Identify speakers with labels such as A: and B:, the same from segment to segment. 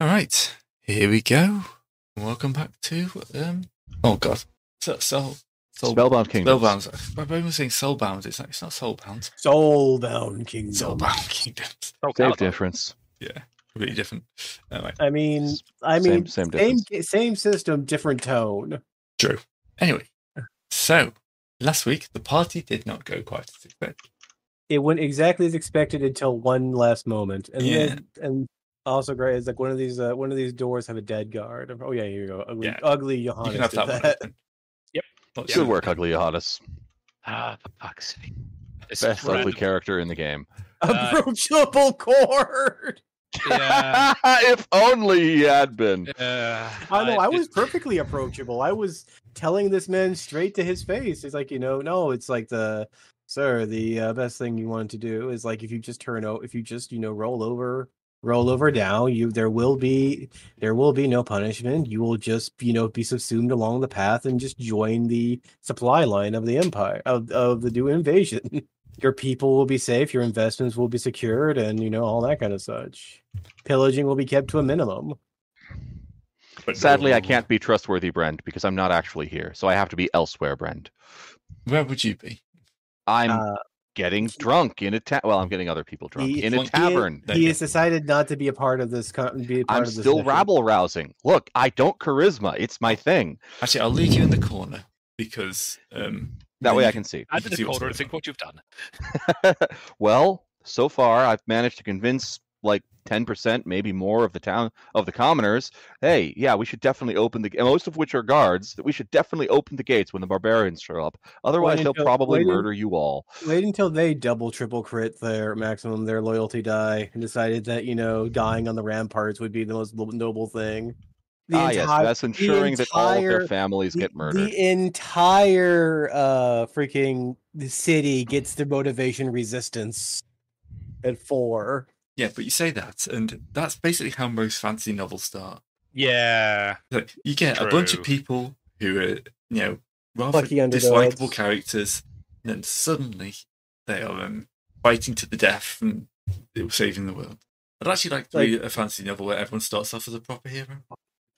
A: All right, here we go. Welcome back to um. Oh God, so, so, soul,
B: Spellbound Kingdom.
A: Soulbound. My brain was saying Soulbound. It's not. It's not Soulbound.
C: Soulbound Kingdom.
A: Soulbound Kingdoms.
D: Oh,
B: Same
D: God.
B: difference.
A: Yeah, completely different. Anyway,
C: I mean, I
B: Same-
C: mean,
B: same
C: same
B: difference.
C: same, system, different tone.
A: true. Anyway, so last week the party did not go quite as expected.
C: It went exactly as expected until one last moment, and
A: Yeah.
C: then, and also great is like one of these uh, one of these doors have a dead guard. Oh yeah, here you go. Ugly,
A: Yeah.
C: ugly
B: Oh,
C: Johannes.
A: You can have
C: did
A: that, one.
C: that.
A: open.
D: Yep.
A: Not
B: Good work, Ugly Johannes.
D: Ah, for fuck's sake. This is
B: Best ugly
D: random.
B: character in the game.
D: Uh,
C: Approachable cord.
D: Yeah.
B: if only he had been.
D: Uh, yeah.
C: I know. I was
D: just-
C: perfectly approachable. I was telling this man straight to his face. He's like, you know, no, it's like the sir. The uh, best thing you want to do is like if you just turn out, if you just you know roll over, roll over down. You there will be there will be no punishment. You will just you know be subsumed along the path and just join the supply line of the empire of of the new invasion. Your people will be safe. Your investments will be secured, and you know all that kind of such. Pillaging will be kept to a minimum.
A: But
B: Sadly, I
A: no.
B: can't be trustworthy, Brent, because I'm not actually here. So I have to be elsewhere, Brent.
A: Where would you be?
B: I'm
C: Uh,
B: getting drunk in a ta- well, I'm getting other people drunk
C: He-
B: in a
A: he-
B: tavern.
A: Thank
C: he
A: you.
C: has decided not to be a part of this. Co- be a part
B: I'm
C: of this
B: still
C: mission.
B: rabble rousing. Look, I don't charisma. It's my thing.
A: Actually, I'll leave you in the corner because um.
B: That way
A: you
B: I can see.
D: I
A: You can see
D: didn't
A: what's
D: order
A: going
D: and think
A: on.
D: what you've done.
B: well, so far I've managed to convince like 10%, maybe more of the town of the commoners, hey, yeah, we should definitely open the and most of which are guards, that we should definitely open the gates when the barbarians show up. Otherwise
C: Wait
B: they'll
C: until-
B: probably
C: wait un-
B: murder you all.
C: Wait until they double, triple crit their maximum, their loyalty die, and decided that you know dying on the ramparts would be the most lo- noble thing. The
B: ah, yes,
C: entire-
B: that's ensuring that all of their
C: entire-
B: families
C: the-
B: get murdered.
C: The entire uh freaking city gets the motivation resistance at four.
A: Yeah, but you say that, and that's basically how most fantasy novels start.
D: Yeah.
A: Like, you get a bunch of
D: True.
A: people who are, you know, rather
C: Lucky underdogs.
A: dislikable characters, and then suddenly they are um, fighting to the death and saving the world. I'd actually like to
C: Like-
A: read a fantasy novel where everyone starts off as a proper hero.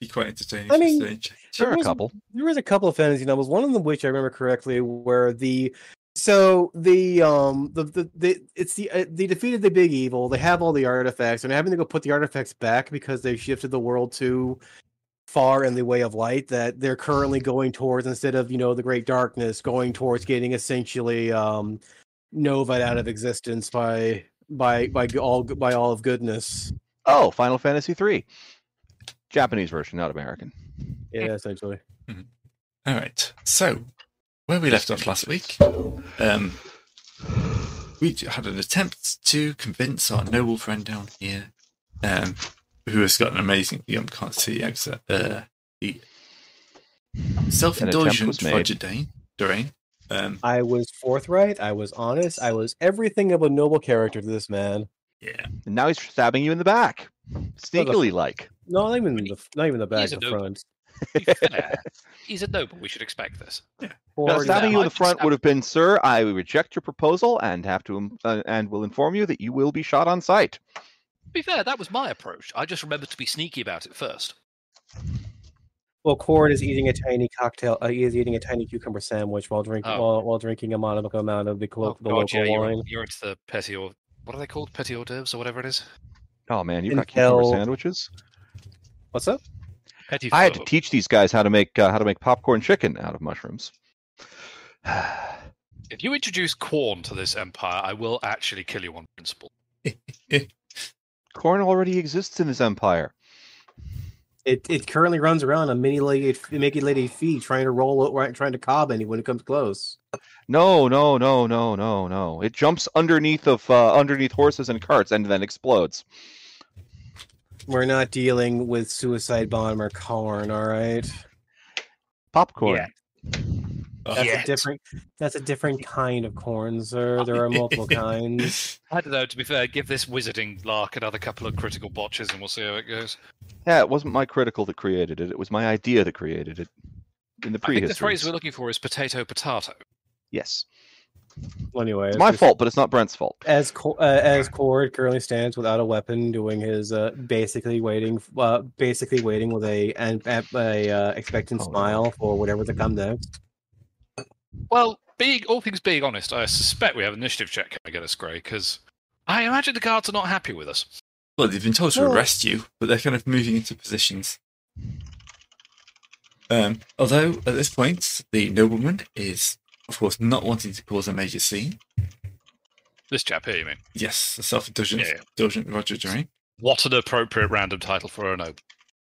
A: Be quite entertaining. for
C: I
A: a
C: mean,
A: change.
B: There are a
C: was-
B: couple.
C: there was a couple of fantasy novels one of them which i remember correctly where the so the um the the, the it's the uh, they defeated the big evil they have all the artifacts and having to go put the artifacts back because they've shifted the world too far in the way of light that they're currently going towards instead of you know the great darkness going towards getting essentially um nova out of existence by by by all by all of goodness
B: Oh, Final Fantasy 3. Japanese version, not American.
C: yeah essentially
A: All right. So, where we left off last week, um, we j- had an attempt to convince our noble friend down here, um, who has got an amazing, you can't see exit, uh, the self-indulgent
B: was made.
A: Roger Dane, Doreen, um,
C: i was forthright i was honest i was everything of a noble character to this man
A: yeah,
B: And now he's stabbing you in the back. Sneakily like.
C: No, not even the not even the back,
D: he's a
C: the
D: noble.
C: front.
D: Yeah. He's a noble. We should expect this.
B: Now,
C: Or
D: is that
B: stabbing you in
D: I
B: the
D: just
B: front
D: have-
B: would have been, sir, I reject your proposal and have to im- uh, and will inform you that you will be shot on sight.
D: To be fair, that was my approach. I just remembered to be sneaky about it first.
C: well, Cord is eating a tiny cocktail. Uh, he is eating a tiny cucumber sandwich while drinking
D: Oh.
C: while, while drinking a monocle amount of the, co-
D: Oh,
C: the
D: God, yeah,
C: local
D: you're,
C: wine.
D: in- you're into the petty or what are they called? Petty hors d'oeuvres or whatever it is.
B: Oh man, you've
C: In
B: got cucumber
C: hell.
B: sandwiches.
C: What's up?
D: Petty.
B: I had to
D: foe.
B: teach these guys how to make uh, how to make popcorn chicken out of mushrooms.
D: If you introduce corn to this empire, I will actually kill you on principle.
B: Corn already exists in this empire.
C: It it currently runs around on mini legged naked lady feet, trying to roll o- right, trying to cob anyone who comes close.
B: No, no, no, no, no, no. It jumps underneath of uh, underneath horses and carts and then explodes.
C: We're not dealing with suicide bomb or corn. All right,
B: Popcorn.
D: Yeah.
A: Oh,
C: that's
D: Yeah.
C: a different that's a different kind of corn, sir. There are multiple kinds.
D: I don't know. To be fair, give this wizarding lark another couple of critical botches, and we'll see how it goes.
B: Yeah, it wasn't my critical that created it. It was my idea that created it in the
D: I think the phrase we're
B: prehistory.
D: looking for is potato potato.
B: Yes.
C: Well, anyway,
B: It's my
C: just-
B: fault, but it's not Brent's fault.
C: As Co- uh, as Cord currently stands without a weapon, doing his uh, basically waiting, uh, basically waiting with a an a, a uh, expectant
B: Oh, no.
C: smile for whatever to come next.
D: Well, being all things being honest, I suspect we have an initiative check coming against Grey because I imagine the guards are not happy with us.
A: Well, they've been told to
C: Well-
A: arrest you, but they're kind of moving into positions. Um, although at this point, the nobleman is, of course, not wanting to cause a major scene.
D: This chap here, you mean?
A: Yes, the self-indulgent,
D: Yeah.
A: indulgent Roger Dury.
D: What an appropriate random title for a noble.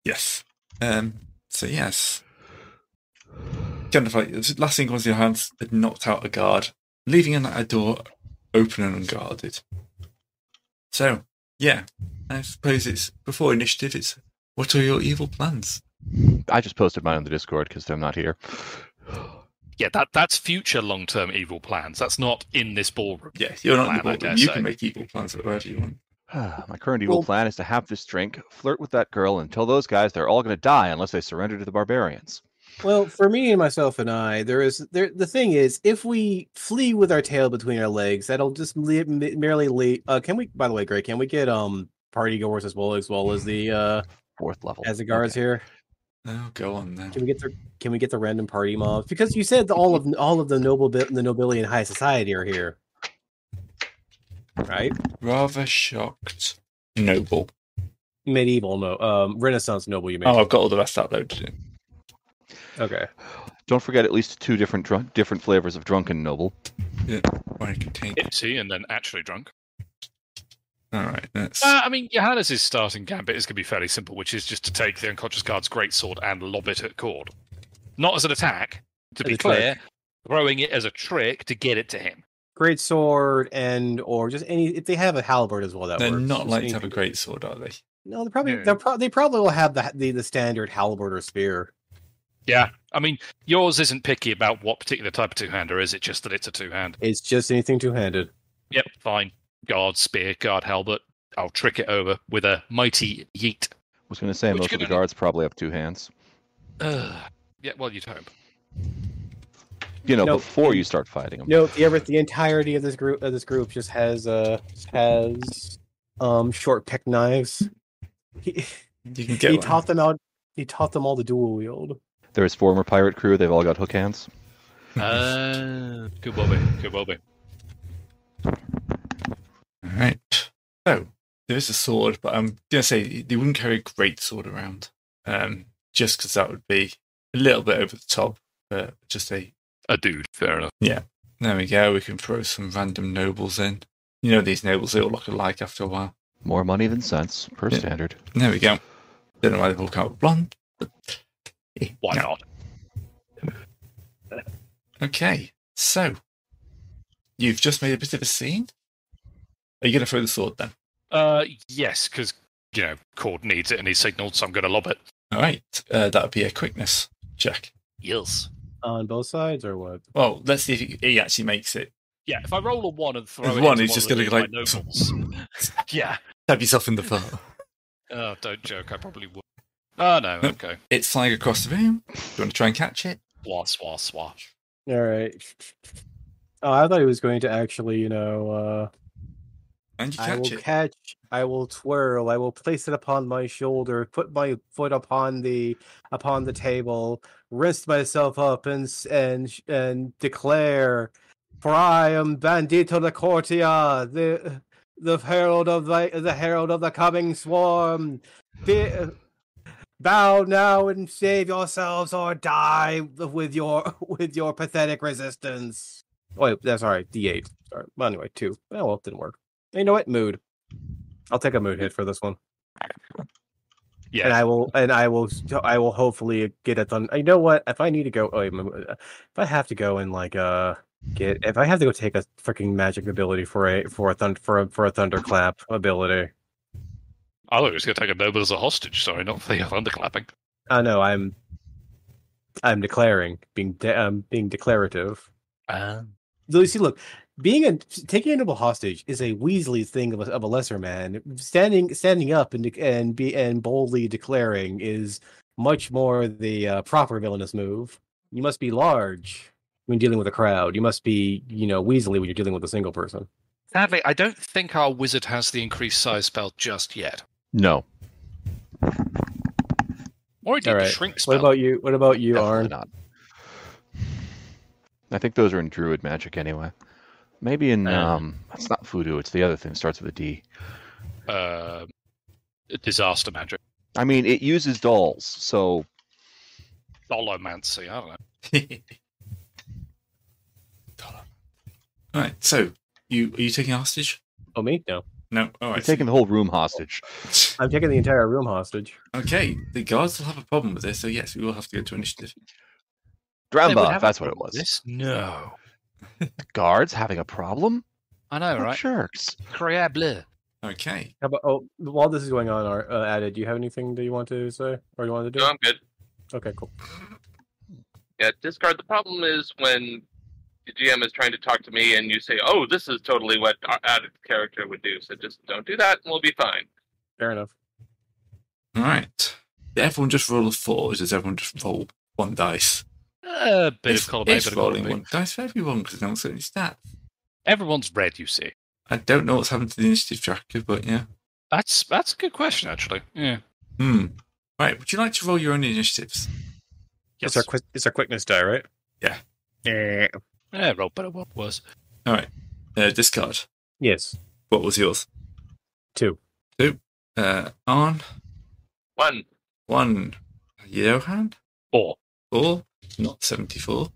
A: Yes. Um, so yes, kind of like the last thing was your hands had knocked out a guard, leaving an, a door open and unguarded. So yeah, I suppose it's before initiative. It's what are your evil plans?
B: I just posted mine on the Discord because I'm not here.
D: Yeah, that that's future long-term evil plans. That's not in this ballroom.
A: Yeah, you're not
D: plan,
A: in the
D: I
A: boardroom.
D: dare
A: You
D: say.
A: can make evil plans wherever you want.
B: My current evil
C: Well-
B: plan is to have this drink, flirt with that girl, and tell those guys they're all going to die unless they surrender to the barbarians.
C: Well, for me and myself and I, there is there. The thing is, if we flee with our tail between our legs, that'll just le- m- merely lead. Uh, can we? By the way, Greg, can we get um party goers as well as well as the uh
B: Fourth level.
C: as the guards here?
A: Oh, go on then.
C: Can we get the Can we get the random party mobs? Because you said all of all of the noble bit the nobility and high society are here, right?
A: Rather shocked. Noble.
C: Medieval, no, um, Renaissance noble. You mean?
A: Oh, I've got all the rest outloaded in. Oh,
C: okay.
B: Don't forget at least two different drunk, different flavors of drunken noble.
A: Or I can take.
D: Tipsy and then actually drunk.
A: All right, that's
D: Uh, I mean, Johannes's starting gambit is going to be fairly simple, which is just to take the unconscious guard's greatsword and lob it at Cord. Not as an attack, to
C: As
D: be
C: a trick.
D: clear, throwing it as a trick to get it to him.
C: Great sword and or just any if they have a halberd as well. That
A: they're
C: works.
A: not
C: Just
A: like to
C: any-
A: have a great sword, are they?
C: No, they probably
D: Yeah.
C: they're pro- they probably will have the, the the standard halberd or spear.
D: Yeah. I mean, yours isn't picky about what particular type of two hander is, it just that it's a two hand.
C: It's just anything two handed.
D: Yep, fine. Guard, spear, guard, halbert. I'll trick it over with a mighty yeet.
B: was going to say
D: Which
B: most of the
D: could only-
B: guards probably have two hands.
D: Ugh. Yeah, well, you'd hope.
B: You know,
C: No,
B: before you start fighting them.
C: No, the ever the entirety of this group of this group just has uh has um short pick knives. He,
A: You can
C: he
A: get one.
C: taught them out. He taught them all the dual wield.
B: There is former pirate crew. They've all got hook hands.
D: Uh, good well be. Good well be.
A: All right. So there is a sword, but I'm gonna say they wouldn't carry a great sword around, um, just because that would be a little bit over the top. But just a
D: A dude, fair enough.
A: there we go. We can throw some random nobles in. You know these nobles; they all look alike after a while.
B: More money than sense per
A: Yeah.
B: standard.
A: There we go. Don't know why they walk out with blonde. But...
D: Why
A: Yeah.
D: not?
A: Okay, so you've just made a bit of a scene. Are you going to throw the sword then?
D: Uh, yes, because you know, Cord needs it and he's signaled, so I'm going to lob it.
A: All right, uh, that would be a quickness check.
D: Yes.
C: on both sides or what?
A: Well, let's see if he- he actually makes it.
D: Yeah, if I roll a one and throw
A: With
D: it
A: one,
D: into
A: he's just
D: of the
A: gonna
D: my nobles. yeah.
A: Stab yourself in the foot.
D: Oh, don't joke. I probably would. Oh no.
A: No.
D: Okay.
A: it's flying across the room. Do you want to try and catch it?
D: Swa swa swa.
C: All right. Oh, I thought he was going to actually, you know, uh,
A: And you
C: I will
A: catch it.
C: catch, I will twirl, I will place it upon my shoulder, put my foot upon the upon the table, wrist myself up, and s- and sh- and declare, for I am Bandito de Cortia, the the herald of the the herald of the coming swarm. Be- bow now and save yourselves, or die with your with your pathetic resistance. Wait, that's all right. D eight. Sorry. Well, anyway, two. Oh, well, it didn't work. You know what? Mood. I'll take a mood hit for this one,
D: Yeah.
C: and I will, and I will, I will hopefully get it done. You know what? If I need to go, oh, wait, if I have to go and like uh get, if I have to go take a freaking magic ability for a for a thunder for a, for a thunderclap ability,
D: I thought he was going to take a noble as a hostage. Sorry, not for the underclapping.
C: I know I'm, I'm declaring, being de- um being declarative.
D: Um,
C: Lucy, look, being a taking a noble hostage is a Weasley thing of a, of a lesser man. Standing standing up and dec- and be and boldly declaring is much more the uh, proper villainous move. You must be large. when dealing with a crowd. You must be, you know, weaselly when you're dealing with a single person.
D: Sadly, I don't think our wizard has the increased size spell just yet.
B: No,
D: Or he did
C: All
D: the
C: right.
D: shrink spell.
C: What about you? What about you,
B: definitely
C: Arn?
B: not. I think those are in druid magic anyway. Maybe in
D: Uh.
B: um, it's not voodoo. It's the other thing. It starts with a D.
D: uh, disaster magic,
B: I mean, it uses dolls, so
D: dolomancy. I don't know.
A: Dollar. All right. So you are you taking hostage?
C: Oh me? No,
A: No. All
D: Oh,
B: you're
A: right.
B: taking the whole room hostage.
C: I'm taking the entire room hostage.
A: okay. The guards will have a problem with this. So yes, we will have to go to initiative.
D: They would
B: Dramba,
D: have
B: that's
D: a
B: what it
D: problem
B: was.
D: with This? No.
B: The guards having a problem?
D: I know,
B: What
D: right?
B: Jerks.
D: Creer bleu.
A: Okay.
C: How about, oh, while this is going on, Ar- uh, Ada, do you have anything that you want to say or you want to do?
E: No, I'm good.
C: Okay, cool.
E: Yeah, discard. The problem is when the GM is trying to talk to me and you say, "Oh, this is totally what our added character would do." So just don't do that, and we'll be fine.
C: Fair enough.
A: All right. Did everyone just roll a four, or does everyone just roll one dice?
D: A bit of
A: It's-
D: column A,
A: it's
D: bit of column
A: rolling
D: B.
A: one dice for everyone because no one's got any stats.
D: Everyone's red, you see.
A: I don't know what's happened to the initiative tracker, but yeah.
D: That's that's a good question, actually. Yeah.
A: Hmm. Right. Would you like to roll your own initiatives?
D: Yes.
C: quick. It's our quickness die, right?
A: Yeah.
C: Yeah.
D: yeah, roll better what was.
A: Uh, discard.
C: Yes.
A: What was yours?
C: Two.
A: Two. Uh, on
E: One,
A: one. Johan. Oh
D: Or
A: Four. Not seventy-four.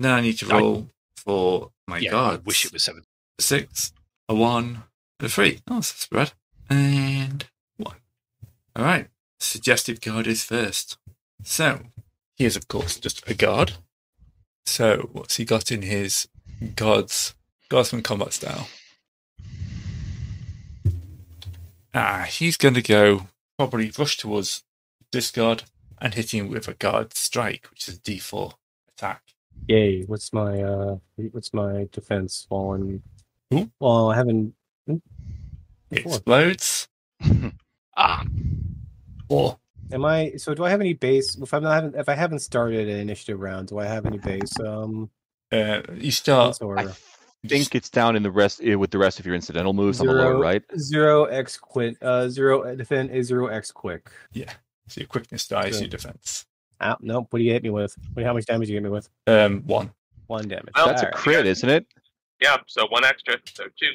A: Now I need to
D: I-
A: roll for my
D: yeah,
A: guards.
D: I wish it was seven.
A: six. A one. A three. Oh, that's spread. And one. All right. Suggestive guard is first. So he is, of course, just a guard. So what's he got in his guards? Guardsman combat style. Ah, he's going to go probably rush towards this guard and hit him with a guard strike, which is a D4 attack.
C: Yay! What's my uh? What's my defense? Fallen.
A: Ooh.
C: Well, I haven't. hmm?
A: It
C: Four.
A: explodes.
D: Ah,
A: Or
C: Am I? So do I have any base? If I'm not having, if I haven't started an initiative round, do I have any base? Um,
A: uh, you start
C: defense or
B: I think it's down in the rest eh, with the rest of your incidental moves on the lower
C: Zero.
B: right.
C: zero x quit. Uh, zero defend is zero x quick.
A: So your quickness dies,
C: Yeah.
A: your defense.
C: Ah, nope. What do you hit me with? What, how much damage do you hit me with?
A: Um, one.
C: One damage.
E: Well,
B: That's a
C: Alright.
B: crit, isn't it?
E: yeah. So one extra, so two.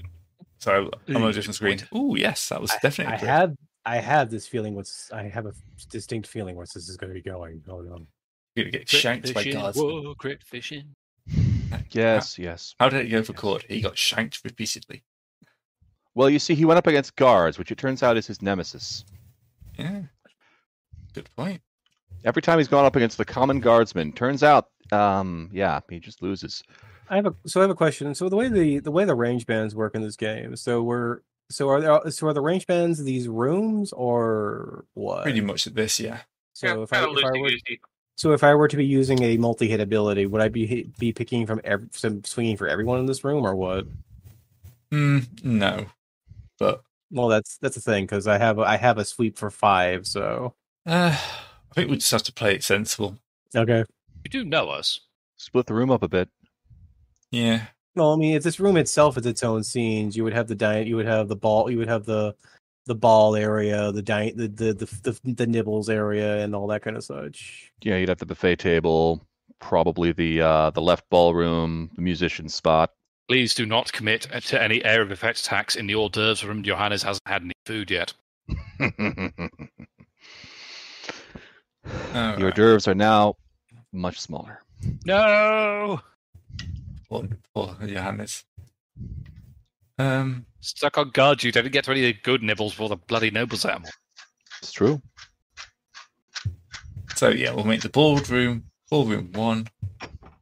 A: So I'm on a different
D: Ooh,
A: screen. Ooh, yes, that was definitely.
C: I
A: a crit.
C: have. I have this feeling. What's I have a distinct feeling. What's this is going to be going? Oh no.
A: You're gonna get
D: crit
A: shanked by
D: fishing.
A: guards.
D: Whoa, crit fishing.
B: Yes, yes.
A: How did it go for Cord? He got shanked repeatedly.
B: Well, you see, he went up against guards, which it turns out is his nemesis.
A: Yeah. Good point.
B: Every time he's gone up against the common guardsman, turns out, um, yeah, he just loses.
C: I have a so I have a question. So the way the the way the range bands work in this game. So we're so are there so are the range bands these rooms or what?
A: Pretty much at this, yeah.
C: So
E: yeah,
C: if I,
E: kinda
C: if I were
E: loosey-goosey.
C: so if I were to be using a multi hit ability, would I be hit, be picking from every some swinging for everyone in this room or what?
A: Mm, no, but
C: Well, that's that's the thing because I have a, I have a sweep for five. So
A: uh, I think we just have to play it sensible.
C: okay.
D: You do know us.
B: Split the room up a bit.
A: Yeah.
C: Well, I mean, if this room itself is its own scenes, you would have the diet, you would have the ball, you would have the the ball area, the diet, the the, the the the nibbles area, and all that kind of such.
B: Yeah, you'd have the buffet table, probably the uh, the left ballroom, the musician spot.
D: Please do not commit to any air of effect attacks in the hors d'oeuvres room. Johannes hasn't had any food yet.
A: All
B: Your
A: right.
B: d'oeuvres are now much smaller.
D: No!
A: Poor, poor Johannes. Um.
D: Stuck on guard duty. I didn't get to any of the good nibbles before the bloody nobles animal.
B: It's true.
A: So yeah, we'll make the boardroom ballroom one.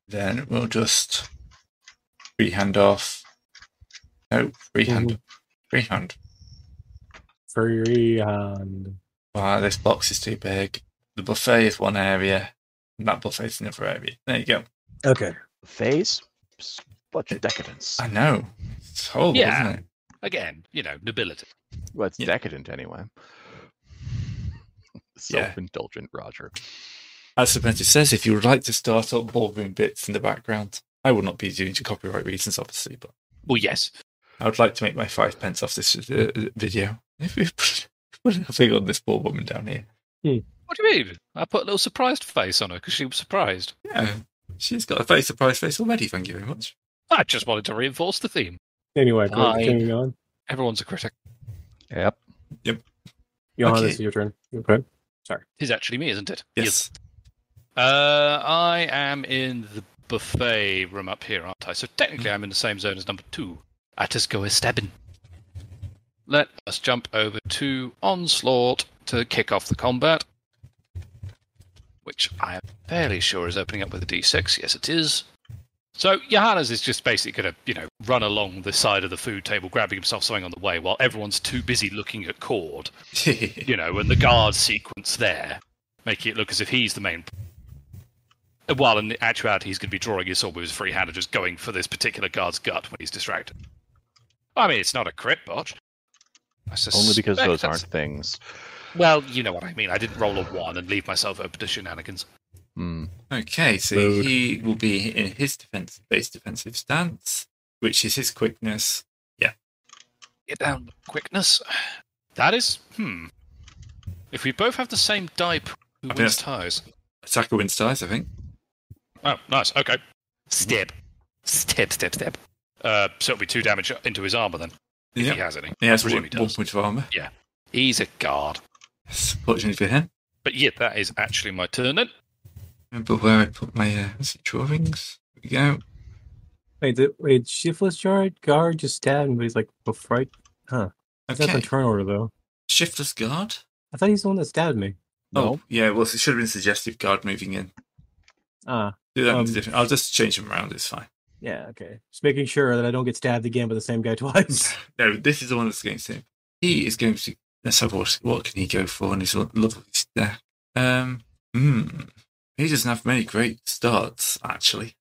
A: Then we'll just freehand off. No, freehand, freehand.
C: Freehand.
A: Wow, this box is too big. The buffet is one area, and that buffet is another area. There you go.
C: Okay.
B: Phase? Such decadence.
A: I know. It's horrible,
D: Yeah.
A: isn't it?
D: Again, you know, nobility.
B: Well, it's
A: Yeah.
B: decadent anyway.
A: Yeah.
B: Self indulgent, Roger.
A: As Serpentis says, if you would like to start up ballroom bits in the background, I will not be doing to copyright reasons, obviously, but
D: Well, yes.
A: I would like to make my five pence off this uh, video. If we put put nothing on this poor woman down here,
D: What do you mean? I put a little surprised face on her because she was surprised.
A: yeah, she's got a very surprised face already. Thank you very much.
D: I just wanted to reinforce the theme.
C: Anyway,
D: Fine.
C: continuing on.
D: Everyone's a critic.
B: Yep.
C: Johannes,
A: Okay.
C: it's your turn. You Okay.
D: Tis actually me, isn't it?
A: Yes,
D: Uh, I am in the buffet room up here, aren't I? So technically, I'm in the same zone as number two. I just go a stabbing. Let us jump over to onslaught to kick off the combat, which I am fairly sure is opening up with a d6. Yes, it is. So Johannes is just basically going to, you know, run along the side of the food table, grabbing himself something on the way, while everyone's too busy looking at Cord you know, and the guard sequence there, making it look as if he's the main. While in actuality, he's going to be drawing his sword with his free hand and just going for this particular guard's gut when he's distracted. I mean, it's not a crit botch. I
B: Only because
D: suspect
B: those
D: that's-
B: aren't things.
D: Well, you know what I mean. I didn't roll a one and leave myself open to shenanigans.
B: Hmm.
A: Okay, so
C: Rude.
A: he will be in his defense base defensive stance, which is his quickness.
D: Get down with quickness. That is, hmm. If we both have the same die, pool, who
A: I
D: wins
A: guess.
D: ties?
A: Attacker wins ties, I think.
D: Oh, nice. Okay. Step, step, step, step. Uh, so it'll be two damage into his armor then. if he
A: Yeah,
D: has any.
A: he has one,
D: Presume he
A: one
D: does.
A: point of armor.
D: He's a guard.
A: Yes, Fortunately for him.
D: But yeah, that is actually my turn then.
A: Remember where I put my uh, was it drawings? Here we go.
C: Wait, the, wait, shiftless guard guard just stabbed him, but he's like before. I, I thought
A: Okay.
C: the turn order though.
A: Shiftless guard.
C: I thought he's the one that stabbed me.
A: Oh, yeah. Well, it should have been suggestive guard moving in.
C: Ah,
A: Do that
C: Um,
A: one's different. I'll just change them around. It's fine.
C: yeah, okay. Just making sure that I don't get stabbed again by the same guy twice.
A: No, this is the one that's against him. He is going to. Let's have what. What can he go for? And his lo- lovely stack. Um, hmm. He doesn't have many great starts actually.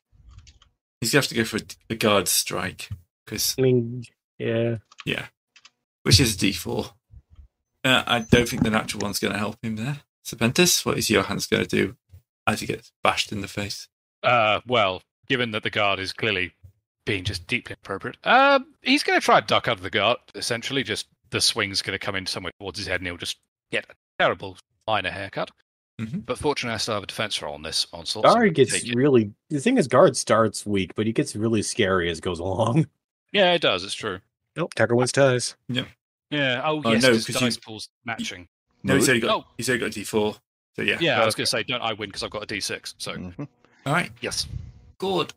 A: He's gonna have to go for a, a guard strike because
C: I mean, yeah.
A: which is a D4. Uh, I don't think the natural one's going to help him there. Serpentis, what is Johan's going to do as he gets bashed in the face?
D: Uh, well, given that the guard is clearly being just deeply inappropriate, um, he's going to try and duck under the guard. Essentially, just the swing's going to come in somewhere towards his head, and he'll just get a terrible minor haircut.
A: Mhm.
D: But fortunately, I still have a defense roll on this onslaught. so
C: Guard gets
D: take Mm-hmm. it.
C: really. The thing is, guard starts weak, but he gets really scary as it goes along.
D: yeah, it does. It's true.
C: Nope, Tucker wins ties.
D: Yeah. Oh,
A: Oh,
D: yes,
A: no,
D: because
A: 'cause you-
D: dice pools matching.
A: No, he's already got,
D: Oh.
A: he's already got a D4. So, yeah.
D: yeah, I was going to say, don't I win because I've got a d6. So
B: Mhm.
A: All right.
D: yes,
A: Good.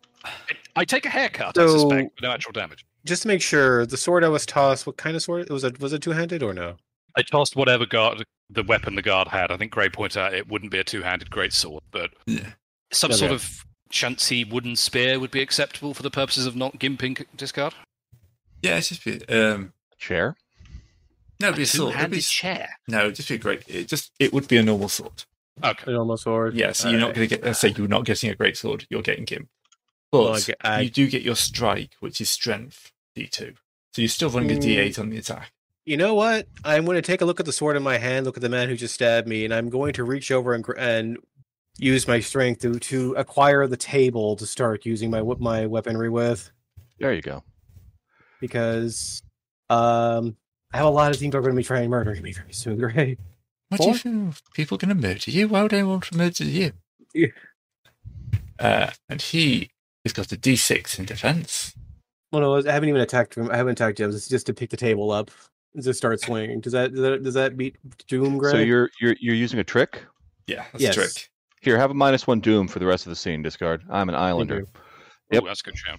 D: I take a haircut. I
C: So-
D: suspect with no actual damage.
C: Just to make sure, the sword I was tossed. What kind of sword? It was a was it two handed or no?
D: I tossed whatever guard the weapon the guard had. I think Gray pointed out it wouldn't be a two-handed greatsword, but
A: Yeah.
D: some
C: Okay.
D: sort of chancy wooden spear would be acceptable for the purposes of not gimping c- discard.
A: Yeah, it's just be, um,
B: Chair.
A: no, it'd be a sword. It'd
D: two-handed
A: be,
D: chair.
A: no, it'd just be a great, it just, it would be a normal sword.
D: Okay.
C: An almost sword.
A: Yeah, so you're not going to get, let's say you're not getting a great sword, you're getting him. But you do get your strike, which is strength D2. So you're still running a
C: Mm.
A: D8 on the attack.
C: You know what? I'm going to take a look at the sword in my hand, look at the man who just stabbed me, and I'm going to reach over and gr- and use my strength to, to acquire the table to start using my wep- my weaponry with
B: There you go.
C: because um I have a lot of teams are going to be trying murdering me very soon. Right?
A: What do you think? People going to murder you? Why would anyone want to murder you?
C: Yeah.
A: Uh, and he has got a D6 in defense.
C: Well, no, I haven't even attacked him. I haven't attacked him. It's just to pick the table up, and just start swinging. Does that does that, does that beat Doom? Gray?
B: So you're you're you're using a trick.
A: Yeah, that's
C: Yes.
A: a trick.
B: Here, have a minus one doom for the rest of the scene. Discard. I'm an islander. Yep.
D: Ooh, that's a good shout.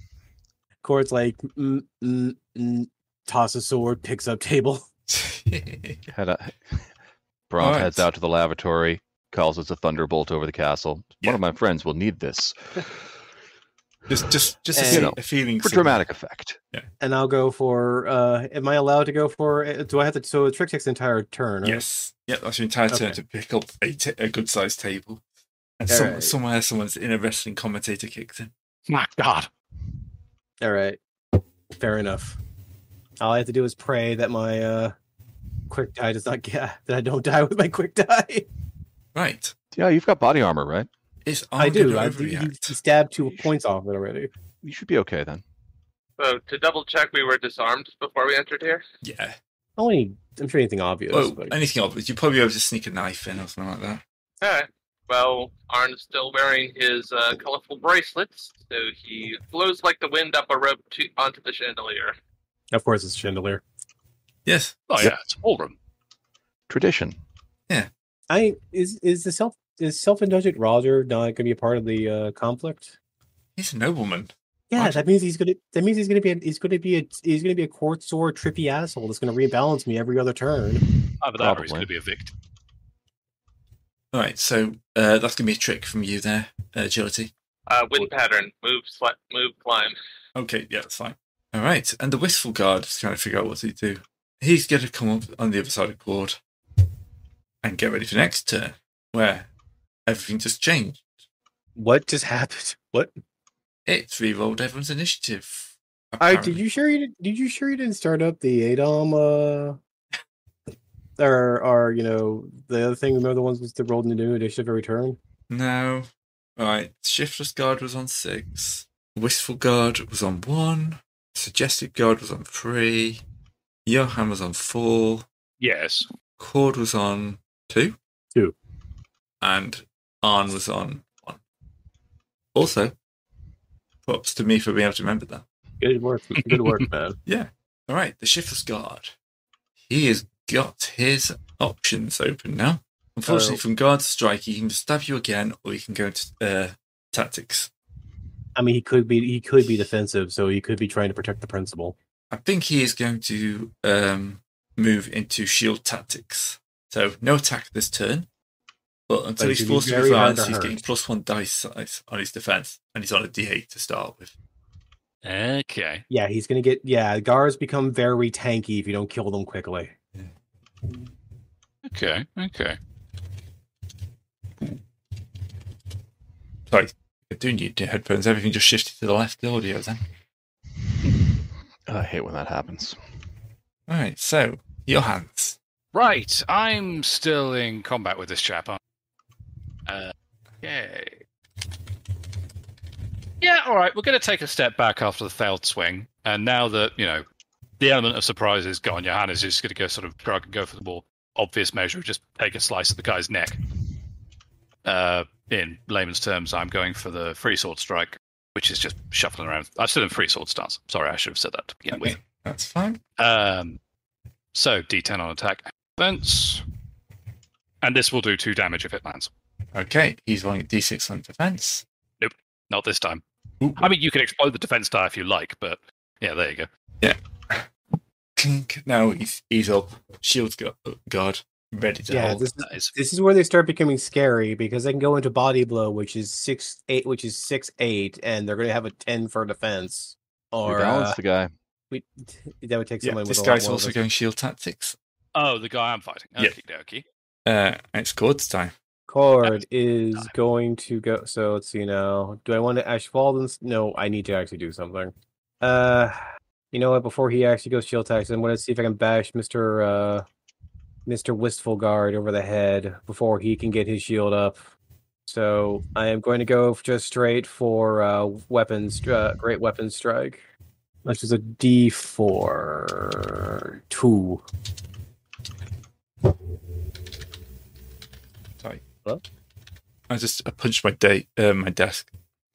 C: Cord's like mm, mm, mm, toss a sword, picks up table.
B: Head out. Bronn
A: Alright.
B: heads out to the lavatory. Calls us a thunderbolt over the castle. One
A: Yeah.
B: of my friends will need this
A: just, just, just a,
C: And-
A: se-
B: You know,
A: a feeling
B: for
A: signal.
B: dramatic effect.
C: and I'll go for. uh Am I allowed to go for? uh, Do I have to? So it trick takes the entire turn. right?
A: Yes. Yep, that's your entire turn
C: Okay.
A: to pick up a ta- a good sized table. And
C: All
A: some,
C: right.
A: somewhere someone's inner wrestling commentator kicked in.
D: My God.
C: All right. Fair enough. All I have to do is pray that my uh quick die does not get that I don't die with my quick die.
A: Right.
B: Yeah, you've got body armor, right?
A: It's
C: I do. I,
A: Armageddon
C: he, he
A: Overreact.
C: stabbed two points off it already.
B: You should be okay then.
E: So to double check, we were disarmed before we entered here.
A: Yeah.
C: Only I'm sure anything obvious.
A: Oh,
C: but
A: anything obvious? You'd probably be able to sneak a knife in or something like that.
E: All right. Eh, Well, Arn's still wearing his uh, colorful bracelets, so he blows like the wind up a rope to, onto the chandelier.
C: of course, it's chandelier.
A: Yes.
D: Oh yeah, it's a ballroom.
B: Tradition.
C: I is is the self is self indulgent Roger not going to be a part of the uh, conflict?
A: He's a nobleman.
C: Yeah,
A: Roger-
C: that means he's gonna. That means he's gonna be. A, he's gonna be a. He's gonna be a court sore trippy asshole that's gonna rebalance me every other turn.
D: Either that or he's
B: Probably.
D: going to be a victim.
A: All right. So uh, that's gonna be a trick from you there. Uh, agility.
E: Uh, wind pattern, move, sli- move, climb.
A: Okay. Yeah, that's fine. All right. And the wistful guard is trying to figure out what to do. He's gonna come up on the other side of board and get ready for next turn, where everything just changed.
C: What just happened? What?
A: It's re-rolled everyone's initiative.
C: I
A: apparently.
C: Oh, did you sure you did, did you sure you didn't start up the ADOM uh or or you know the other thing remember the ones was the rolled in the new initiative every turn?
A: No. Right. Shiftless guard was on six. Wistful guard was on one. Suggested guard was on three. Johan was on four.
D: Yes.
A: Cord was on two.
C: Two.
A: And Arn was on one. Also, props to me for being able to remember that.
C: Good work. Good work, man.
A: All right, the shiftless guard. He has got his options open now. Unfortunately,
C: Oh.
A: from guard strike, he can stab you again, or he can go into uh, tactics.
C: I mean he could be he could be defensive, so he could be trying to protect the principal.
A: I think he is going to um, move into shield tactics. So no attack this turn, but until
C: But
A: he's
C: he'll be
A: forced to
C: very hard
A: advance,
C: to
A: he's getting
C: hurt.
A: plus one dice size on his defense, and he's on a d8 to start with.
D: Okay.
C: Yeah, he's gonna get yeah, guards become very tanky if you don't kill them quickly.
D: Okay. Okay.
A: I do need new headphones. Everything just shifted to the left the audio then.
B: I hate when that happens.
A: All right, so your hands.
D: Right. I'm still in combat with this chap. Aren't I? Uh, Okay. Yeah. All right. We're going to take a step back after the failed swing, and now that you know the element of surprise is gone, Johannes is just going to go sort of try and go for the more obvious measure, just take a slice of the guy's neck. Uh, in layman's terms, I'm going for the free sword strike, which is just shuffling around. I'm still in free sword stance. Sorry, I should have said that to begin with.
A: Okay, that's fine.
D: Um, so D10 on attack, defense, and this will do two damage if it lands.
A: Okay, he's rolling a d6 on defense.
D: Not this time.
A: Oop.
D: I mean, you can explode the defense die if you like, but yeah, there you go.
A: Clink. Now he's he's up. Shields gu- guard ready to
C: Yeah,
A: hold.
C: this is
D: That is
C: this is where they start becoming scary because they can go into body blow, which is six eight, which is six eight, and they're going to have a ten for defense. Or
B: Rebalance
C: uh,
B: the guy.
C: we, that would take
A: Yeah,
C: someone. with
A: this
C: a lot
A: guy's
C: more
A: also
C: of
A: going shield tactics.
D: oh, the guy I'm fighting.
A: Yeah.
D: Okie dokie.
A: Uh, it's Cord's time.
C: Cord is going to go. So let's see now. Do I want to ash fall this? No, I need to actually do something. Uh, you know what? Before he actually goes shield tax, I'm going to see if I can bash Mister uh, Mister Wistful Guard over the head before he can get his shield up. So I am going to go f- just straight for uh, weapons, uh, great weapon strike, which is a D4 two.
A: Sorry.
C: Hello?
A: I just I punched my date, uh, my desk.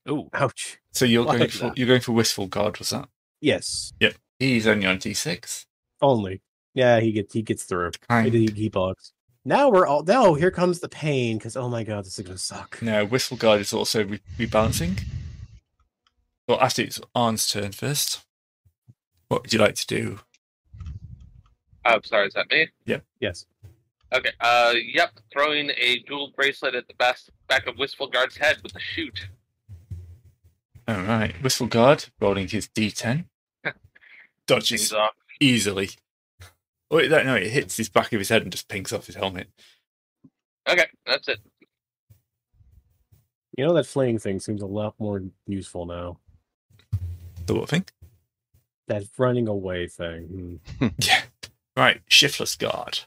D: Ooh,
C: Ouch.
A: So you're
C: Why
A: going
C: is
A: for
C: that?
A: you're going for wistful guard, was that?
C: Yes,
A: He's only on D6.
C: only. Yeah, he gets he gets through.
A: Kind.
C: He, he bugs. Now we're all no. Here comes the pain because oh my god, this is gonna suck.
A: No, whistle guard is also re- rebalancing. Well, after it's Arn's turn first. What would you like to do?
E: Oh, I'm sorry, is that me?
C: Yes,
E: Okay. Uh, yep. Throwing a dual bracelet at the bas- back of Wistful Guard's head with a shoot.
A: All right, whistle guard rolling his D10.
E: Things
A: Dodges
E: off.
A: easily. Wait, that, no, it hits his back of his head and just pings off his helmet.
E: Okay, that's it.
C: you know that flaying thing seems a lot more useful now.
A: The what thing?
C: That running away thing.
A: Yeah. Right, shiftless guard.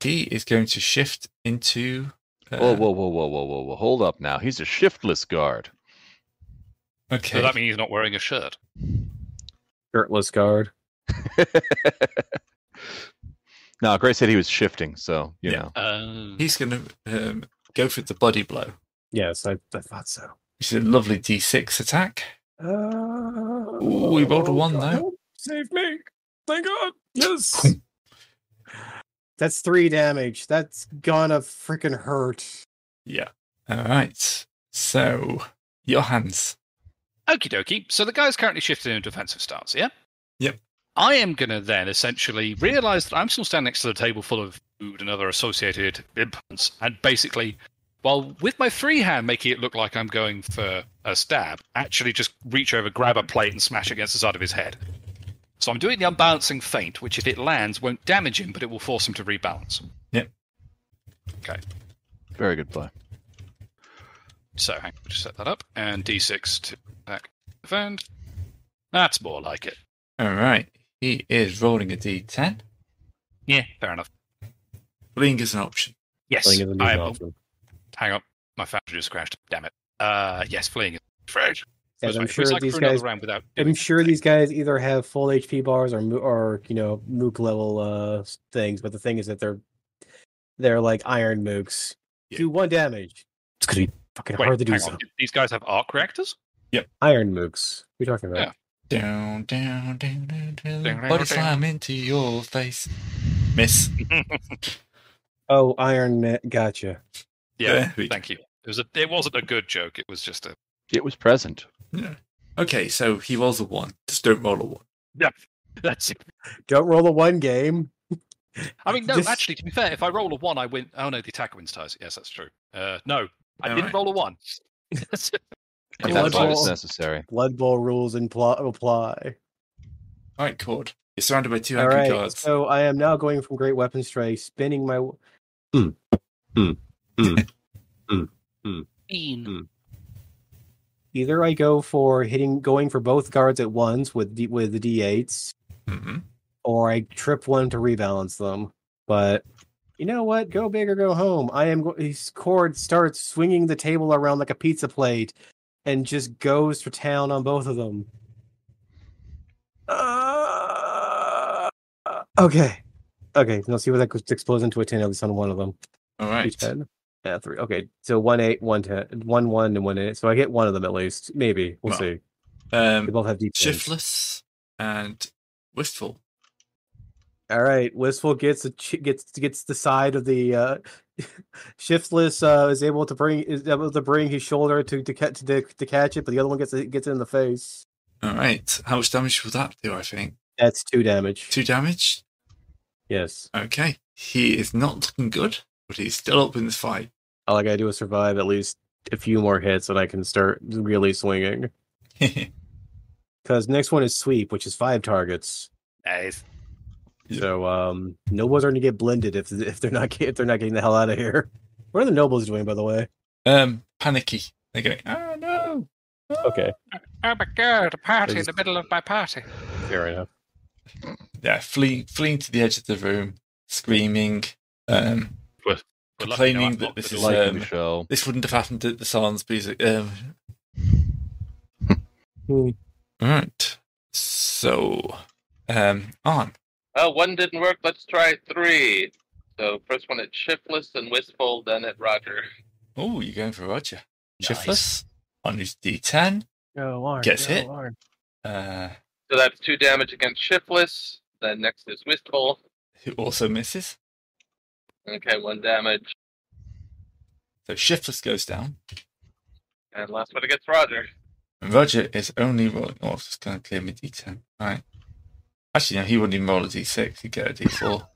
A: He is going to shift into. Uh,
B: Whoa, whoa, whoa, whoa, whoa, whoa, whoa! Hold up now. He's a shiftless guard.
A: Okay.
D: So that means he's not wearing a shirt.
C: Shirtless guard.
B: no, Gray said he was shifting, so you
A: Yeah.
B: know.
D: Um,
A: He's going to um, go for the body blow,
C: Yes, I, I thought so.
A: which is a lovely d6 attack.
C: Uh,
A: Ooh, we rolled a
C: oh,
A: one,
C: God,
A: though.
C: help, Save me! Thank God. Yes. That's three damage. That's gonna freaking hurt.
A: Yeah. All right. So, your hands.
D: Okie dokie. So the guy's currently shifted into defensive stance, yeah?
A: Yep.
D: I am going to then essentially realize that I'm still standing next to the table full of food and other associated implements, and basically, while with my free hand making it look like I'm going for a stab, actually just reach over, grab a plate, and smash against the side of his head. So I'm doing the unbalancing feint, which if it lands won't damage him, but it will force him to rebalance.
B: Very good play.
D: So hang on, just set that up, and d6 to attack, defend. That's more like it.
A: All right. He is rolling a d10.
D: Yeah, fair enough.
A: Fleeing is an option.
D: Yes,
C: I think it's a
D: I am-
C: different option.
D: Hang on, my fountain just crashed. Damn it. Uh, yes, fleeing. is Fresh.
C: And
D: That's
C: I'm
D: right. It was
C: sure
D: like
C: these
D: for another
C: guys.
D: round without.
C: I'm sure these guys either have full HP bars or mo- or you know mook level uh s- things. But the thing is that they're they're like iron mooks.
A: Yeah.
C: Do one damage. It's gonna be fucking
D: Wait,
C: hard to do.
D: hang on.
C: So.
D: Did These guys have arc reactors.
C: Iron mooks. What are you talking about?
D: Yeah.
A: Down, down, down, down, down.
D: Down, down,
A: Body
D: down.
A: slam into your face. Miss.
C: Oh, iron. Ma- gotcha.
D: Yeah.
A: Yeah.
D: Thank you. It was a, It wasn't a good joke. It was just a.
B: It was present.
A: Okay, so he rolls a one. Just don't roll a one.
D: That's it.
C: Don't roll a one game.
D: I mean, no.
C: Just-
D: Actually, to be fair, if I roll a one, I win. Oh no, the attacker wins ties. Yes, that's true. Uh, no, I
A: All
D: didn't
A: right.
D: roll a one.
B: If
C: It
B: that
C: was
B: fight is
C: all-
B: necessary.
C: Blood Bowl rules and pl- apply.
A: All right, Cord. You're surrounded by two
C: All
A: angry
C: right.
A: guards.
C: So I am now going from Great Weapon Strike, spinning my. w-
D: Mean.
C: Either I go for hitting, going for both guards at once with D, with the D8s,
A: hmm
C: or I trip one to rebalance them. But you know what? Go big or go home. I am. go- His cord starts swinging the table around like a pizza plate, and just goes for town on both of them. Uh, okay, okay. Now see what that goes- explodes into a ten at least on one of them.
A: All
C: Two
A: right.
C: ten. Yeah, three. Okay, so one eight, one ten, one one, and one eight. So I get one of them at least. Maybe we'll
A: Well,
C: see. They
A: Um,
C: both have defense.
A: shiftless and wistful.
C: All right, Wistful gets a ch- gets gets the side of the uh, shiftless uh, is able to bring is able to bring his shoulder to to catch to, to catch it, but the other one gets it gets it in the face.
A: All right. How much damage will that do, I think?
C: That's two damage.
A: Two damage?
C: Yes,
A: Okay. He is not looking good, but he's still up in the fight.
C: all I gotta do is survive at least a few more hits, and I can start really swinging. Because next one is sweep, which is five targets.
D: Nice.
A: Yeah.
C: So um, nobles are going to get blended if if they're not if they're not getting the hell out of here. What are the nobles doing, by the way?
A: um, panicky. They're going, oh no.
C: Okay,
D: Oh my god! A party in
C: Is-
D: the middle of my party.
C: fair enough.
A: Yeah, fleeing, fleeing to the edge of the room, screaming. Um,
D: We're lucky now
A: Complaining
D: I've
A: that
D: locked
A: this
D: the
A: is,
D: door.
B: Liking
A: um,
B: the show.
A: this wouldn't have happened at the Sainsbury's. Um,
C: Hmm.
A: all right. So, um, on.
E: Oh, one didn't work. Let's try three. So first one at Shiftless and Wistful, then at Roger.
A: Oh, you're going for Roger.
D: Nice.
A: Shiftless on his D10.
C: Go Arn.
A: Gets
C: go
A: hit.
C: Arn.
A: Uh,
E: So that's two damage against Shiftless. Then next is Wistful.
A: who also misses.
E: Okay, one damage.
A: So Shiftless goes down.
E: And last one against Roger.
A: And Roger is only rolling. Oh, it's just going to clear my D10. Right. Actually, no, he wouldn't even roll a D6. He'd get a D4.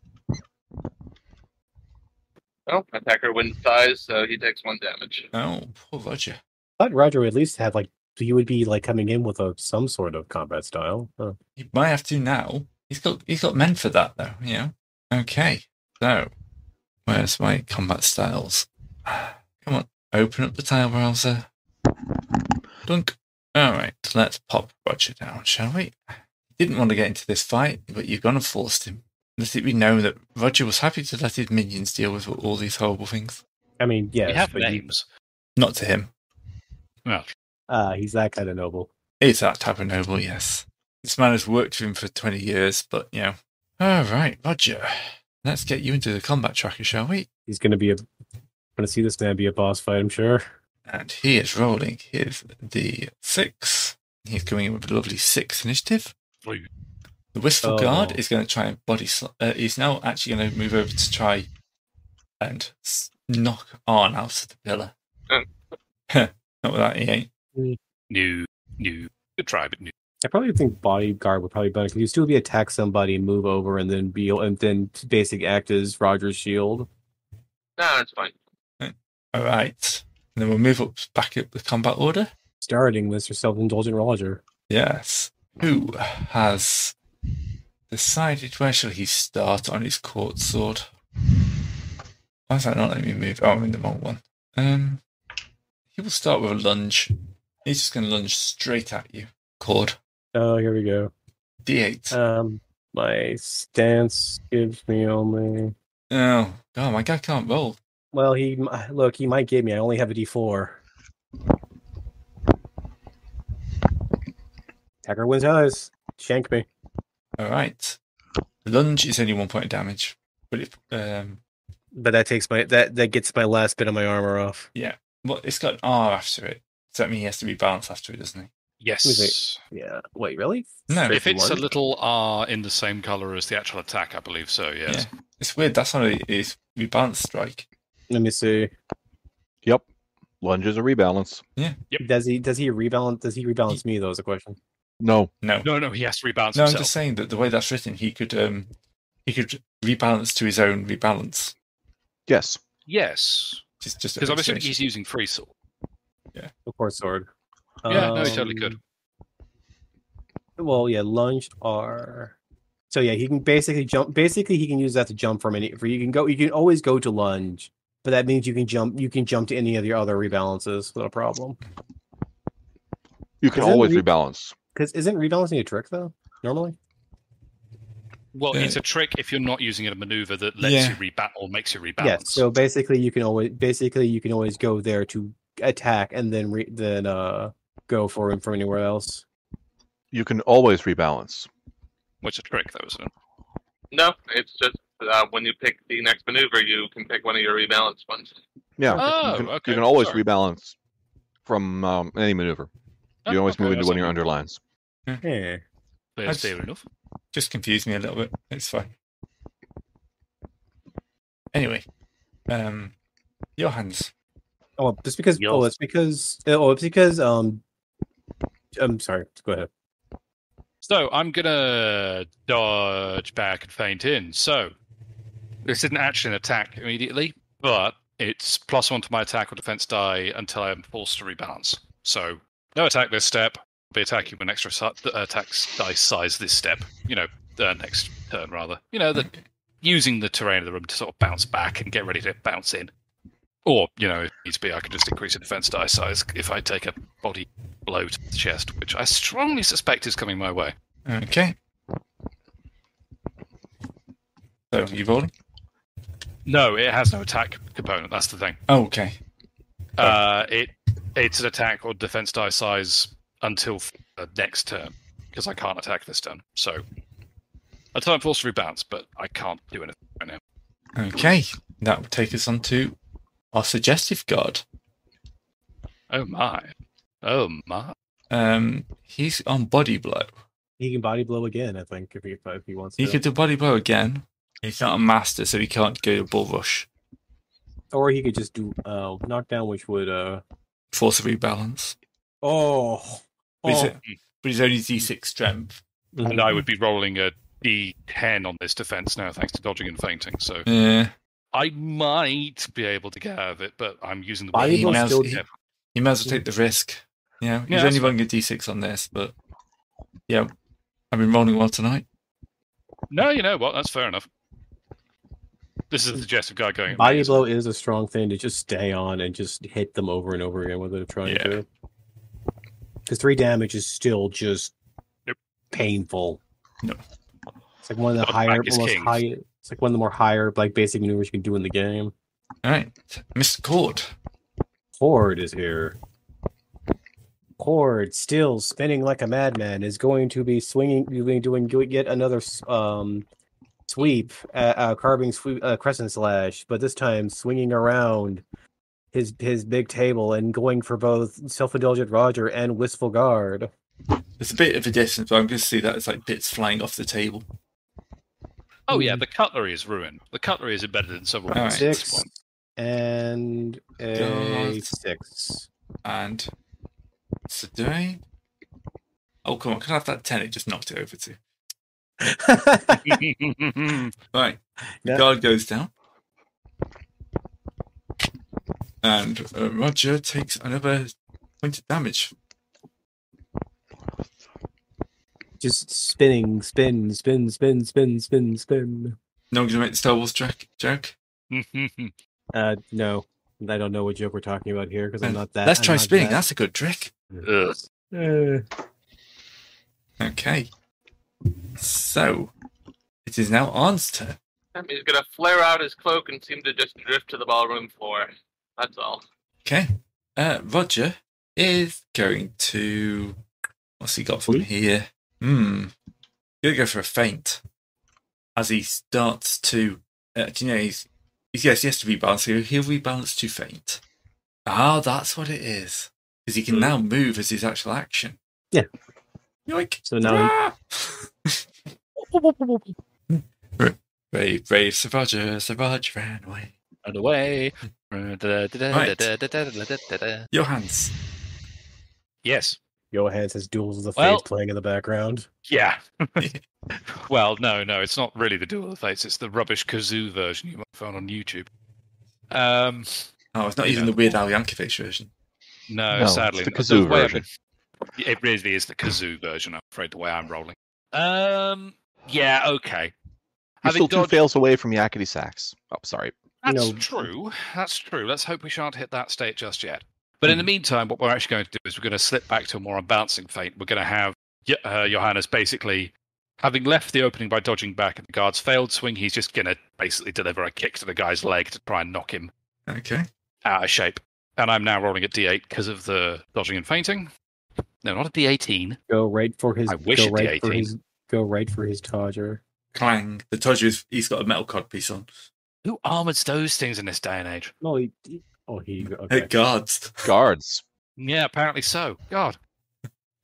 E: Well, attacker wins size, so he takes one damage.
A: oh, poor Roger.
C: I thought Roger would at least have like he would be like coming in with a some sort of combat style. Huh.
A: He might have to now. He's got he's got men for that though, you know. Okay. So where's my combat styles? Come on, open up the tile browser. Dunk. Alright, let's pop Roger down, shall we? Didn't want to get into this fight, but you've gone and forced him. Let it be known that Roger was happy to let his minions deal with all these horrible things.
C: I mean, yes,
D: we have
C: but you-
D: names.
A: Not to him.
D: Well,
C: Ah, he's that kind of noble.
A: It's that type of noble, yes. This man has worked for him for 20 years, but, you know. All right, Roger. Let's get you into the combat tracker, shall we?
C: He's gonna be a. Gonna see this man be a boss fight. I'm sure.
A: And he is rolling his the six. He's coming in with a lovely six initiative.
D: Oi.
A: The Wistful Guard
C: Oh.
A: is going to try and body. Sl- uh, he's now actually going to move over to try and s- knock Arn out of the pillar.
E: Oh.
A: Not with that, he ain't.
D: New, new. Good try, but new.
C: I probably think bodyguard would probably be better. 'cause You'd still be attack somebody and move over, and then be and then basic act as Roger's shield.
E: No, it's fine.
A: All right. And then we'll move up back up the combat order.
C: Starting Mr. Self-Indulgent Roger.
A: Yes. Who has decided where shall he start on his court sword? Why is that not letting me move? Oh, I'm in the wrong one. Um, he will start with a lunge. He's just going to lunge straight at you. Cord.
C: Oh, here we go.
A: D8.
C: Um, my stance gives me only.
A: oh, God, my guy can't roll.
C: Well, he m- uh, look. He might give me. I only have a D4. Attacker wins eyes. Shank me.
A: All right. The lunge is only one point of damage. But it, um,
C: But that takes my that that gets my last bit of my armor off.
A: well, it's got an R after it. Does that mean he has to be balanced after it, doesn't he?
D: Yes.
C: Yeah. Wait, really?
A: No,
D: If it's a
C: 51?
D: little R in the same color as the actual attack, I believe so. Yes.
A: it's weird. That's not his rebalance strike.
C: Let me see.
B: Yep. Lunge is a rebalance.
D: Yep.
C: Does he does he rebalance does he rebalance me though is the question.
B: No.
A: No,
D: No, no, he has to rebalance
A: No, I'm
D: himself.
A: just saying that the way that's written, he could um, he could rebalance to his own rebalance.
B: Yes.
D: Yes,
A: Just just a
D: because I'm
A: big
D: assuming
A: change.
D: he's using free sword.
C: The core sword.
D: Yeah, no, he totally could.
C: Um, Well, yeah, lunge R. So yeah, he can basically jump basically he can use that to jump from any for you can go you can always go to lunge, but that means you can jump you can jump to any of your other rebalances without a problem.
B: You can
C: Is it
B: always
C: re-
B: rebalance.
C: Because isn't rebalancing a trick though? Normally?
D: Well,
A: Yeah.
D: it's a trick if you're not using a maneuver that lets
A: Yeah.
D: you rebalance or makes you rebalance.
C: Yes. So basically you can always basically you can always go there to attack and then re, then uh go for him from anywhere else.
B: You can always rebalance.
D: Which is a trick, though, isn't it?
E: No, it's just uh, when you pick the next maneuver, you can pick one of your rebalanced ones.
B: Yeah.
D: Oh,
B: you can, you
D: okay,
B: can always
D: sorry.
B: rebalance from um, any maneuver.
D: Oh,
B: You always move into one of your underlines.
D: Hmm.
C: Yeah.
A: That's-
D: That's fair enough.
A: just confused me a little bit. It's fine. Anyway, um, your hands.
C: Oh, just because. Oh,
D: Yes.
C: it's because. Oh, it's because. Um, I'm sorry. Go ahead.
D: So I'm gonna dodge back and feint in. So this isn't actually an attack immediately, but it's plus one to my attack or defense die until I'm forced to rebalance. So no attack this step. Be attacking with an extra si- uh, attack dice size this step. You know, uh, next turn rather. You know, the using the terrain of the room to sort of bounce back and get ready to bounce in. Or you know, if needs be, I can just increase the defense die size if I take a body blow to the chest, which I strongly suspect is coming my way.
A: Okay. So you rolling?
D: No, it has no attack component. That's the thing.
A: Oh, okay.
D: Uh, it it's an attack or defense die size until f- uh, next turn because I can't attack this turn. So until I'm forced to rebounce, but I can't do anything right now.
A: Okay. That will take us on to our suggestive guard.
D: Oh my! Oh my!
A: Um, he's on body blow.
C: He can body blow again. I think if he if he wants
A: He
C: to,
A: could do body blow again. He's not a master, so he can't go to bull rush.
C: or he could just do uh knockdown, which would uh
A: Force a rebalance.
C: oh.
A: But, he's,
C: oh.
A: but he's only D6 strength.
D: And I would be rolling a d10 on this defense now, thanks to dodging and feinting. So
A: Yeah.
D: I might be able to get out of it, but I'm using the
C: Body
A: He,
C: blow
A: might
D: weapon.
A: as-
C: still-
A: he, he might as well take the risk. Yeah, he's
D: Yeah,
A: only
D: that's
A: rolling a D6 on this, but yeah, I've been rolling well tonight.
D: No, you know what? That's fair enough. This is the suggestive guy going. at me,
C: Body
D: isn't it?
C: blow is a strong thing to just stay on and just hit them over and over again with it, trying
A: Yeah.
C: to. Because three damage is still just
D: Yep.
C: painful.
A: No.
C: It's like one of the
D: Blood
C: higher,
D: pack is
C: most
D: king.
C: high. It's like one of the more higher, like basic maneuvers you can do in the game.
A: All right, Mr. Cord.
C: Horde is here. Cord, still spinning like a madman, is going to be swinging, doing, doing, doing yet another s- um, sweep, uh, uh, carving sweep, uh, crescent slash, but this time swinging around his his big table and going for both self-indulgent Roger and wistful guard.
A: It's a bit of a distance, but I'm going to see that it's like bits flying off the table.
D: Oh
B: Mm.
D: yeah, the cutlery is ruined. The cutlery is embedded in several
A: Alright.
D: right.
C: Six and a six.
A: And so do I? Oh come on, can I have that ten? It just knocked it over to. Right,
C: Yeah.
A: guard goes down, and uh, Roger takes another point of damage.
C: Just spinning, spin, spin, spin, spin, spin, spin.
A: No one's gonna make the Star Wars joke. Joke.
C: Uh, no, I don't know what joke we're talking about here because I'm
A: Uh,
C: not that.
A: Let's
C: I'm
A: try
C: not
A: spinning.
C: that-
A: That's a good trick.
D: Ugh.
C: Uh,
A: Okay. So it is now Arn's turn.
E: I mean, he's gonna flare out his cloak and seem to just drift to the ballroom floor. That's all.
A: Okay. Uh, Roger is going to. What's he got from here? Hmm. Gonna go for a feint as he starts to. Uh, do you know he's? he's yes, he has to rebalance. So he'll rebalance to feint. Ah, that's what it is. Because he can now move as his actual action.
C: Hmm. Yeah.
A: Yoink.
C: So now
A: brave, brave Sir Roger. Sir Roger ran away.
D: And away.
A: Johans.
D: Yes.
C: Johan says "Duels of the Fates"
D: Well-
C: playing in the background.
D: Yeah. well, no, no, it's not really the Duel of the Fates. It's the rubbish kazoo version you might find on YouTube. Um,
A: Oh, it's not
D: You
A: even
D: know.
A: the Weird Al Yankovic version.
D: no,
B: No,
D: sadly,
B: it's the kazoo
D: not. way I'm-
B: version.
D: It really is the kazoo version. I'm afraid the way I'm rolling. Um, yeah, okay.
B: You're
D: Having
B: still two
D: dodged-
B: fails away from Yakety Sax. Oh, sorry.
D: That's
C: know-
D: true. That's true. Let's hope we shan't hit that state just yet. But
C: Mm-hmm.
D: in the meantime, what we're actually going to do is we're going to slip back to a more bouncing feint. We're going to have Jo- uh, Johannes basically, having left the opening by dodging back at the guard's failed swing, he's just going to basically deliver a kick to the guy's leg to try and knock him
A: Okay.
D: out of shape. And I'm now rolling at D8 because of the dodging and feinting. No, not a D18.
C: Go right for his.
D: I wish
C: go
D: it'd be
C: right for
D: 18.
C: his. Go right for his Todger.
A: Clang. The Todger is he's got a metal codpiece on.
D: Who armors those things in this day and age?
C: No, he. he- oh, he. Okay.
A: It guards.
B: Guards.
D: Yeah, apparently so. God.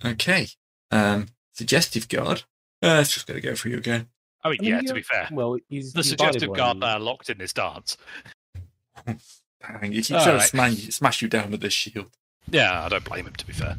A: Okay. Um suggestive guard. Uh, it's just gonna go for you again.
D: I mean,
C: I mean,
D: Oh, yeah, to
C: you're-
D: be fair.
C: Well, he's
D: The
C: he's body
D: suggestive guard
C: blown.
D: there locked in this dance.
A: Dang, he keeps
D: All
A: trying to
D: right.
A: smash, smash you down with this shield.
D: Yeah, I don't blame him. To be fair.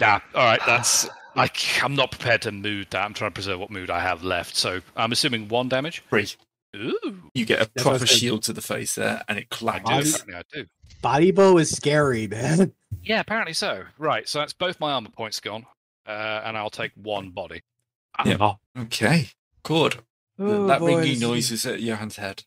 D: Nah. All right. That's. I, c- I'm not prepared to mood that. I'm trying to preserve what mood I have left. So I'm assuming one damage.
A: Three.
D: Ooh.
A: You get a
C: That's what I
A: proper
C: said.
A: shield to the face there and it
D: I do.
A: clangs.
D: Apparently I do.
C: Body blow is scary, man.
D: Yeah, apparently so. Right. So that's both my armor points gone, uh, and I'll take one body. Ah.
A: Yeah. Okay. Cord. that ringing noise is at Johan's head.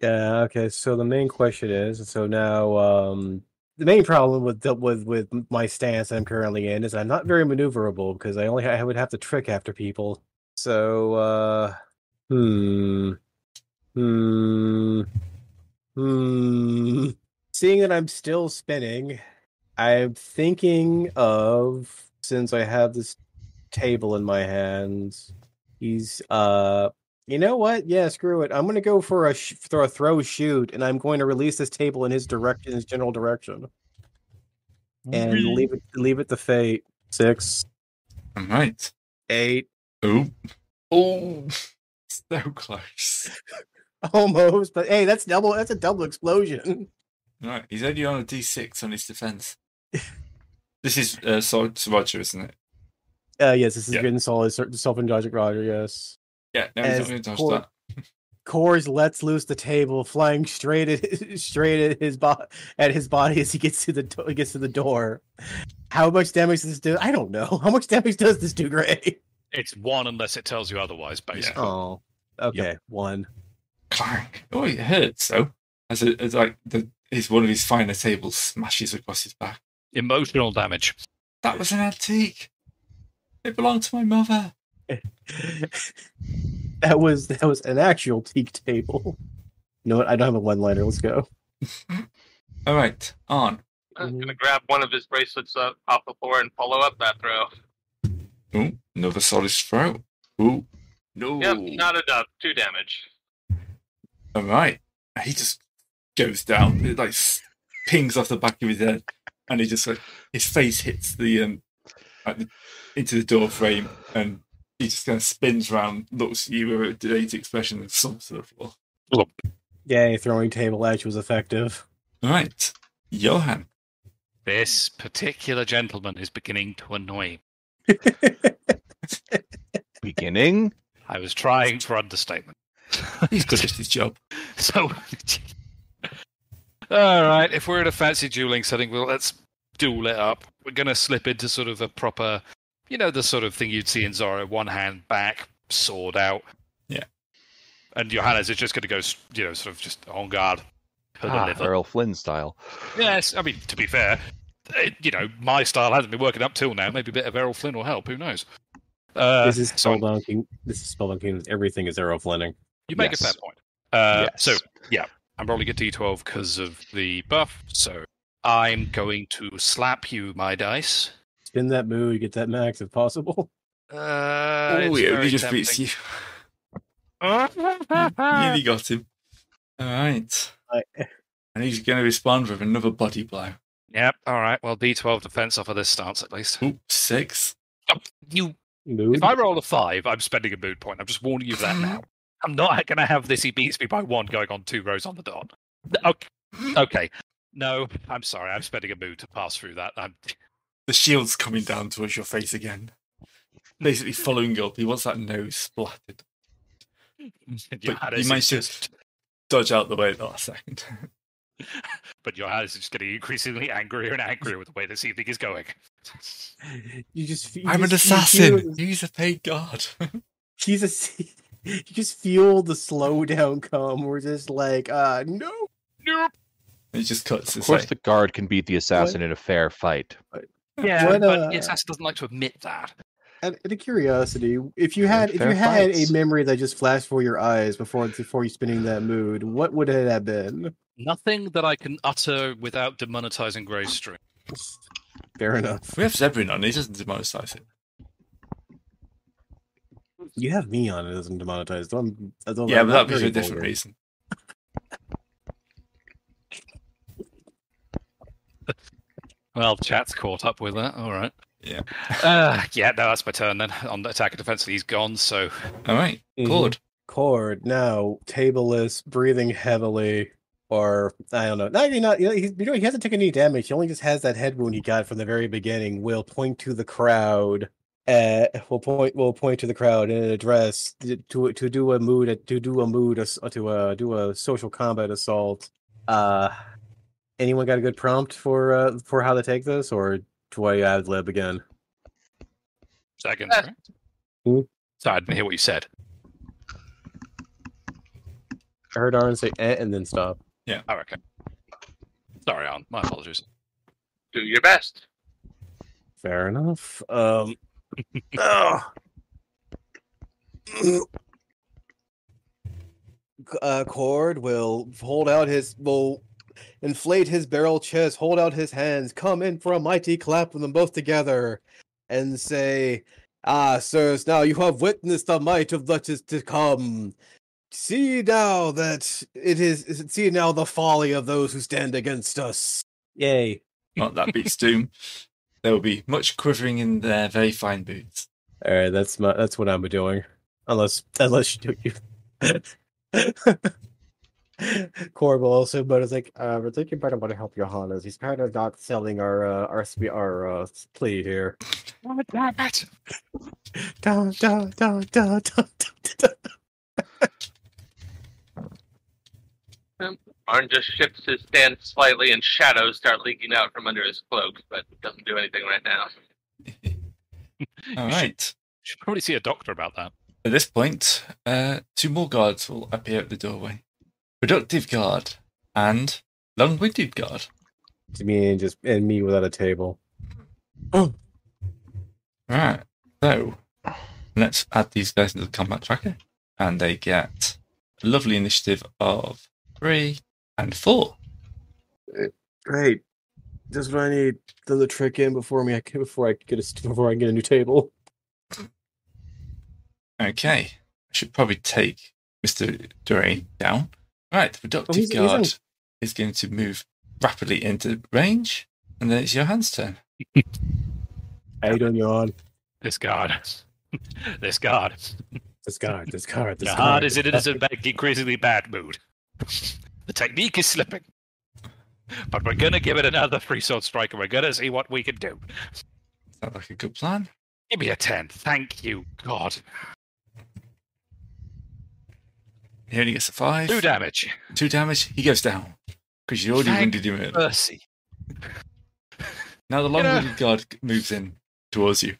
C: Yeah. Okay. So the main question is: so now, um, the main problem with the, with with my stance I'm currently in is I'm not very maneuverable because I only I would have to trick after people. So, uh, hmm, hmm, hmm. Seeing that I'm still spinning, I'm thinking of since I have this table in my hands. He's uh you know what? Yeah, screw it. I'm gonna go for a sh- throw a throw shoot, and I'm going to release this table in his direction, his general direction, and leave it leave it to fate. Six,
A: All right.
C: eight,
A: Ooh. Oh so close.
C: almost. But hey, that's double. That's a double explosion.
A: All right. He's only on a D six on his defense. this is uh Sir Sir Roger, isn't it?
C: Uh, yes, this is
A: Yeah.
C: getting solid. Self indulgent Roger. Yes.
A: Yeah, no, he's
C: As
A: not gonna dodge
C: Cord-
A: that.
C: Cores lets loose the table, flying straight at straight at his bo- at his body as he gets to the do- gets to the door. How much damage does this do? I don't know. How much damage does this do, Gray?
D: It's one unless it tells you otherwise. Basically.
C: Oh, okay, one.
A: clang. Oh, it hurts though. As, it, as like the, his one of his finer tables smashes across his back.
D: Emotional damage.
A: That was an antique. It belonged to my mother.
C: that was that was an actual teak table. You know what? I don't have a one liner. Let's go.
A: All right, on.
E: I'm gonna grab one of his bracelets up off the floor and follow up that throw.
A: Ooh, another solid throw. Ooh, no.
E: Yep, not enough. Two damage.
A: All right. He just goes down. It like s- pings off the back of his head, and he just like his face hits the um like the, into the door frame, and he just kind of spins around, looks at you with a dazed expression, and slumps to the floor.
C: Yay, throwing table edge was effective.
A: All right, Johan.
D: This particular gentleman is beginning to annoy me.
B: Beginning.
D: I was trying for understatement.
A: He's good at his job.
D: So, all right. If we're in a fancy dueling setting, well, let's duel it up. We're gonna slip into sort of a proper, you know, the sort of thing you'd see in Zorro: one hand back, sword out.
A: Yeah.
D: And Johannes is just gonna go, s- you know, sort of just on guard for the
B: Ah,
D: liver.
B: Errol Flynn style.
D: Yes, I mean to be fair, it, you know, my style hasn't been working up till now. Maybe a bit of Errol Flynn will help. Who knows? Uh,
C: this is
D: so-
C: spellbound. King- This is spellbound kingdom. Everything is arrow flinning.
D: You make
B: Yes.
D: a fair point. Uh, So
B: Yes.
D: yeah, I'm rolling a d12 because of the buff. So I'm going to slap you, my dice.
C: Spin that moo, you get that max if possible.
D: Uh,
A: oh,
D: it's
A: yeah,
D: very
A: he just beats
D: tempting.
A: you. Nearly got him. All right,
C: I-
A: and he's going to respond with another body blow.
D: Yep. All right. Well, d12 defense off of this stance at least.
A: Ooh, six.
D: You.
C: Moo.
D: If I roll a five, I'm spending a mood point. I'm just warning you of that now. I'm not going to have this. He beats me by one, going on two rows on the dot. Okay. Okay. No, I'm sorry. I'm spending a mood to pass through that. I'm.
A: The shield's coming down towards your face again. Basically following up. He wants that nose splattered.
D: Johannes
A: might
D: is
A: should- Dodge out the way at that second.
D: But Johannes is getting increasingly angrier and angrier with the way this evening is going.
C: you just. You
A: I'm an
C: just- you hear
A: assassin.
C: this-
A: He's a paid guard.
C: He's a. You just feel the slowdown come. We're just like, uh, no.
D: Nope.
A: it just cuts.
B: Of
A: It's
B: course,
A: like,
B: the guard can beat the assassin in a fair fight.
D: Yeah,
C: What,
D: but
C: uh,
D: the assassin doesn't like to admit that.
C: Out out of curiosity, if you
B: Yeah,
C: had, if
B: fair
C: you had
B: fights.
C: a memory that just flashed before your eyes before before you spinning that mood, what would it have been?
D: Nothing that I can utter without demonetizing Gray's stream.
C: Fair enough.
A: we have Zebrin on. He doesn't demonetize it.
C: You have me on it as I'm demonetized. I'm, I don't,
A: yeah,
C: I'm
A: but
C: not
A: that was for
C: very
A: a different
C: vulgar.
A: reason.
D: Well, chat's caught up with that. All right.
A: Yeah.
D: Uh, yeah, no, that's my turn then. On the attack and defense, he's gone, so
A: All right,
C: Mhm.
B: Mm-hmm.
A: Claude.
C: Cord now tableless, breathing heavily, or I don't know. No, you're not. You know, he, you know, he hasn't taken any damage. He only just has that head wound he got from the very beginning. Will point to the crowd. Uh, will point. Will point to the crowd and address to to, to do a mood to do a mood ass- to uh, do a social combat assault. Uh, anyone got a good prompt for uh, for how to take this, or do I ad lib again?
D: seconds,
E: Uh,
D: right?
C: Hmm?
D: Sorry, I didn't hear what you said.
C: I heard Arn say eh, and then stop.
D: Oh, okay. Sorry, Arn. My apologies.
E: Do your best.
C: Fair enough. Um. ah. ugh. uh, Cord will hold out his will inflate his barrel chest, hold out his hands, come in for a mighty clap with them both together, and say, "Ah, sirs, now you have witnessed the might of that is to come." See now that it is. See now the folly of those who stand against us. Yay!
A: Not that beats Doom. There will be much quivering in their very fine boots.
C: All right, that's my that's what I'm doing. Unless unless you do you. Corb will also, but it's like uh, we're thinking better want to help Johannes. He's kind of not selling our uh, our spe- our uh, plea here. Da, da, da, da, da, da, da.
E: Arn just shifts his stand slightly and shadows start leaking out from under his cloak, but doesn't do anything right now.
A: All
D: You should-
A: right.
D: Should probably see a doctor about that.
A: At this point, uh, two more guards will appear at the doorway Productive Guard and Long Winded Guard.
C: To me and just and me without a table.
A: Right. So let's add these guys into the combat tracker. And they get a lovely initiative of three and four.
C: Great. That's what I need. Throw the trick in before me. I can, before I get a before I get a new table.
A: Okay. I should probably take Mr. Durain down. Right, the
C: Oh,
A: productive
C: he's- he's on-
A: guard is going to move rapidly into range, and then it's your hand's turn.
C: Eight on your on.
D: This guard. this guard.
C: Discard. Discard.
D: The
C: Discard.
D: hard is in an increasingly bad mood. the technique is slipping. But we're gonna give it another free sword strike and we're gonna see what we can do.
A: Sounds like a good plan.
D: Give me a ten. Thank you, God.
A: He only gets a five.
D: Two damage.
A: Two damage. He goes down because you already
D: Thank
A: wounded him. earlier.
D: Mercy.
A: Now the long-winded
D: Yeah.
A: guard moves in towards you.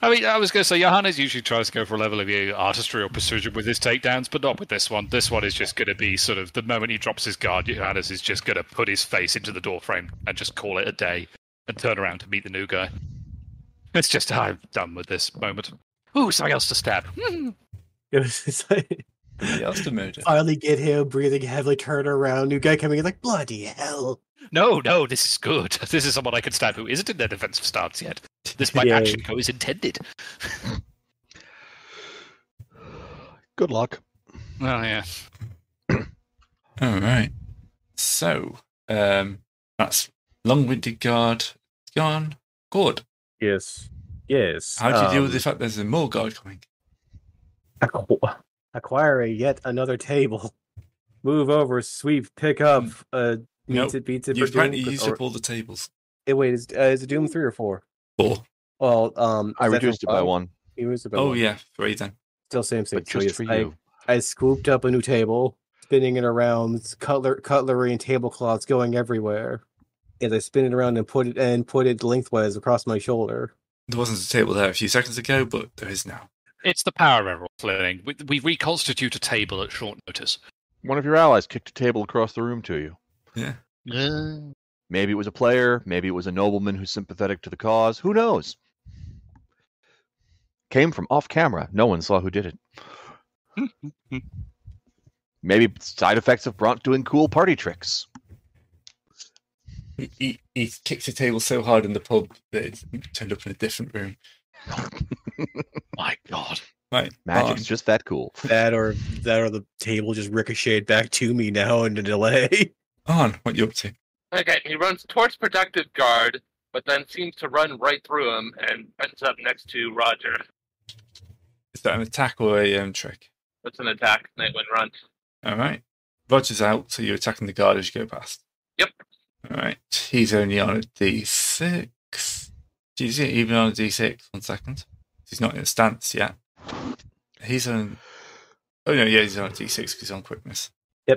D: I mean, I was going to say, Johannes usually tries to go for a level of either artistry or precision with his takedowns, but not with this one. This one is just going to be sort of the moment he drops his guard, Johannes is just going to put his face into the doorframe and just call it a day and turn around to meet the new guy. It's just, I'm done with this moment. Ooh, something else to stab. Hmm.
C: It was just like,
A: He has to murder.
C: finally get him breathing heavily. Turn around. New guy coming in. Like bloody hell.
D: no, no, this is good. This is someone I can stab who isn't in their defensive stance yet. This might
C: Yeah.
D: actually go as intended.
B: Good luck.
D: Oh, yeah.
A: All right. So um, that's long-winded guard gone. Good.
C: Yes. Yes. Um,
A: How do you deal with the fact there's a more guard coming?
C: Acqu- acquire yet another table. Move over, sweep, pick up. Uh,
A: Nope.
C: meets it, beats it.
A: You've
C: for Doom,
A: apparently
C: but-
A: used
C: or-
A: up all the tables.
C: eh, wait, is, uh, is it Doom three or four?
A: Four.
C: Well, um,
B: I
C: is that from
B: reduced it by
C: five?
B: one,
C: You reduced it by
A: Oh
C: one.
A: yeah, three then.
C: Still same same.
B: but
C: So
B: just
C: yes,
B: for
C: I-
B: you.
C: I scooped up a new table, spinning it around, s- cutler, cutlery and tablecloths going everywhere. As I spin it around and put it and put it lengthwise across my shoulder.
A: There wasn't a table there a few seconds ago, but there is now.
D: It's the power error flailing. We, we reconstitute a table at short notice.
B: One of your allies kicked a table across the room to you. Maybe it was a player. Maybe it was a nobleman who's sympathetic to the cause. Who knows? Came from off camera. No one saw who did it. Maybe side effects of Bront doing cool party tricks.
A: He, he, he kicked a table so hard in the pub that it turned up in a different room.
D: My God.
A: Right.
B: Magic's
A: Barn.
B: just that cool.
C: That or that or the table just ricocheted back to me now in a delay.
A: Arn, what you up to?
E: Okay, he runs towards productive guard, but then seems to run right through him and ends up next to Roger.
A: Is that an attack or a um, trick?
E: That's an attack. Nightwind run.
A: All right. Roger's out, so you're attacking the guard as you go past.
E: Yep.
A: All right. He's only on a d6. He's even on a d6. One second. He's not in a stance yet. He's on. Oh no, yeah, he's on a d6 because he's on quickness.
C: Uh,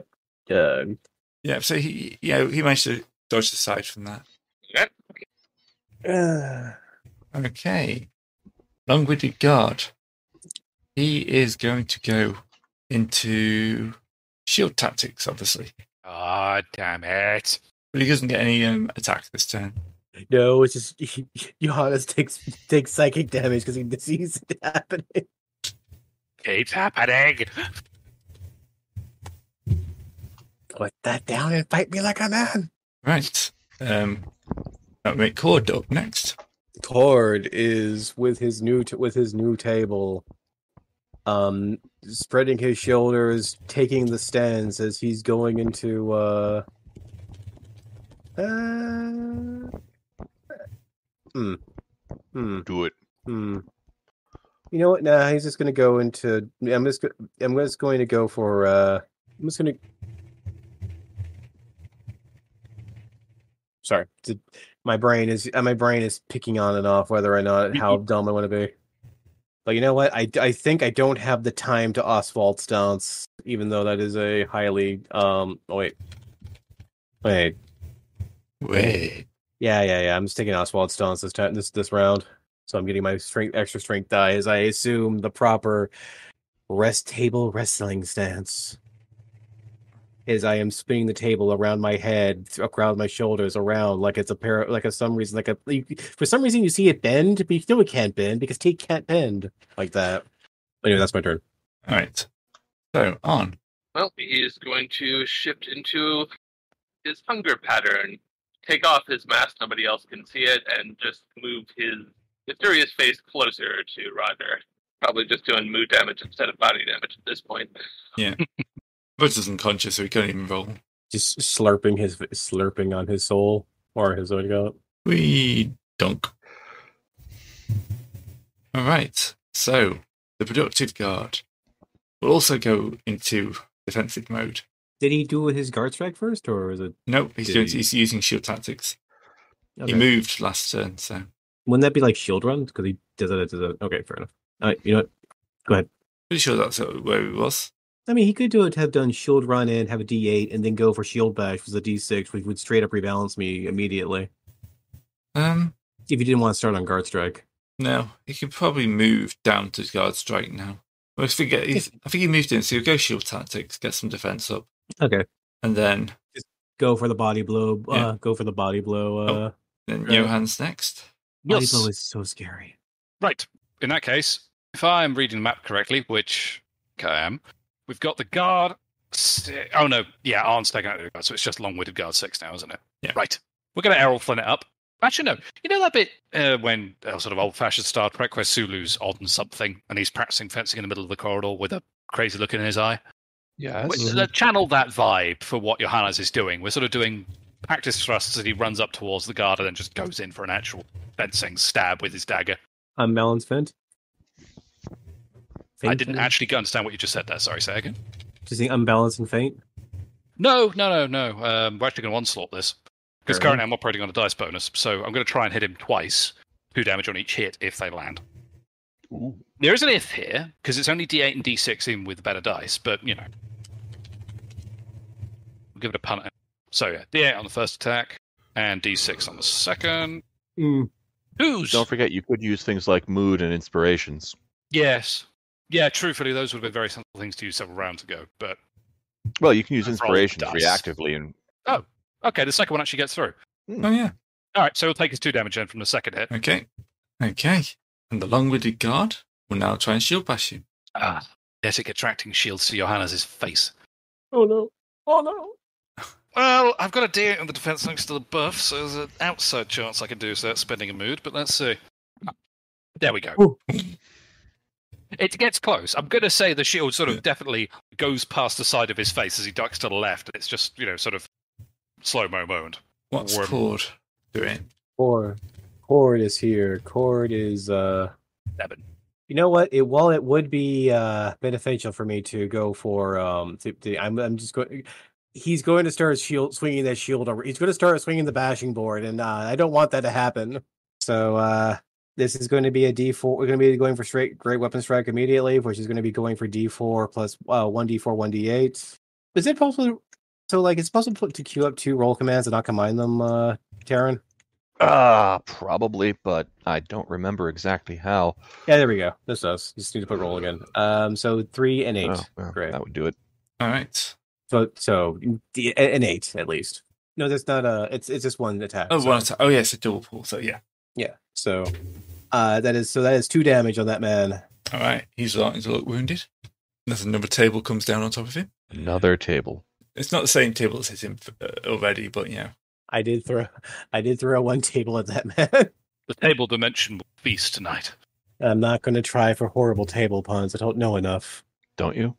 A: Yeah, so he, yeah, he managed to dodge the side from that.
E: Okay.
A: Okay. Long-winded guard. He is going to go into shield tactics, obviously,
D: Ah, damn it.
A: but he doesn't get any um, attack this turn.
C: no, it's just Johannes takes takes psychic damage because he sees it happening.
D: Keeps happening.
C: Put that down and fight me like a man.
A: Right. Um, that make Cord up next.
C: Tord is with his new t- with his new table, um, spreading his shoulders, taking the stands as he's going into uh, uh hmm, hmm,
B: Do it.
C: hmm. You know what? Nah, he's just gonna go into. I'm just. go- I'm just going to go for. uh I'm just gonna. Sorry, Did- my brain is. uh, My brain is picking on and off whether or not how dumb I want to be. But you know what? I, I think I don't have the time to Oswald stance, even though that is a highly. Um. Oh wait. Wait.
A: Wait.
C: Yeah, yeah, yeah. I'm just taking Oswald Stones this time, this this round, so I'm getting my strength, extra strength die as I assume the proper rest table wrestling stance. Is I am spinning the table around my head, th- around my shoulders, around like it's a pair, like a some reason, like a you- for some reason you see it bend, but you know it can't bend because Tate can't bend like that. Anyway, that's my turn.
A: All right. So on.
E: Well, he is going to shift into his hunger pattern, take off his mask, nobody else can see it, and just move his mysterious face closer to Roger. Probably just doing mood damage instead of body damage at this point.
A: Roger's unconscious, so he can't even roll.
C: Just slurping his slurping on his soul or his what do you call it?
A: We dunk. All right. So the productive guard will also go into defensive mode.
C: Did he do his guard strike first, or was it?
A: Nope, he's
C: Did
A: doing,
C: he-
A: he's using shield tactics.
C: Okay.
A: He moved last turn, so
C: Wouldn't that be like shield run? Because he does it. Does it. Okay, fair enough. All right, you know what?
A: pretty sure that's where he was.
C: I mean, he could do it have done shield run and have a D8, and then go for shield bash with a D6, which would straight up rebalance me immediately.
A: Um,
C: If you didn't want to start on guard strike,
A: no, he could probably move down to guard strike now. Well, I think he's, I think he moved in, so he'll go shield tactics, get some defense up.
C: Okay.
A: And then
C: go for the body blow. Uh,
A: Yeah.
C: Go for the body blow. Uh,
A: Oh, then
D: Right.
A: Johan's next.
C: Body
D: Yes.
C: blow is so scary.
D: Right. In that case, if I'm reading the map correctly, which I am, we've got the guard. s- Oh no, yeah, Arn's taken out the guard, so it's just long-witted guard six now, isn't it?
A: Yeah.
D: Right. We're gonna Errol Flynn it up. Actually, no. You know that bit uh, when uh, sort of old-fashioned Star Trek, where Sulu's on something and he's practicing fencing in the middle of the corridor with a crazy look in his eye.
B: Yes.
D: Which, uh, channel that vibe for what Johannes is doing. We're sort of doing practice thrusts as he runs up towards the guard and then just goes in for an actual fencing stab with his dagger.
C: I'm Melon's Fent.
D: I didn't actually understand what you just said there. Sorry, say again.
C: Just saying unbalanced and faint.
D: No, no, no, no. Um, we're actually going to onslaught this because
C: Fair
D: currently I'm operating on a dice bonus, so I'm going to try and hit him twice, two damage on each hit if they land.
B: Ooh.
D: There is an if here because it's only D8 and D6 in with better dice, but you know, we'll give it a punt. So yeah, D8 on the first attack and D6 on the second.
C: Hmm,
D: Who's
B: Don't forget, you could use things like mood and inspirations.
D: yes, yeah. Truthfully, those would have been very simple things to use several rounds ago, but
B: Well, you can use
D: Roll
B: inspirations
D: dice.
B: reactively, and
D: okay, the second one actually gets through.
A: Oh yeah.
D: All right, so he'll take his two damage then from the second hit.
A: Okay. Okay. And the long-witted guard will now try and shield bash you.
D: Ah, kinetic attracting shields to Johannes' face.
C: Oh no! Oh no!
D: Well, I've got a D on the defense thanks to the buff, so there's an outside chance I can do so without spending a mood, but let's see. There we go.
C: Ooh.
D: it gets close. I'm going to say the shield sort of definitely goes past the side of his face as he ducks to the left, and it's just, you know, sort of slow mo moment.
A: What's
D: Worm.
A: Cord doing?
C: Cord. Cord is here. Cord is uh
D: Seven.
C: you know what? It while it would be uh beneficial for me to go for um to, to- I'm I'm just going he's going to start shield swinging that shield over. He's going to start swinging the bashing board and uh, I don't want that to happen. So uh this is going to be a D4. We're going to be going for straight great weapon strike immediately, which is going to be going for D4 plus uh, 1D4 1D8. Is it possible so like it's possible to queue up two roll commands and not combine them uh Taryn?
B: ah, probably, but I don't remember exactly how.
C: Yeah, there we go. This does. Just need to put roll again. Um, so three and eight.
B: Oh, well,
C: Great.
B: That would do it.
A: All right.
C: So so d- a- an eight at least. No, that's not a. It's it's just one attack.
A: Oh,
C: so-
A: one atta- oh yeah, it's a double pull. So yeah.
C: Yeah. So, uh, that is so that is two damage on that man.
A: All right. He's starting to look wounded. There's another table comes down on top of him.
B: Another table.
A: It's not the same table that's hit him f- uh, already, but yeah.
C: I did throw, I did throw one table at that man.
D: The table dimension will feast tonight.
C: I'm not going to try for horrible table puns. I don't know enough.
B: Don't you?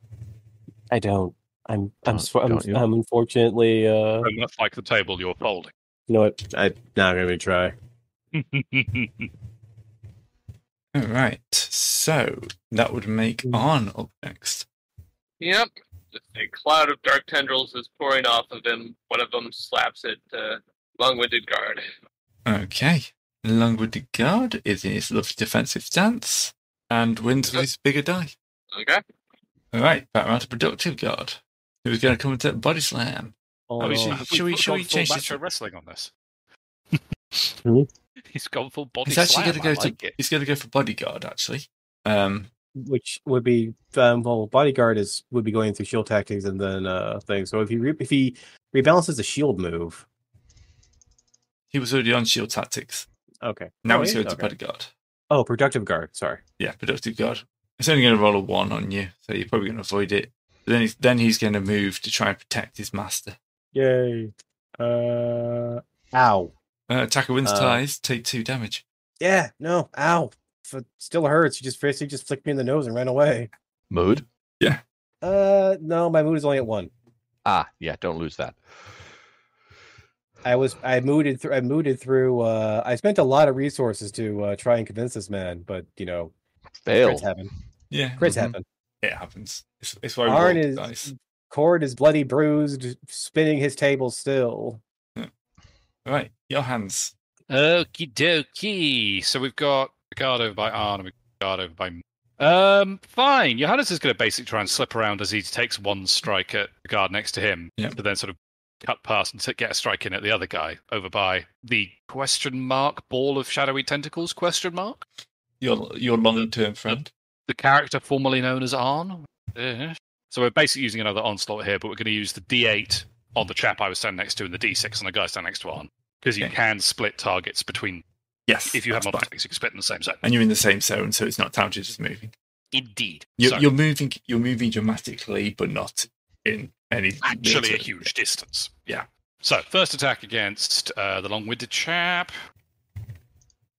C: I don't. I'm I'm
B: Don't-
C: sw- I'm,
B: don't you?
C: I'm unfortunately uh.
D: Very much like the table you're folding.
C: You know what? I'm not going to try.
A: All right. So that would make Arn up next.
E: Yep. Just a cloud of dark tendrils is pouring off of him. One of them slaps at uh, long-winded guard.
A: Okay. Longwood guard is in his lovely defensive stance and wins with his bigger die.
E: Okay.
A: All right. Back round to productive guard. Who's going to come into body slam?
C: Oh,
A: we
C: no.
A: should- Shall we- shall we change this-
D: to wrestling on this?
C: Hmm?
D: He's gone full body
A: He's actually
D: slam.
A: going to go
D: I
A: to
D: like it.
A: he's going to go for bodyguard actually. Um,
C: which would be um, well bodyguard is would be going through shield tactics and then uh things so if he re- if he rebalances the shield move
A: He was already on Shield E Tactics.
C: okay
A: Now
C: Oh,
A: he's
C: he is?
A: going to
C: Okay.
A: Bodyguard.
C: oh productive guard sorry
A: Yeah, Productive Guard. It's only going to roll a one on you, so you're probably going to avoid it. But then, he's, then he's going to move to try and protect his master.
C: yay Uh, ow.
A: Uh, attack of wins
C: Uh,
A: ties, take two damage.
C: Yeah, no, ow. If it still hurts. You just basically just flicked me in the nose and ran away.
B: Mood?
C: Uh, no, my mood is only at one.
B: Ah, yeah, don't lose that.
C: I was I mooted through I mooted through uh I spent a lot of resources to uh try and convince this man, but you know,
B: Fail.
C: crits happen.
A: Yeah,
C: Crits
B: Mhm.
C: happen.
A: it happens. It's, it's why we
C: Arn
A: roll the
C: is-
A: dice.
C: Cord is bloody bruised, spinning his table still.
A: Right, your hands.
D: Okie dokie. So we've got a guard over by Arn and we've got a guard over by. M- Um, fine. Johannes is going to basically try and slip around as he takes one strike at the guard next to him
A: Yep.
D: to then sort of cut past and t- get a strike in at the other guy over by the question mark ball of shadowy tentacles question mark
A: Your your long term friend.
D: the character formerly known as Arn. Eh. So we're basically using another onslaught here, but we're going to use the D8 on the chap I was standing next to and the D6 on the guy standing next to Arn because you
A: Okay.
D: can split targets between
A: Yes,
D: if you have
A: that's fine.
D: multiple you can split in the same zone.
A: and you're in the same zone, so it's not counted as moving.
D: Indeed.
A: You're,
D: So,
A: you're moving. You're moving dramatically, but not in any real
D: actually a
A: term.
D: huge distance.
A: Yeah.
D: So first attack against uh, the long-winded chap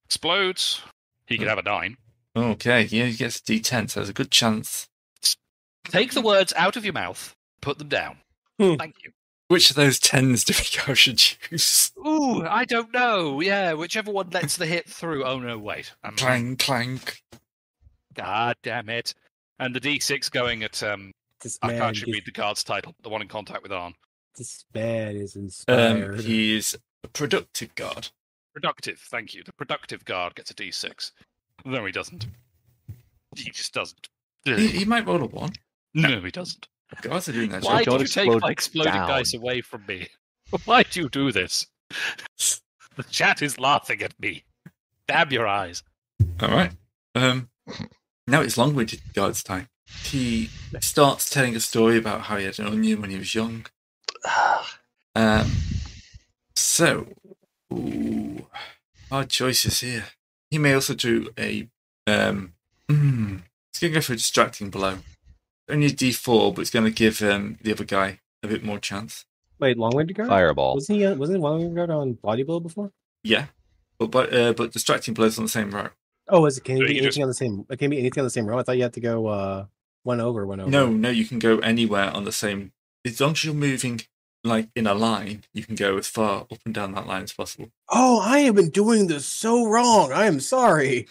D: explodes. He could
A: Hmm.
D: have a nine.
A: Okay, yeah, he gets a D10, so there's a good chance.
D: Take the words out of your mouth. Put them down.
C: Hmm.
D: Thank you.
A: Which of those tens do we go should choose?
D: Ooh, I don't know. Yeah, whichever one lets the hit through. Oh no, wait. I'm
A: Clang, clank.
D: God damn it. And the D6 going at um
C: This
D: I
C: man,
D: can't actually
C: is,
D: read the card's title, the one in contact with Arn.
C: this man is
D: Uh,
A: Um,
C: inspired.
A: he's a productive guard.
D: Productive, thank you. The productive guard gets a D6. No, he doesn't. He just doesn't.
A: He, he might roll a one.
D: No, he doesn't.
A: Guards are doing that.
D: Why
A: job.
D: did
B: don't
D: you
B: explode
D: take my exploding
B: down.
D: dice away from me? Why do you do this? The chat is laughing at me. Dab your eyes.
A: All right. Um, now it's long-winded guards time. He starts telling a story about how he had an onion when he was young. Um, so, ooh, hard choices here. He may also do a. Um, hmm, it's going to go for a distracting blow. Only a D4, but it's going to give um, the other guy a bit more chance.
C: Wait, long winded guard?
B: Fireball.
C: Wasn't he on- wasn't long winded guard on body blow before?
A: Yeah, but but, uh, but distracting blows on the same row.
C: Oh, is it can
D: So
C: it
D: you
C: be anything
D: just-
C: on the same it can be anything on the same row? I thought you had to go uh one over, one
D: Oh,
C: over.
A: No, no, you can go anywhere on the same. As long as you're moving like in a line, you can go as far up and down that line as possible.
C: Oh, I have been doing this so wrong. I am sorry.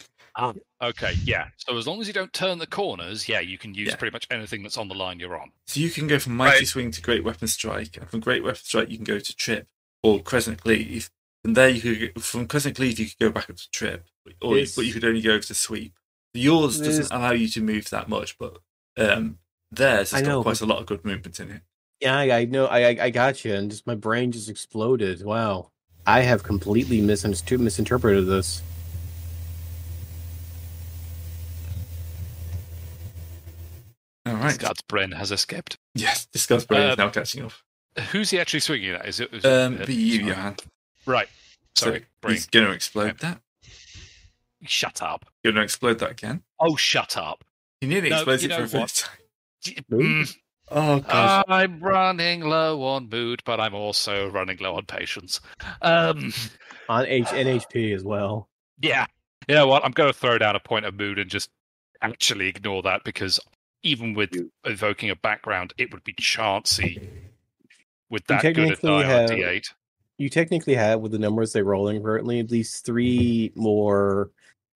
D: Okay, yeah. So as long as you don't turn the corners, yeah, you can use
A: Yeah.
D: pretty much anything that's on the line you're on.
A: So you can go from mighty
E: Right.
A: swing to great weapon strike, and from great weapon strike you can go to trip or crescent cleave. And there you could go- from crescent cleave you could go back up to trip, or you- but you
C: This-
A: could only go to sweep. Yours
C: This-
A: doesn't allow you to move that much, but um, theirs
C: I
A: has
C: know,
A: got quite a lot of good movement in it.
C: Yeah, I, I know. I I- I got you, and just my brain just exploded. Wow, I have completely misinst- misinterpreted this.
A: All
D: This
A: right.
D: God's brain has escaped.
A: Yes, this guy's brain
D: Uh,
A: is now catching up.
D: Who's he actually swinging at? Is it? is it-
A: Um,
D: uh,
A: be you,
D: sorry.
A: Johan.
D: Right.
A: So
D: Sorry, brain.
A: He's going to explode that.
D: Shut up.
A: Going to explode that again.
D: Oh, shut up.
A: He nearly
D: No,
A: explodes
D: you
A: it for
D: know
A: a third
D: what?
A: time.
C: Mood?
D: Mm,
A: Oh gosh.
D: I'm running low on mood, but I'm also running low on patience. Um,
C: On H NHP as well.
D: yeah. You know what? I'm going to throw down a point of mood and just actually ignore that because even with evoking a background, it would be chancy with
C: You
D: that good a
C: technically
D: die
A: uh,
C: have-
D: on D8.
C: You technically have, with the numbers they're rolling currently, at least three more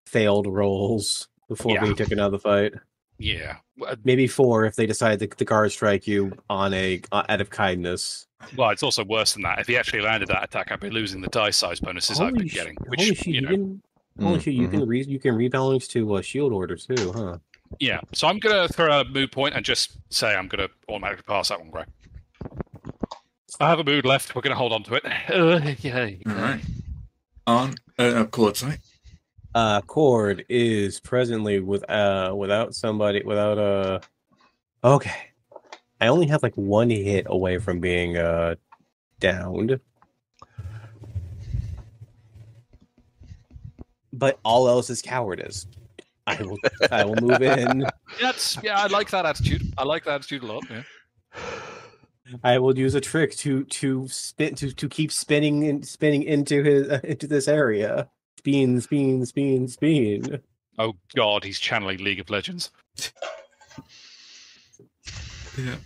C: failed rolls before
D: Yeah.
C: being taken out of the fight.
D: Yeah. Well, uh,
C: Maybe four if they decide to, to guard strike you on a uh, out of kindness.
D: Well, it's also worse than that. If he actually landed that attack, I'd be losing the die size bonuses I've been
C: sh-
D: getting,
C: holy
D: which
C: shit!
D: you
C: You,
D: know,
C: can holy
B: Mm,
C: shit! You
B: mhm.
C: can re- you can rebalance to uh, shield order too, huh?
D: Yeah, so I'm gonna throw out a mood point and just say I'm gonna automatically pass that one, Greg. I have a mood left. We're gonna hold on to it. Uh, yeah.
A: All right. On uh, no, chord, sorry.
C: uh cord is presently with uh without somebody without uh okay i only have like one hit away from being uh downed but all else is cowardice i will i will move in
D: That's yeah. I like that attitude. I like that attitude a lot. Yeah.
C: I will use a trick to to spin to to keep spinning and spinning into his uh, into this area. Spin, spin, spin, spin.
D: Oh god, he's channeling League of Legends.
A: Yeah.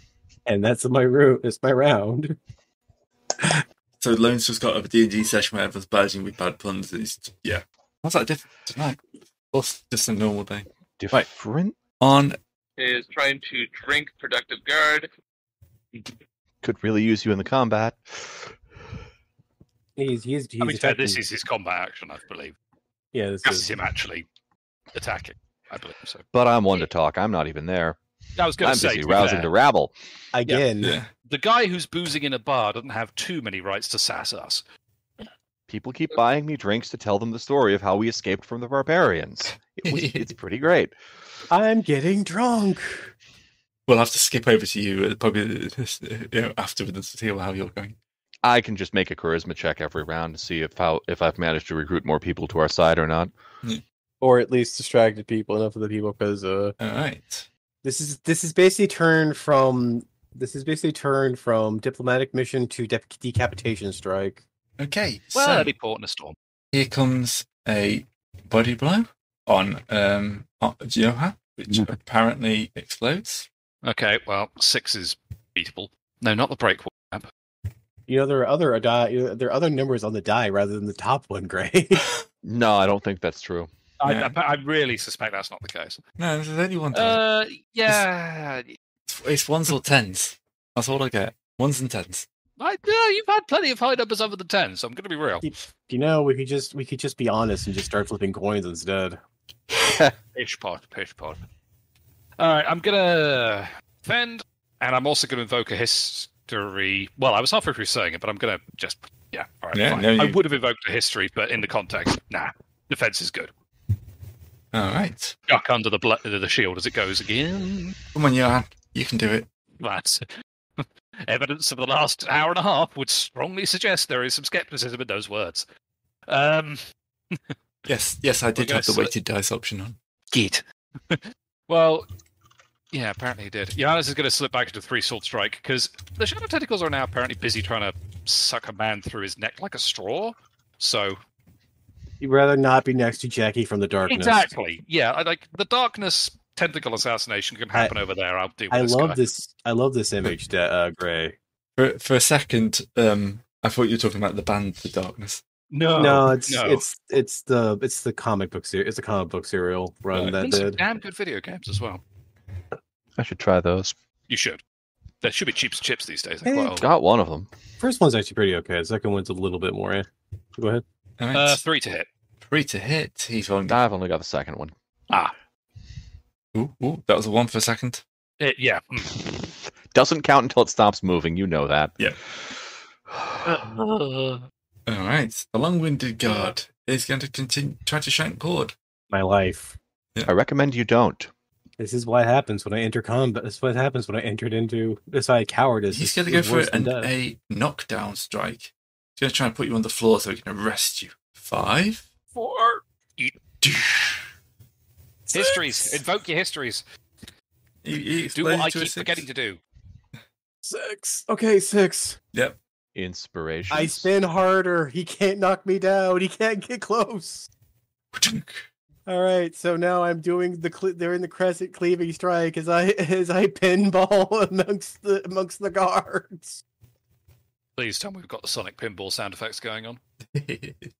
C: And that's my route. It's my round.
A: So Lone's just got a D&D session where everyone's badging with bad puns. And he's, yeah. How's that different tonight? Plus, just a normal day. Right.
B: Different
A: On
E: Is trying to drink productive guard.
B: could really use you in the combat.
C: He's he's he's
D: I mean, to be fair, this
C: attacking-
D: is his combat action, I believe.
C: yeah. This
D: This is
C: is
D: him actually attacking. I believe so.
B: But I'm one to talk. I'm not even there.
D: I was going
B: I'm
D: to say,
B: busy
D: to be
B: rousing
D: fair,
B: to rabble.
C: again.
A: yeah,
D: the guy who's boozing in a bar doesn't have too many rights to sass us.
B: People keep buying me drinks to tell them the story of how we escaped from the barbarians. It was, it's pretty great.
C: I'm getting drunk.
A: we'll have to skip over to you uh, probably uh, you know, afterwards to see how you're going.
B: I can just make a charisma check every round to see if how if I've managed to recruit more people to our side or not.
C: Or at least distracted people enough of the people because uh
A: All right.
C: this is this is basically turned from this is basically turned from diplomatic mission to de- decapitation strike.
A: Okay.
D: Well,
A: so
D: that'd be port in a storm.
A: here comes a body blow on um on Johan, which apparently explodes.
D: Okay, well, six is beatable. No, not the break.
C: You know there are other die there are other numbers on the die rather than the top one, Gray.
B: No, I don't think that's true.
D: I,
A: Yeah. Oh.
D: I, I really suspect that's not the case.
A: No, there's only one. die.
D: Uh, yeah.
A: It's- it's ones or tens. That's all I get. Ones and tens.
D: I, yeah, you've had plenty of high numbers over the 10, so I'm going to be real.
C: you know we could just we could just be honest and just start flipping coins instead.
D: Pish pod, pish pod. All right, I'm going to fend, and I'm also going to invoke a history. Well, I was halfway through saying it, but I'm going to just. Yeah, all right.
A: Yeah,
D: fine.
A: no,
D: I
A: you-
D: would have invoked a history, but in the context, nah. Defense is good.
A: All right.
D: Duck under the, bl- the shield as it goes again.
A: Come on, Johan. You can do it.
D: That's evidence of the last hour and a half would strongly suggest there is some skepticism in those words. Um,
A: Yes, yes, I did
D: gonna
A: have the
D: sli-
A: weighted dice option on.
D: git. well, yeah, apparently he did. Giannis is going to slip back into three sword strike because the shadow tentacles are now apparently busy trying to suck a man through his neck like a straw. So
C: You'd rather not be next to Jackie from the darkness.
D: exactly, yeah, I like the darkness tentacle assassination can happen over there. I'll deal with
C: I
D: this
C: love
D: guy.
C: this. I love this image, Da- uh, Gray.
A: For for a second, um, I thought you were talking about the band, The Darkness.
D: No,
C: no, it's
D: Oh, no.
C: it's it's the it's the comic book series. It's a comic book serial run
A: Right.
C: that
D: These are
C: did.
D: damn good video games as well.
B: I should try those.
D: You should. There should be cheap chips these days.
C: Hey,
D: They're quite old.
B: Got one of them.
C: First one's actually pretty okay. The second one's a little bit more. eh. Go ahead.
A: All right,
D: Uh, three to hit.
A: three to hit. He's rolling.
B: I've only got the second one.
A: Ooh, ooh, that was a one for a second.
D: Uh, yeah.
B: Doesn't count until it stops moving. You know that.
A: Yeah.
D: Hmm.
A: All right, the long-winded guard is going to continue try to shank Pord.
C: My life.
B: I recommend you don't.
C: This is what happens when I enter combat. This is what happens when I entered into this side cowardice.
A: He's
C: This
A: going to go
C: is
A: for
C: worse than
A: an,
C: death.
A: a knockdown strike. He's going to try and put you on the floor so he can arrest you. Five.
D: Four.
A: Six.
D: Histories. Invoke your histories.
A: He, he
D: Do what
A: exploded
D: I
A: to a
D: keep
A: six.
D: forgetting to do.
C: six. Okay, six.
A: Yep.
B: Inspiration.
C: I spin harder. He can't knock me down. He can't get close. All right, so now I'm doing the cle they're in the crescent cleaving strike as I as I pinball amongst the amongst the guards.
D: Please tell me we've got the Sonic pinball sound effects going on.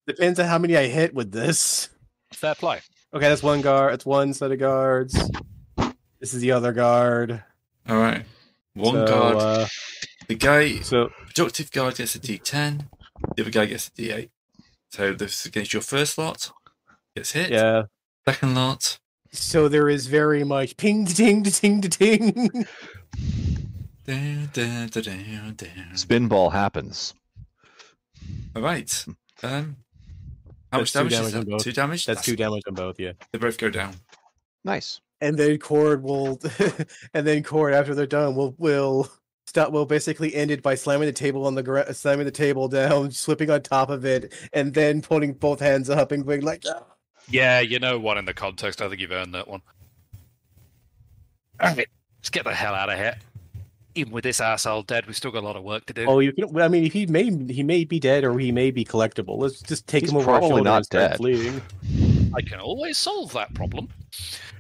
C: Depends on how many I hit with this.
D: Fair play.
C: Okay, that's one guard. That's one set of guards. This is the other guard.
A: All right. One
C: So,
A: guard.
C: uh,
A: the guy
C: so
A: productive guard gets a D10. The other guy gets a D8. So this is against your first lot. Gets hit.
C: yeah.
A: Second lot.
C: So there is very much ping ding ding ding.
A: Down, down, down, down, down.
B: Spin ball happens.
A: All right. Um, how
C: That's
A: much damage,
C: two damage
A: is
C: on
A: that?
C: both.
A: Two damage.
C: That's two damage on both, yeah.
A: They both go down.
B: Nice.
C: and then Cord will, and then Cord after they're done will will stop will basically end it by slamming the table on the ground, slamming the table down, slipping on top of it, and then putting both hands up and going like, "Ah."
D: Yeah, you know what? In the context, I think you've earned that one. All right. Let's get the hell out of here. even with this asshole dead, we've still got a lot of work to do.
C: Oh, you can. well, I mean, he may he may be dead or he may be collectible. Let's just take
B: He's
C: him over our
B: probably
C: shoulder
B: not
C: and start
B: dead.
C: fleeing.
D: I can always solve that problem.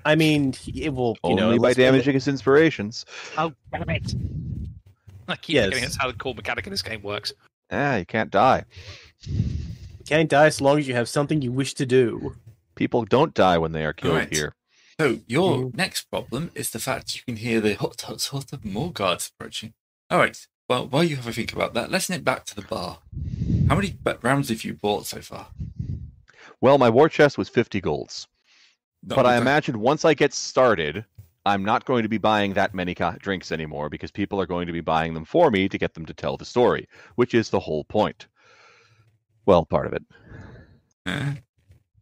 C: I mean, he- it will you
B: Only by
C: know, let's put it-
B: damaging his inspirations.
D: Oh, damn it. I keep
C: Yes.
D: forgetting that's how the core mechanic in this game works.
B: Ah, you can't die.
C: Can't die as long as you have something you wish to do.
B: People don't die when they are killed
A: Alright.
B: here.
A: So your
C: Mm.
A: next problem is the fact you can hear the hot hot hot of more guards approaching. All right. Well, while you have a think about that, let's nip back to the bar. How many ba- rounds have you bought so far?
B: Well, my war chest was 50 golds,
A: Not
B: but I
A: exact-
B: imagine once I get started, I'm not going to be buying that many co- drinks anymore because people are going to be buying them for me to get them to tell the story, which is the whole point. Well, part of it.
A: Uh,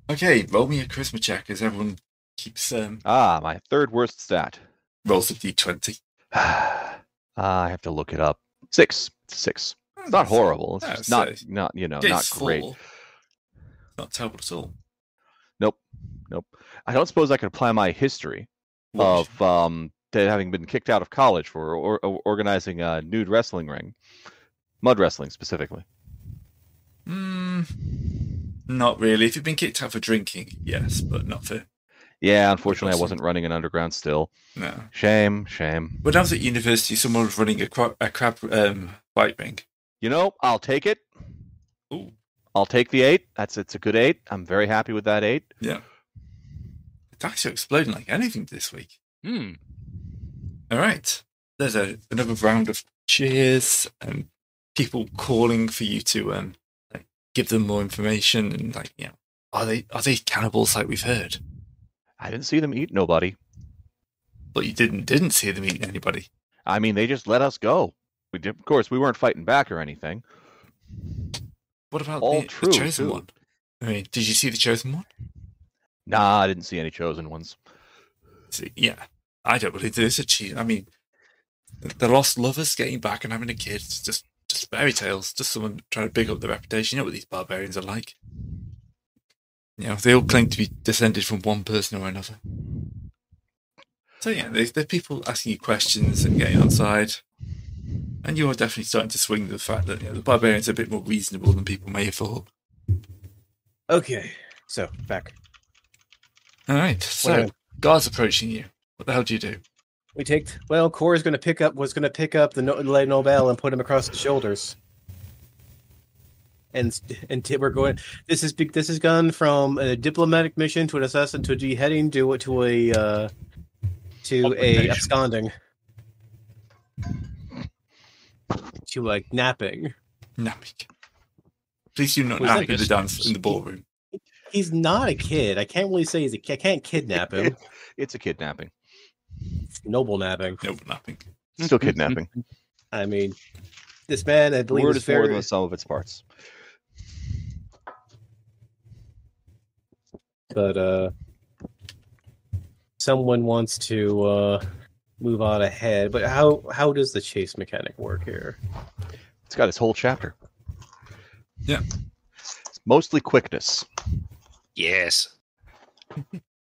A: okay, roll me a charisma check as everyone keeps um,
B: Ah, my third worst stat.
A: rolls a d20.
B: Ah, I have to look it up. Six. Six. It's not horrible. It's
A: Yeah,
B: just not,
A: so-
B: not, you know,
A: Yeah,
B: not
A: it's
B: great.
A: four. Not terrible at all.
B: I don't suppose I could apply my history
A: What-
B: of um, to having been kicked out of college for or, or- organizing a nude wrestling ring, mud wrestling specifically.
A: Mm, not really. If you've been kicked out for drinking, yes, but not for
B: Yeah, unfortunately, I
A: wrestling.
B: wasn't running an underground still.
A: no.
B: Shame, shame.
A: When I was at university, someone was running a, cra- a crab um, bike ring.
B: You know, I'll take it.
A: Ooh.
B: I'll take the eight. That's it's a good eight. I'm very happy with that eight.
A: The dice are exploding like anything this week.
D: Hmm.
A: All right. There's a, another round of cheers and people calling for you to um, like, give them more information and like, you know, are they are they cannibals like we've heard?
B: I didn't see them eat nobody.
A: But you didn't didn't see them eating anybody.
B: I mean, they just let us go. We did, of course, we weren't fighting back or anything.
A: What about
B: All
A: the,
B: true,
A: the chosen
B: too.
A: one? I mean, did you see the chosen one?
B: Nah, I didn't see any chosen ones.
A: See, yeah, I don't believe there's a cheat. I mean, the lost lovers getting back and having a kid. It's just just fairy tales. Just someone trying to big up their reputation. You know what these barbarians are like. You know, they all claim to be descended from one person or another. So yeah, there's, there are people asking you questions and getting outside, and you are definitely starting to swing the fact that you know, the barbarians are a bit more reasonable than people may have thought.
C: Okay, so back.
A: All right, so
C: Well-
A: guards approaching you. What the hell do you do?
C: We take well. Cora's going to pick up. Was going to pick up the no, Le Nobel and put him across the shoulders. And and t- we're going. This is big. This has gone from a diplomatic mission to an assassin to a beheading to to a uh, to a
D: Confrontation.
C: absconding to like napping.
A: Napping. Please do not
D: Was that
A: nap in the
D: just-
A: dance in the ballroom.
C: He's not a kid. I can't really say he's a kid. I can't kidnap him.
B: It's a kidnapping.
C: Noble napping.
A: No napping.
B: Still kidnapping.
C: I mean, this man, I believe,
B: Word
C: is
B: is more
C: very.
B: than the sum of its parts.
C: but uh someone wants to uh move on ahead but how how does the chase mechanic work here
B: It's got its whole chapter.
A: Yeah.
B: It's mostly quickness.
D: Yes.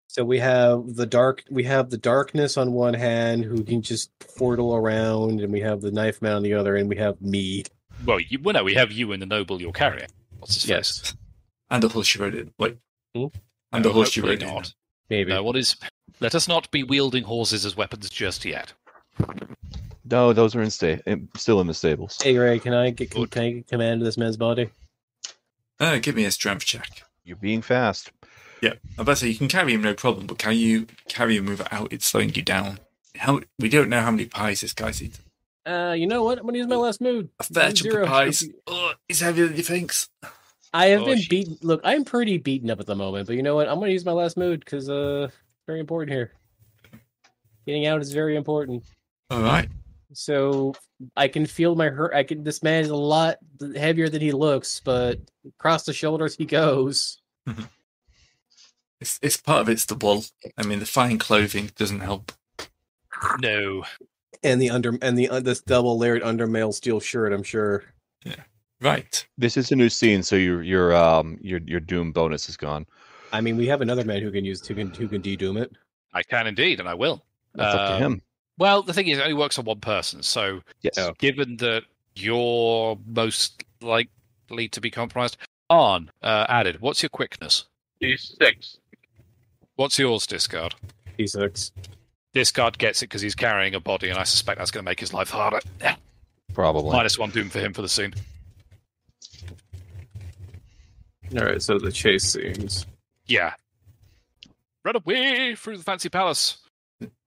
C: so we have the dark we have the darkness on one hand who can just portal around and we have the knife man on the other and we have me
D: Well, you, well, no, we have you and the noble you're carrying. What's his face?
A: And the horse you rode in. Wait.
C: Hmm?
A: And the
D: No,
A: horse you
D: hopefully
A: rode in.
D: not.
C: maybe
D: No, what is? Let us not be wielding horses as weapons just yet.
B: No, those are in sta- in- still in the stables.
C: hey ray can i get can,
D: Good.
C: can i get command of this man's body
A: Uh, give me a strength check.
B: You're being fast.
A: Yeah. I bet say you can carry him no problem, but can you carry him without it slowing you down? How we don't know how many pies this guy's eaten.
C: uh you know what i'm gonna use my last move
A: A fair
C: One
A: chunk
C: zero.
A: of pies. Oh, it's heavier than you thinks.
C: i have
D: Oh,
C: been
D: shit.
C: beaten look i'm pretty beaten up at the moment but you know what i'm gonna use my last mood because uh very important here getting out is very important
A: All right.
C: so I can feel my hurt. I can. This man is a lot heavier than he looks, but across the shoulders he goes.
A: It's, it's part of it's the wool. I mean, the fine clothing doesn't help.
D: No.
C: And the under and the uh, this double layered undermail steel shirt. I'm sure.
A: Right.
B: This is a new scene, so your your um your your doom bonus is gone.
C: I mean, we have another man who can use who can who can de-doom it.
D: I can indeed, and I will.
B: That's up to
D: Um,
B: him.
D: Well, the thing is, it only works on one person. So,
B: Yes.
C: Oh.
D: given that you're most likely to be compromised, Arn uh, added, what's your quickness?
E: D6.
D: What's yours, discard?
C: D6.
D: Discard gets it because he's carrying a body, and I suspect that's going to make his life harder.
B: Probably.
D: Minus one doom for him for the scene.
C: All right, so the chase scenes.
D: Yeah. Run away through the fancy palace.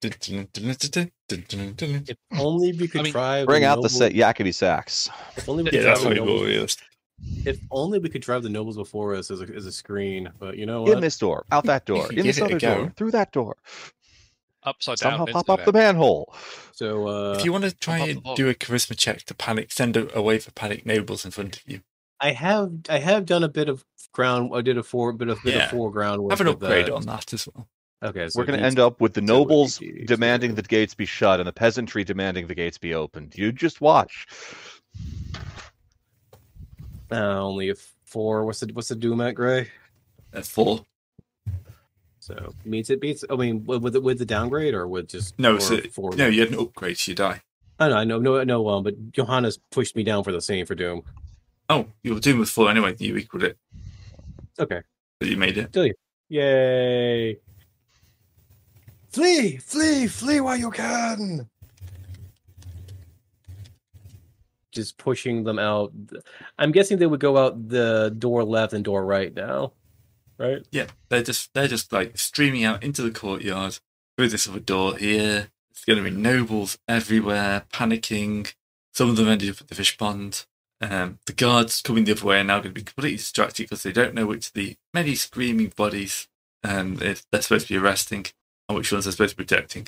A: Yeah,
C: If only we could
D: I mean,
C: drive.
B: Bring
C: a
B: out the
C: noble-
B: sa- Yakety sacks.
C: If only we could,
E: Yeah,
A: that's
C: drive,
A: what
C: the
A: it
C: nobles,
A: was.
C: if only we could drive the nobles before us as a, as a screen. But you know
B: In
C: what?
B: this door, out that door,
A: can
B: in
A: give
B: this
A: it a
B: other
A: go.
B: door, through that door.
D: Upside
B: Somehow
D: down.
B: pop up the manhole.
C: so uh,
A: If you want to try
D: above the
A: and
D: ball.
A: do a charisma check to panic, send a, a wave of panic nobles in front of you.
C: I have I have done a bit of ground. I did a four bit of bit
A: Yeah.
C: of foreground work.
A: Have an
C: with
A: upgrade
C: that.
A: on that as well.
C: Okay, so
B: We're going to
C: these-
B: end up with the
C: so it would be
B: nobles
C: D8,
B: demanding
C: yeah.
B: the gates be shut and the peasantry demanding the gates be opened. You just watch.
C: uh, only a four. What's the what's the doom at Gray?
A: Uh, four.
C: So meets it beats. I mean, with with the, with the downgrade or with just
A: No,
C: four,
A: so-
C: four.
A: No, you had an upgrade, so you die.
C: I know, I know, no, no. Um, but Johannes pushed me down for the same for doom.
A: Oh, you were doing with four anyway. You equaled it.
C: Okay,
A: So you made it.
C: yay! Flee, flee, flee while you can. Just pushing them out. I'm guessing they would go out the door left and door right now, right?
A: Yeah, they're just they're just like streaming out into the courtyard through this other door here. It's going to be nobles everywhere, panicking. Some of them ended up at the fish pond. Um, the guards coming the other way are now going to be completely distracted because they don't know which of the many screaming bodies um, if they're supposed to be arresting and which ones they're supposed to be protecting.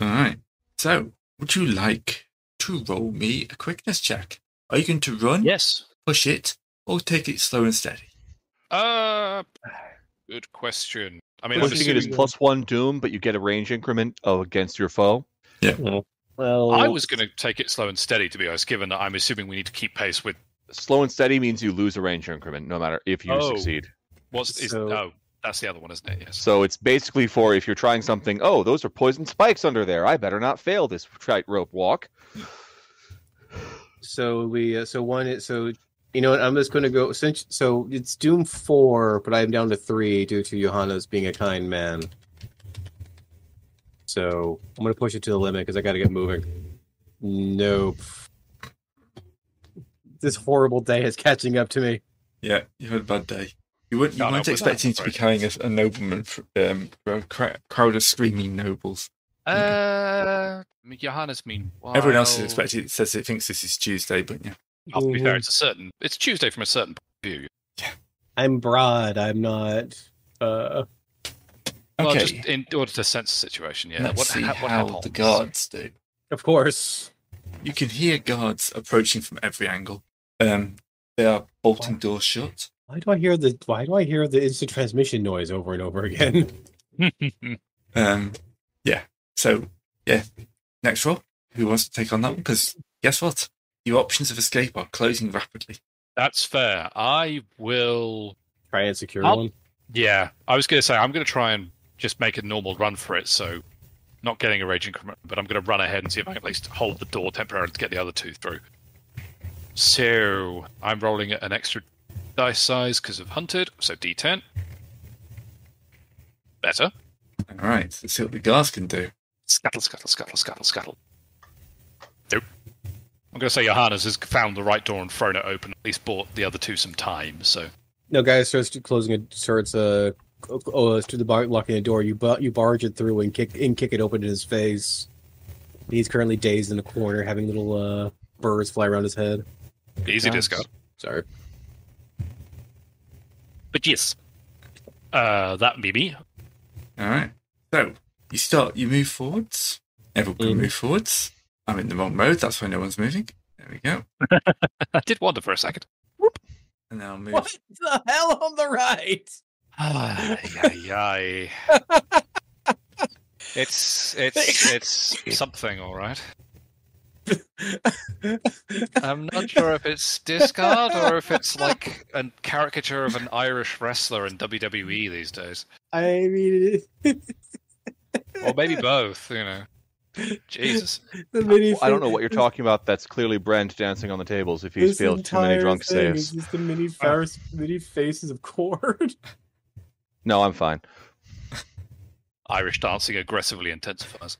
A: All right. So, would you like to roll me a quickness check? Are you going to run,
D: Yes.
A: push it, or take it slow and steady?
D: Uh, good question. I mean, I'm
B: Pushing it is
D: assuming-
B: plus one doom, but you get a range increment oh, against your foe.
C: Well,
D: I was going to take it slow and steady, to be honest, given that I'm assuming we need to keep pace with
B: Slow and steady means you lose a range increment no matter if you
D: Oh.
B: succeed.
D: what's is
C: So-
D: oh that's the other one, isn't it? Yes.
B: So it's basically for if you're trying something, oh, those are poison spikes under there. I better not fail this tightrope walk.
C: So we uh, so one is so you know what I'm just going to go since so it's Doom four, but I'm down to three due to Johannes being a kind man. So I'm going to push it to the limit because I got to get moving. Nope. This horrible day is catching up to me.
A: Yeah, you had a bad day. You weren't, you
D: No, no,
A: weren't
D: it was not,
A: expecting to be
D: sorry.
A: carrying a, a nobleman, fr- um, a cra- crowd of screaming nobles.
D: Uh, Johannes. Meanwhile,
A: Everyone else is expecting it says it thinks this is Tuesday, but yeah.
D: Oh, to be fair, it's a certain. It's Tuesday from a certain point of view.
C: I'm broad. I'm not. Uh,
A: Okay,
D: Well, just in order to sense the situation. Yeah.
A: let's
D: what
A: see
D: ha- what
A: how
D: happens?
A: the guards do.
C: of course.
A: You can hear guards approaching from every angle. Um, they are bolting doors shut.
C: Why do I hear the? Why do I hear the instant transmission noise over and over again?
A: Um, yeah. So yeah, next roll. Who wants to take on that one? Because guess what, your options of escape are closing rapidly.
D: that's fair. I will.
C: Try and secure
D: I'll-
C: one.
D: Yeah, I was going to say I'm going to try and just make a normal run for it. So, not getting a rage increment, but I'm going to run ahead and see if I can at least hold the door temporarily to get the other two through. So I'm rolling an extra dice size because of hunted. So D10. Better.
A: All right, let's see what the guards can do.
D: Scuttle, scuttle, scuttle, scuttle, scuttle. Nope. I'm going to say Johannes has found the right door and thrown it open. At least bought the other two some time. So
C: No, guy starts closing it. Starts uh, oh, uh, through the bar, locking the door. You bu- you barge it through and kick and kick it open in his face. He's currently dazed in the corner, having little uh birds fly around his head.
D: easy
A: Nice.
D: discard.
C: Sorry.
D: But yes, uh, that be me.
A: All right. So you start. You move forwards. Everyone can
C: Mhm.
A: move forwards. I'm in the wrong mode. That's why no one's moving. There we go.
D: I did wonder for a second.
A: And now I'll move.
C: the hell on the right?
D: Ay, it's it's it's something, all right. I'm not sure if it's discard or if it's like a caricature of an Irish wrestler in WWE these days,
C: I mean,
D: or maybe both. You know, Jesus.
C: The minifig.
B: I don't know what you're talking about. That's clearly Brent dancing on the tables if he's
C: This
B: failed too many
C: entire
B: drunk
C: thing is
B: saves.
C: Just the mini, farce, mini faces of cord.
B: No, I'm fine.
D: Irish dancing aggressively intensifies.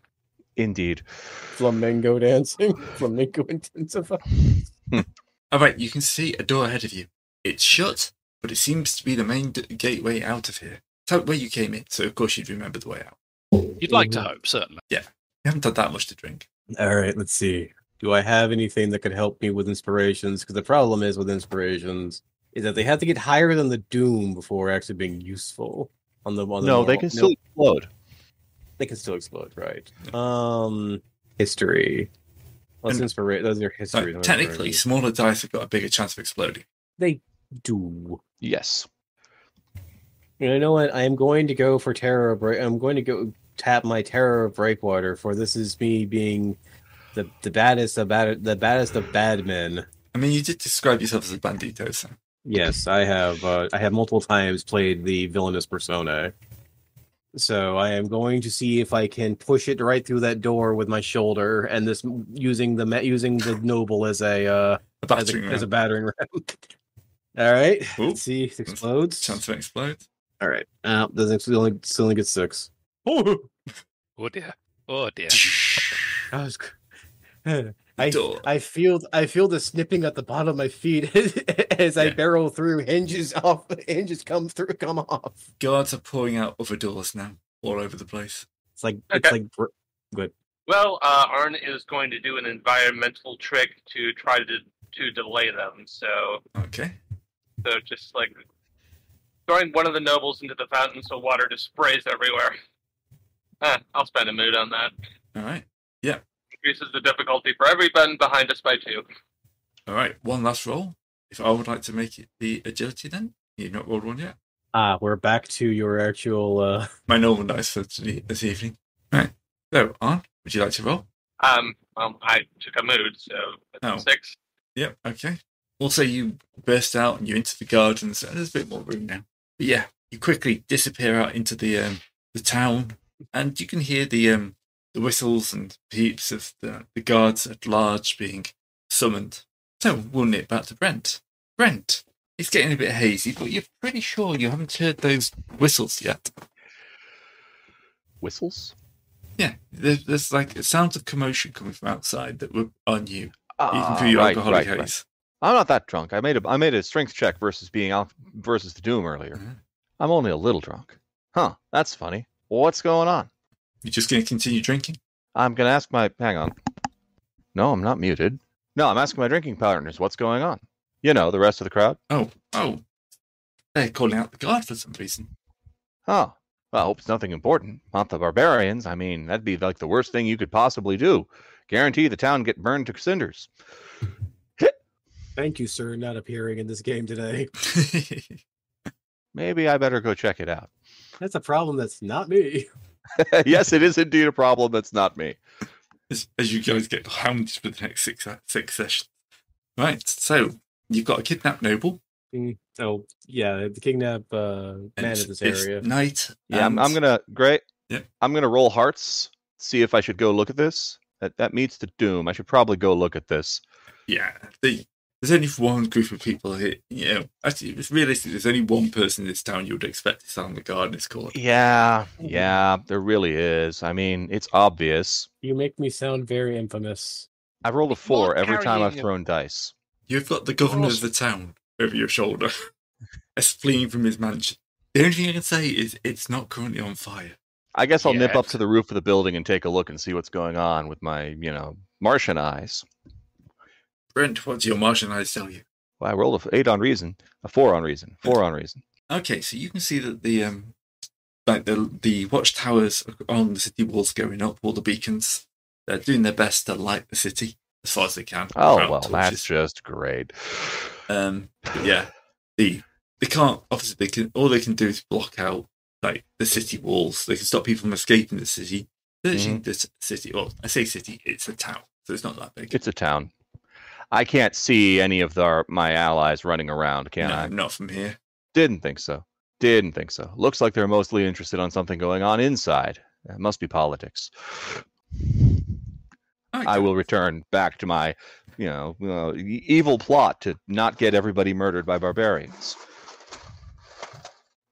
B: Indeed.
C: Flamenco dancing. Flamenco intensifies.
A: All right, you can see a door ahead of you. It's shut, but it seems to be the main d- gateway out of here. It's out where you came in, so of course you'd remember the way out.
D: You'd like to hope, certainly.
A: You haven't had that much to drink.
C: All right, let's see. Do I have anything that could help me with inspirations? Because the problem is with inspirations is that they have to get higher than the doom before actually being useful on the on the
B: No, they
C: moral-
B: can still explode.
C: they can still explode, right? Um, history. Let's
A: And-
C: inspirate. Those are
A: So
C: history. not
A: technically,
C: inspiration.
A: smaller dice have got a bigger chance of exploding.
C: they do.
B: Yes.
C: You know what? I am going to go for terror break. I'm going to go tap my terror of breakwater for this is me being the the baddest of bad the baddest of bad men.
A: I mean, you did describe yourself as a bandito, so
C: Yes, I have. Uh, I have multiple times played the villainous persona, so I am going to see if I can push it right through that door with my shoulder and this using the ma- using the noble as a uh,
A: a
C: as a,
A: battering
C: as a
A: ram.
C: battering ram. All right,
A: Ooh.
C: let's see. It explodes.
A: Chance of it explodes.
C: All right, uh, doesn't still only still only get six. Oh,
D: Oh dear. Oh dear.
C: that was. cr- I,
A: Door.
C: I feel I feel the snipping at the bottom of my feet as I
A: Yeah.
C: barrel through hinges off hinges come through come off.
A: Guards are pouring out other doors now, all over the place.
C: It's like it's
E: Okay.
C: like br-
E: Well, uh, Arn is going to do an environmental trick to try to to delay them. So,
C: Hmm.
A: Okay.
E: so just like throwing one of the nobles into the fountain, so water just sprays everywhere. Huh, I'll spend a mood on that.
A: All right.
E: Increases the difficulty for everyone behind us by two.
A: All right. One last roll. If I would like to make it the agility, then you've not rolled one yet.
C: ah, we're back to your actual. uh
A: My normal dice for today- this evening. All right. So, on. Would you like to roll?
E: Um, um, I took a mood, so
A: Oh.
E: that's a six.
A: Yep. Okay. Also, you burst out and you're into the garden, so there's a bit more room now. But yeah, you quickly disappear out into the um, the town, and you can hear the um, the whistles and peeps of the, the guards at large being summoned. So we'll nip back to Brent. Brent, it's getting a bit hazy, but you're pretty sure you haven't heard those whistles yet.
B: Whistles?
A: Yeah, there's, there's like sounds of commotion coming from outside that were on you, even
B: Ah,
A: through your
B: right,
A: alcoholic
B: right, right.
A: haze.
B: I'm not that drunk. I made a I made a strength check versus being alpha, versus the doom earlier.
A: Mhm.
B: I'm only a little drunk. Huh, that's funny. What's going on?
A: You're just going to continue drinking?
B: I'm gonna ask my hang on. No, I'm not muted. No, I'm asking my drinking partners what's going on. You know, the rest of the crowd.
A: Oh, oh. They're calling out the guard for some reason.
B: Huh. Oh, Well, I hope it's nothing important. Not the barbarians. I mean, that'd be like the worst thing you could possibly do. Guarantee the town get burned to cinders.
C: Thank you, sir, not appearing in this game today.
B: Maybe I better go check it out.
C: That's a problem. That's not me.
B: yes, it is indeed a problem. That's not me.
A: as, as you guys get hounded for the next six, uh, six sessions. Right, so you've got a kidnapped noble.
C: Mm, Oh yeah, the kidnap uh,
A: and
C: man
A: it's-
C: of this
A: it's
C: area.
A: Night.
B: Yeah, I'm,
A: and-
B: I'm gonna great.
A: Yeah.
B: I'm gonna roll hearts. See if I should go look at this. That that meets the doom. I should probably go look at this.
A: Yeah, the, there's only one group of people here. You know, actually, it's realistic. There's only one person in this town you would expect to sound the guard in this court.
B: Yeah, yeah, there really is. I mean, it's obvious.
C: You make me sound very infamous.
B: I've rolled a four every time I've
D: carrying a-
B: thrown dice.
A: You've got the governor of the town over your shoulder, as fleeing from his mansion. The only thing I can say is it's not currently on fire.
B: I guess I'll nip up
D: Yes.
B: to the roof of the building and take a look and see what's going on with my, you know, Martian eyes.
A: Brent, what do your Martian eyes tell you?
B: Well, I rolled a f- eight on reason, a four on reason, four on reason.
A: Okay, so you can see that the um, like the the watchtowers on the city walls going up, all the beacons. They're doing their best to light the city as far as they can.
B: Oh
A: without
B: well,
A: torches.
B: that's just great.
A: um, but yeah. The they can't obviously they can all they can do is block out like the city walls. They can stop people from escaping the city,
B: Mm.
A: searching the c- city. Well, I say city, it's a town, so it's not that big.
B: It's a town. I can't see any of our, my allies running around, can
A: no,
B: I?
A: not from here.
B: Didn't think so. Didn't think so. Looks like they're mostly interested on something going on inside. It must be politics. I will return back to my, you know, uh, e- evil plot to not get everybody murdered by barbarians.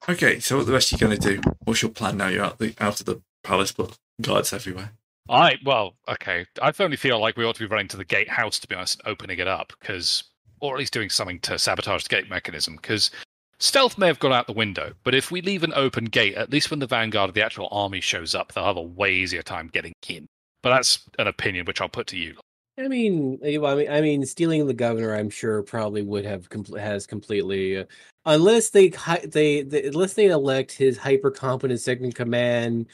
A: Okay, so what the rest are you going to do? What's your plan now? You're out the out of the palace, but guards everywhere.
D: I well, okay. I firmly feel like we ought to be running to the gatehouse to be honest, and opening it up because, or at least doing something to sabotage the gate mechanism. Because stealth may have gone out the window, but if we leave an open gate, at least when the vanguard of the actual army shows up, they'll have a way easier time getting in. But that's an opinion which I'll put to you.
C: I mean, eh, well, I mean, I mean, stealing the governor, I'm sure probably would have compl- has completely, uh, unless they hi- they, they unless they elect his hyper competent second command,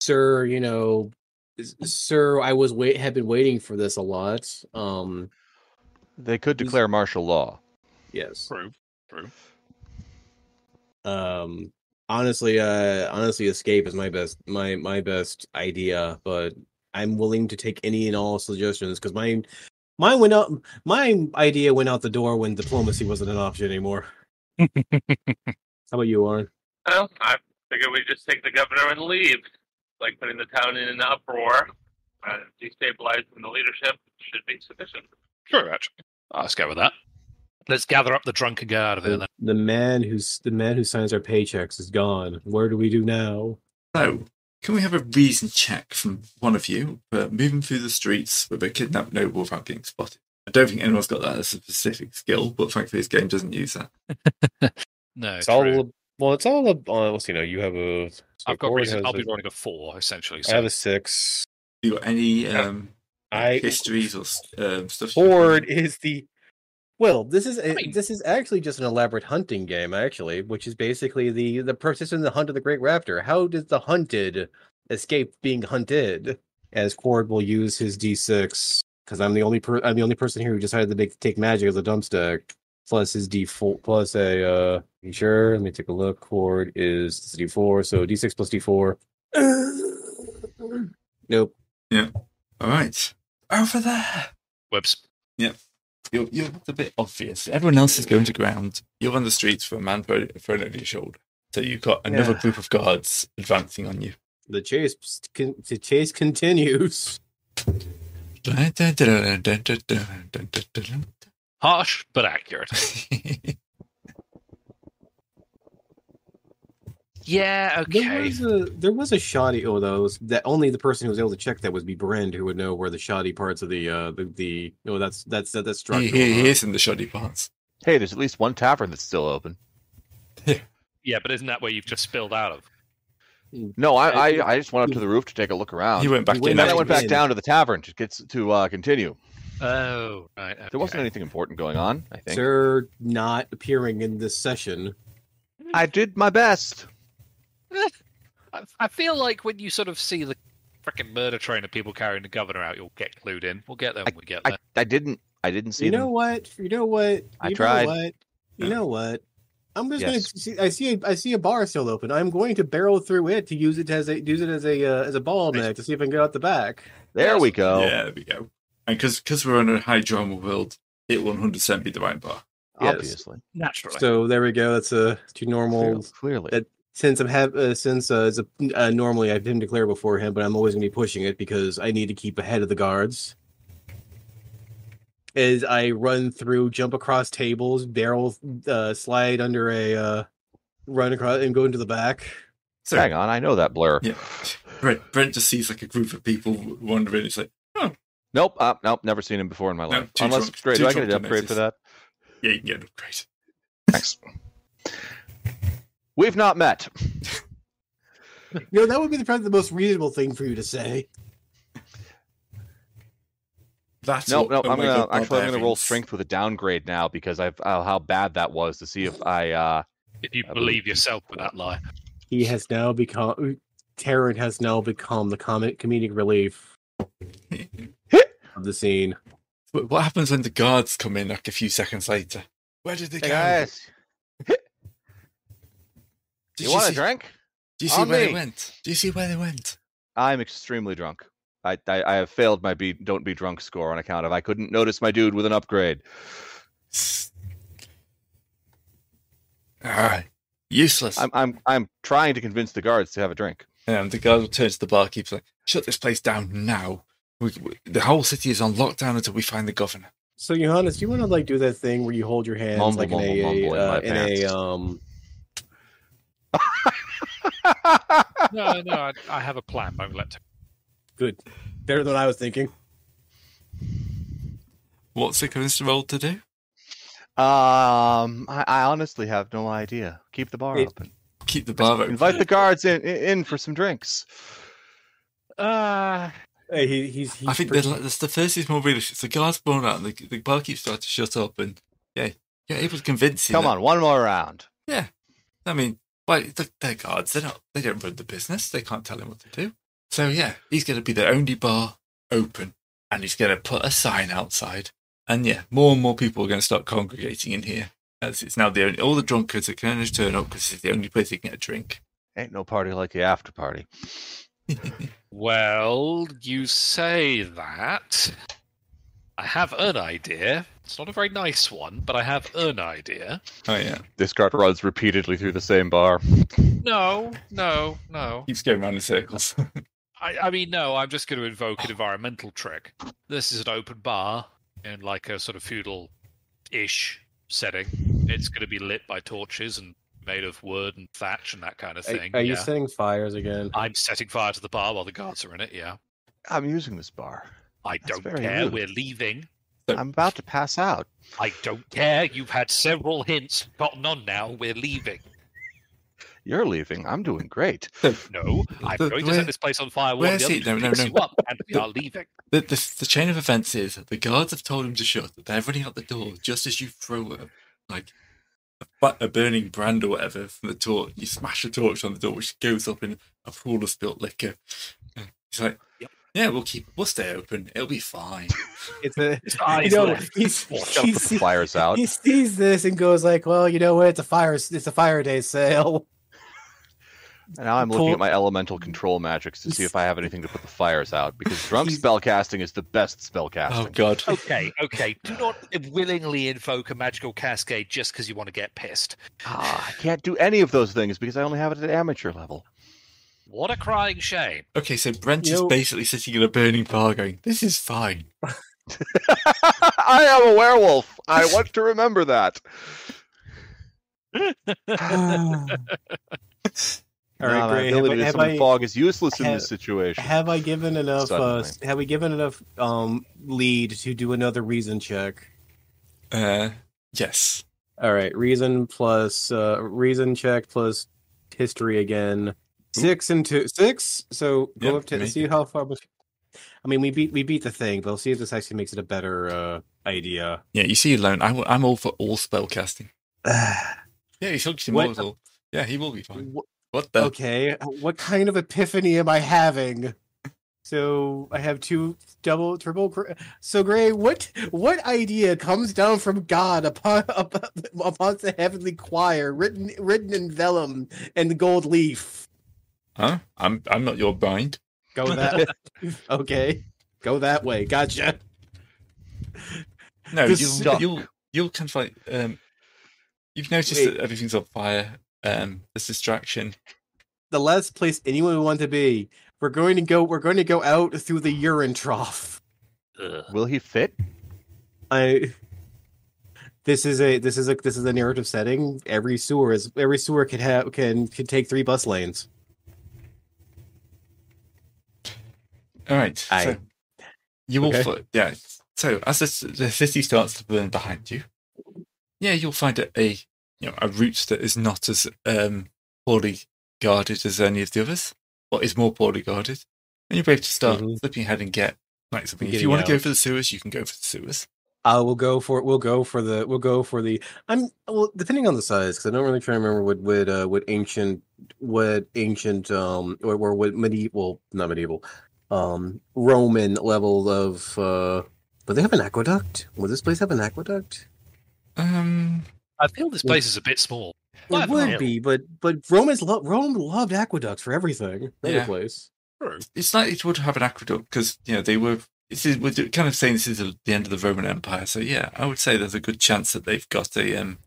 C: sir. You know, s- sir, I was wait have been waiting for this a lot. Um,
B: They could
C: Is-
B: declare martial law.
C: yes.
D: True. True.
C: Um, honestly, uh, honestly, escape is my best my my best idea, but I'm willing to take any and all suggestions because mine mine went out my idea went out the door when diplomacy wasn't an option anymore. How about you, Warren?
E: Well, I figure we just take the governor and leave. Like putting the town in an uproar, uh, destabilizing the leadership should be sufficient.
D: True. Actually, let's go with that. Let's gather up the drunk and get out of here. Then.
C: The, the man who's the man who signs our paychecks is gone. Where do we do now?
A: So, can we have a reason check from one of you for moving through the streets with a kidnapped noble without getting spotted? I don't think anyone's got that as a specific skill, but thankfully this game doesn't use that.
D: No.
F: It's all
D: true.
F: a- well. It's all a, uh, let's see. No, you have a. so
D: I've got
F: Gordon
D: reason.
F: has
D: I'll be
F: a-
D: rolling a four essentially.
F: I
D: So
F: have a six.
A: You got any um,
F: I
A: histories or um, stuff?
F: Horde is the
C: Well, this is a,
D: mean-
C: this is actually just an elaborate hunting game, actually, which is basically the the persistent in the hunt of the great raptor. How does the hunted escape being hunted? As Cord will use his d6 because I'm the only per- I'm the only person here who decided to make, take magic as a dump stack. Plus his d4 plus a uh you sure. Let me take a look. Cord is this is d4, so d6 plus d4. nope.
A: All right, over there.
D: webs.
A: You're, you're a bit obvious. Everyone else is going to ground. You're on the streets with a man thrown thrown over your shoulder. So you've got another
C: Yeah.
A: group of guards advancing on you.
C: The chase con- the chase continues.
D: Harsh but accurate. Yeah.
C: There was a there was a shoddy oh those that only the person who was able to check that would be Brand who would know where the shoddy parts of the uh the, the no that's that's that, that's
A: he,
C: structural.
A: he, he
C: huh?
A: is in the shoddy parts.
B: Hey, there's at least one tavern that's still open.
D: Yeah, but isn't that where you've just spilled out of?
B: No,
C: I
B: I,
C: think-
B: I, I just went up to the roof to take a look around.
A: He went back
C: He went
A: in.
B: and then I Oh, went
A: afterwards.
B: back down to the tavern to get s- to uh, continue.
D: Oh, right.
B: There wasn't anything important going on. I think
C: Sir not appearing in this session.
B: I did my best.
D: I, I feel like when you sort of see the freaking murder train of people carrying the governor out, you'll get clued in. We'll get there when we get
B: I,
D: there.
B: I didn't I didn't see
C: you
B: them.
C: know what? You know what? You
B: I
C: know
B: tried.
C: What? You
A: Yeah.
C: know what? I'm just gonna
B: Yes.
C: see, I see a, I see a bar still open. I'm going to barrel through it to use it as a use it as a uh, as a ball
D: Nice.
C: neck to see if I can get out the back.
B: There we go.
A: Yeah, there we go. And because we're in a high drama world, it will 100% be the right bar.
C: Yes.
B: Obviously.
D: Naturally.
C: So there we go. That's a two normal
B: Clearly.
C: that- since I'm have uh, since uh, it's a, uh, normally I've been declared beforehand, but I'm always gonna be pushing it because I need to keep ahead of the guards. As I run through, jump across tables, barrel, uh, slide under a, uh, run across, and go into the back.
A: So,
B: Hang on, I know that blur.
A: Yeah. Brent, Brent just sees like a group of people wandering. It's like,
B: Nope, uh, nope, never seen him before in my
A: No,
B: life.
A: too
B: Unless
A: drunk-
B: great,
A: too
B: do I get
A: drunk
B: an
A: to
B: upgrade for
A: notice.
B: that?
A: yeah, you can get an upgrade.
B: Thanks. We've not met.
C: You know, that would be the, probably the most reasonable thing for you to say.
A: That's
B: No,
A: what-
B: no,
A: oh
B: I'm
A: my
B: gonna
A: God,
B: actually I'm gonna roll
A: barbarians.
B: strength with a downgrade now because I've uh, how bad that was to see if I uh
D: if you
B: I
D: believe
B: believe-
D: yourself with that lie.
C: He has now become, Taryn has now become the comic comedic relief of the scene.
A: But what happens when the guards come in like a few seconds later? Where did they go? Did
B: you want
A: see,
B: a drink?
A: Do you see
B: On
A: where they
B: me?
A: went? Do you see where they went?
B: I'm extremely drunk. I, I I have failed my be don't be drunk score on account of I couldn't notice my dude with an upgrade.
A: Ah, useless.
B: I'm I'm I'm trying to convince the guards to have a drink.
A: And the guard will turn to the barkeeper like, shut this place down now. We, we- the whole city is on lockdown until we find the governor.
C: So, Johannes, do you want to like do that thing where you hold your hands
B: Mumble,
C: like in
B: mumble,
C: a,
B: mumble in
C: uh,
B: my
C: in
B: pants.
C: a um?
D: No, no, I, I have a plan. but I won't let.
C: Good, better than I was thinking.
A: What's it going to roll to do?
B: um, I, I honestly have no idea. Keep the bar
C: It-
B: open.
A: Keep the bar open.
B: Invite the guards in, in in for some drinks.
D: Uh,
C: Hey, he, he's. he's
A: I think
C: pretty-
A: the, the, the first is more realistic. The guard's blown out, and the, the barkeep starts to shut up, and yeah, you're able to convince him.
B: Come
A: that-
B: on, one more round.
A: I mean, well, look, they're guards. They're not. They don't run the business. They can't tell him what to do. So yeah, he's going to be the only bar open, and he's going to put a sign outside. And yeah, more and more people are going to start congregating in here, as it's now the only all the drunkards are going to turn up because it's the only place they can get a drink.
B: Ain't no party like the after party.
D: well, you say that. I have an idea. It's not a very nice one, but I have an idea.
A: Oh yeah,
B: This guard runs repeatedly through the same bar.
D: No, no, no.
A: keeps going round in circles.
D: I, I mean, no, I'm just going to invoke an environmental trick. This is an open bar in like a sort of feudal ish setting. It's going to be lit by torches and made of wood and thatch and that kind of
C: Are-
D: thing.
C: Are, you
D: yeah.
C: setting fires again?
D: I'm setting fire to the bar while the guards are in it, yeah.
B: I'm using this bar.
D: I
B: That's
D: don't
B: very
D: care.
B: rude.
D: We're leaving.
B: I'm about to pass out.
D: I don't care. You've had several hints. Gotten on now. We're leaving.
B: You're leaving. I'm doing great.
D: No, I'm
A: The-
D: going to
A: where-
D: set this place on fire.
A: where
D: One of the
A: is
D: other
A: he? No, no,
D: picks
A: no.
D: you up, and we are leaving.
A: the, the the chain of events is the guards have told him to shut. They're running out the door just as you throw a like a, bu- a burning brand or whatever from the torch. You smash a torch on the door, which goes up in a pool of spilt liquor. And He's like,
D: Yep.
A: "Yeah, we'll keep we'll stay open. It'll be fine."
C: It's a.
D: His
C: You
D: eyes
C: know,
D: left.
C: he's,
B: Gotta put
C: he's,
B: the fires out.
C: he sees this and goes like, "Well, you know what? It's a fire. It's a fire day sale."
B: And now I'm looking
C: Pull-
B: at my elemental control magics to see if I have anything to put the fires out because drunk
C: He's-
B: spellcasting is the best
A: oh
B: spellcasting.
A: God!
D: Okay, okay. Do not willingly invoke a magical cascade just because you want to get pissed.
B: Ah, I can't do any of those things because I only have it at amateur level.
D: What a crying shame.
A: Okay, so Brent
C: You
A: is
C: know-
A: basically sitting in a burning bar, going, "This is fine."
B: I am a werewolf. I want to remember that.
C: All
B: Nah,
C: right,
B: my
C: great. Have I-
B: ability to
C: Have
B: summon
C: I,
B: fog is useless in
C: have-
B: this situation.
C: have I given enough? Uh,
B: Suddenly.
C: have we given enough um, lead to do another reason check?
A: Uh, yes.
C: All right, reason plus uh, reason check plus history again. Six and two, six. So go
A: Yep,
C: up to
A: make
C: see
A: it.
C: how far. we- I mean, we beat we beat the thing, but we'll see if this actually makes it a better uh, idea.
A: Yeah, you see, alone. I'm I'm all for all spell casting. Yeah, he's
C: What-
A: immortal. Yeah, he will be fine.
C: Wh-
A: What the?
C: okay, what kind of epiphany am I having? So I have two double, triple. gr- So Gray, what what idea comes down from God upon upon, upon the heavenly choir, written written in vellum and gold leaf?
A: Huh? I'm I'm not your bind.
C: Go that. okay, go that way. Gotcha.
A: No,
C: Just
A: you'll,
B: stuck.
A: you'll you'll kind of like um, you've noticed
C: Wait.
A: that everything's on fire. Um, there's distraction.
C: The last place anyone would want to be. We're going to go. We're going to go out through the urine trough.
D: Ugh.
B: Will he fit?
C: I this is a this is a this is a narrative setting. Every sewer is every sewer can have can can take three bus lanes.
A: All right.
C: Aye.
A: So you all
C: Okay.
A: fo- yeah. So as the, c- the city starts to burn behind you, yeah, you'll find a, a you know a route that is not as um poorly guarded as any of the others, or is more poorly guarded, and you'll be able to start
C: Mhm.
A: flipping ahead and get like something. If you
C: Getting
A: want to go
C: out.
A: for the sewers, you can go for the sewers.
C: Uh, we'll go for we'll go for the we'll go for the I'm well depending on the size because I don't really try to remember what what uh, what ancient what ancient um or, or what medieval not medieval um Roman level of uh but they have an aqueduct. Will this place have an aqueduct?
A: Um,
D: I feel this place is a bit small. Well,
C: It would be, but but Romans lo- Rome loved aqueducts for everything. Another
A: Yeah.
C: place.
A: it's likely it would have an aqueduct because you know they were. This is we're do- kind of saying this is the end of the Roman Empire, so yeah, I would say there's a good chance that they've got a um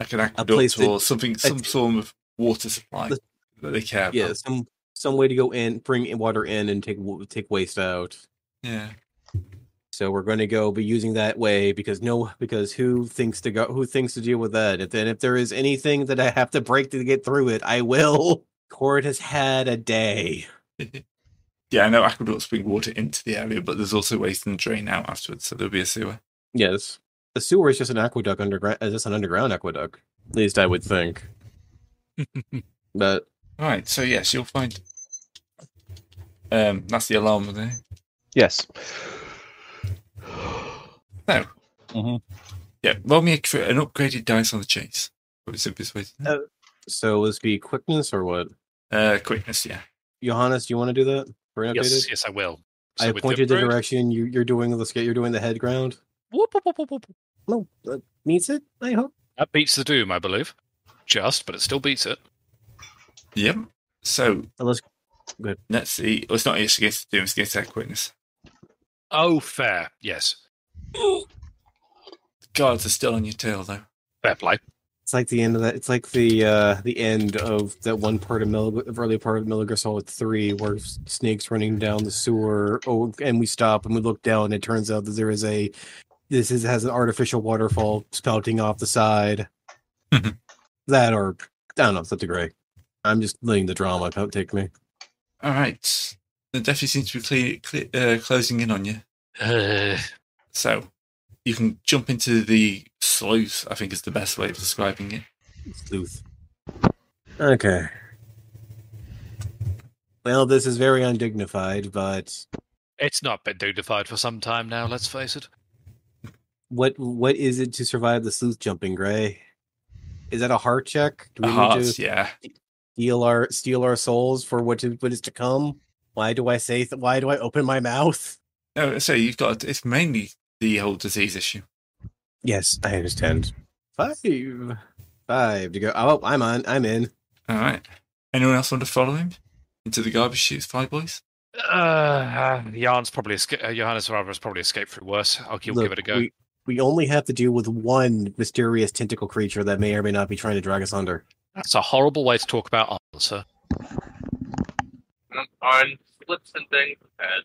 A: like an
C: place
A: aqueduct
C: that-
A: or something, some form of water supply
C: The-
A: that they care about.
C: yeah, some some way to go in, bring in- water in, and take wa- take waste out.
A: Yeah.
C: So we're going to go be using that way because no, because who thinks to go, who thinks to deal with that? If then if there is anything that I have to break to get through it, I will. Cord has had a day.
A: Yeah, I know aqueducts bring water into the area, but there's also ways to drain out afterwards, so there'll be a sewer.
C: Yes, the sewer is just an aqueduct underground. Is this an underground aqueduct? At least I would think. but
A: All right, so yes, you'll find. Um, that's the alarm there.
B: Yes.
A: Yeah, roll me a, cr- an upgraded dice on the chase. Probably the simplest way. to
C: Uh,
A: do it.
C: so let's be quickness or what?
A: Uh, quickness, yeah.
C: Johannes, do you want to do that? For an updated?
D: Yes, yes, I will. So
C: I
D: with
C: pointed the
D: upgrade-
C: direction. You, you're doing the skate. You're doing the head ground.
D: Whoop, whoop, whoop, whoop, whoop.
C: No, that meets it. I hope.
D: That beats the doom, I believe. Just, but it still beats it.
A: Yep. So
C: Unless
A: let's see. Well, it's not it's against doom, it's against that quickness.
D: Oh, fair. Yes,
A: The guards are still on your tail, though.
D: fair play.
C: It's like the end of that. It's like the uh the end of that one part of Mel, of early part of Metal Gear Solid Three, where s- Snake's running down the sewer. Oh, and we stop and we look down. And it turns out that there is a this is has an artificial waterfall spouting off the side.
A: Mhm.
C: that or I don't know, it's up to Gray. I'm just letting the drama co- take me.
A: All right. The deputy seems to be cle cle- uh, closing in on you.
D: Uh,
A: So you can jump into the sluice, I think is the best way of describing it.
C: Sleuth. Okay. Well, this is very undignified, but
D: it's not been dignified for some time now. Let's face it.
C: what what is it to survive the sleuth jumping gray is that a heart check do
A: The
C: we
D: Uh,
C: need
A: hearts,
C: to
A: yeah.
C: steal our steal our souls for what to, what is to come why do i say th- why do i open my mouth
A: No, so you've got it's mainly the whole disease issue.
C: yes i understand five five to go oh i'm on i'm in
A: All right. Anyone else want to follow him into the garbage shoots, fly boys?
D: Uh, Jan's probably esca- uh, Johannes rather has probably escaped through worse. I'll keep, give
C: Look,
D: it a go.
C: we, we only have to deal with one mysterious tentacle creature that may or may not be trying to drag us under
D: That's a horrible way to talk about answer.
E: Um, on slips and things. And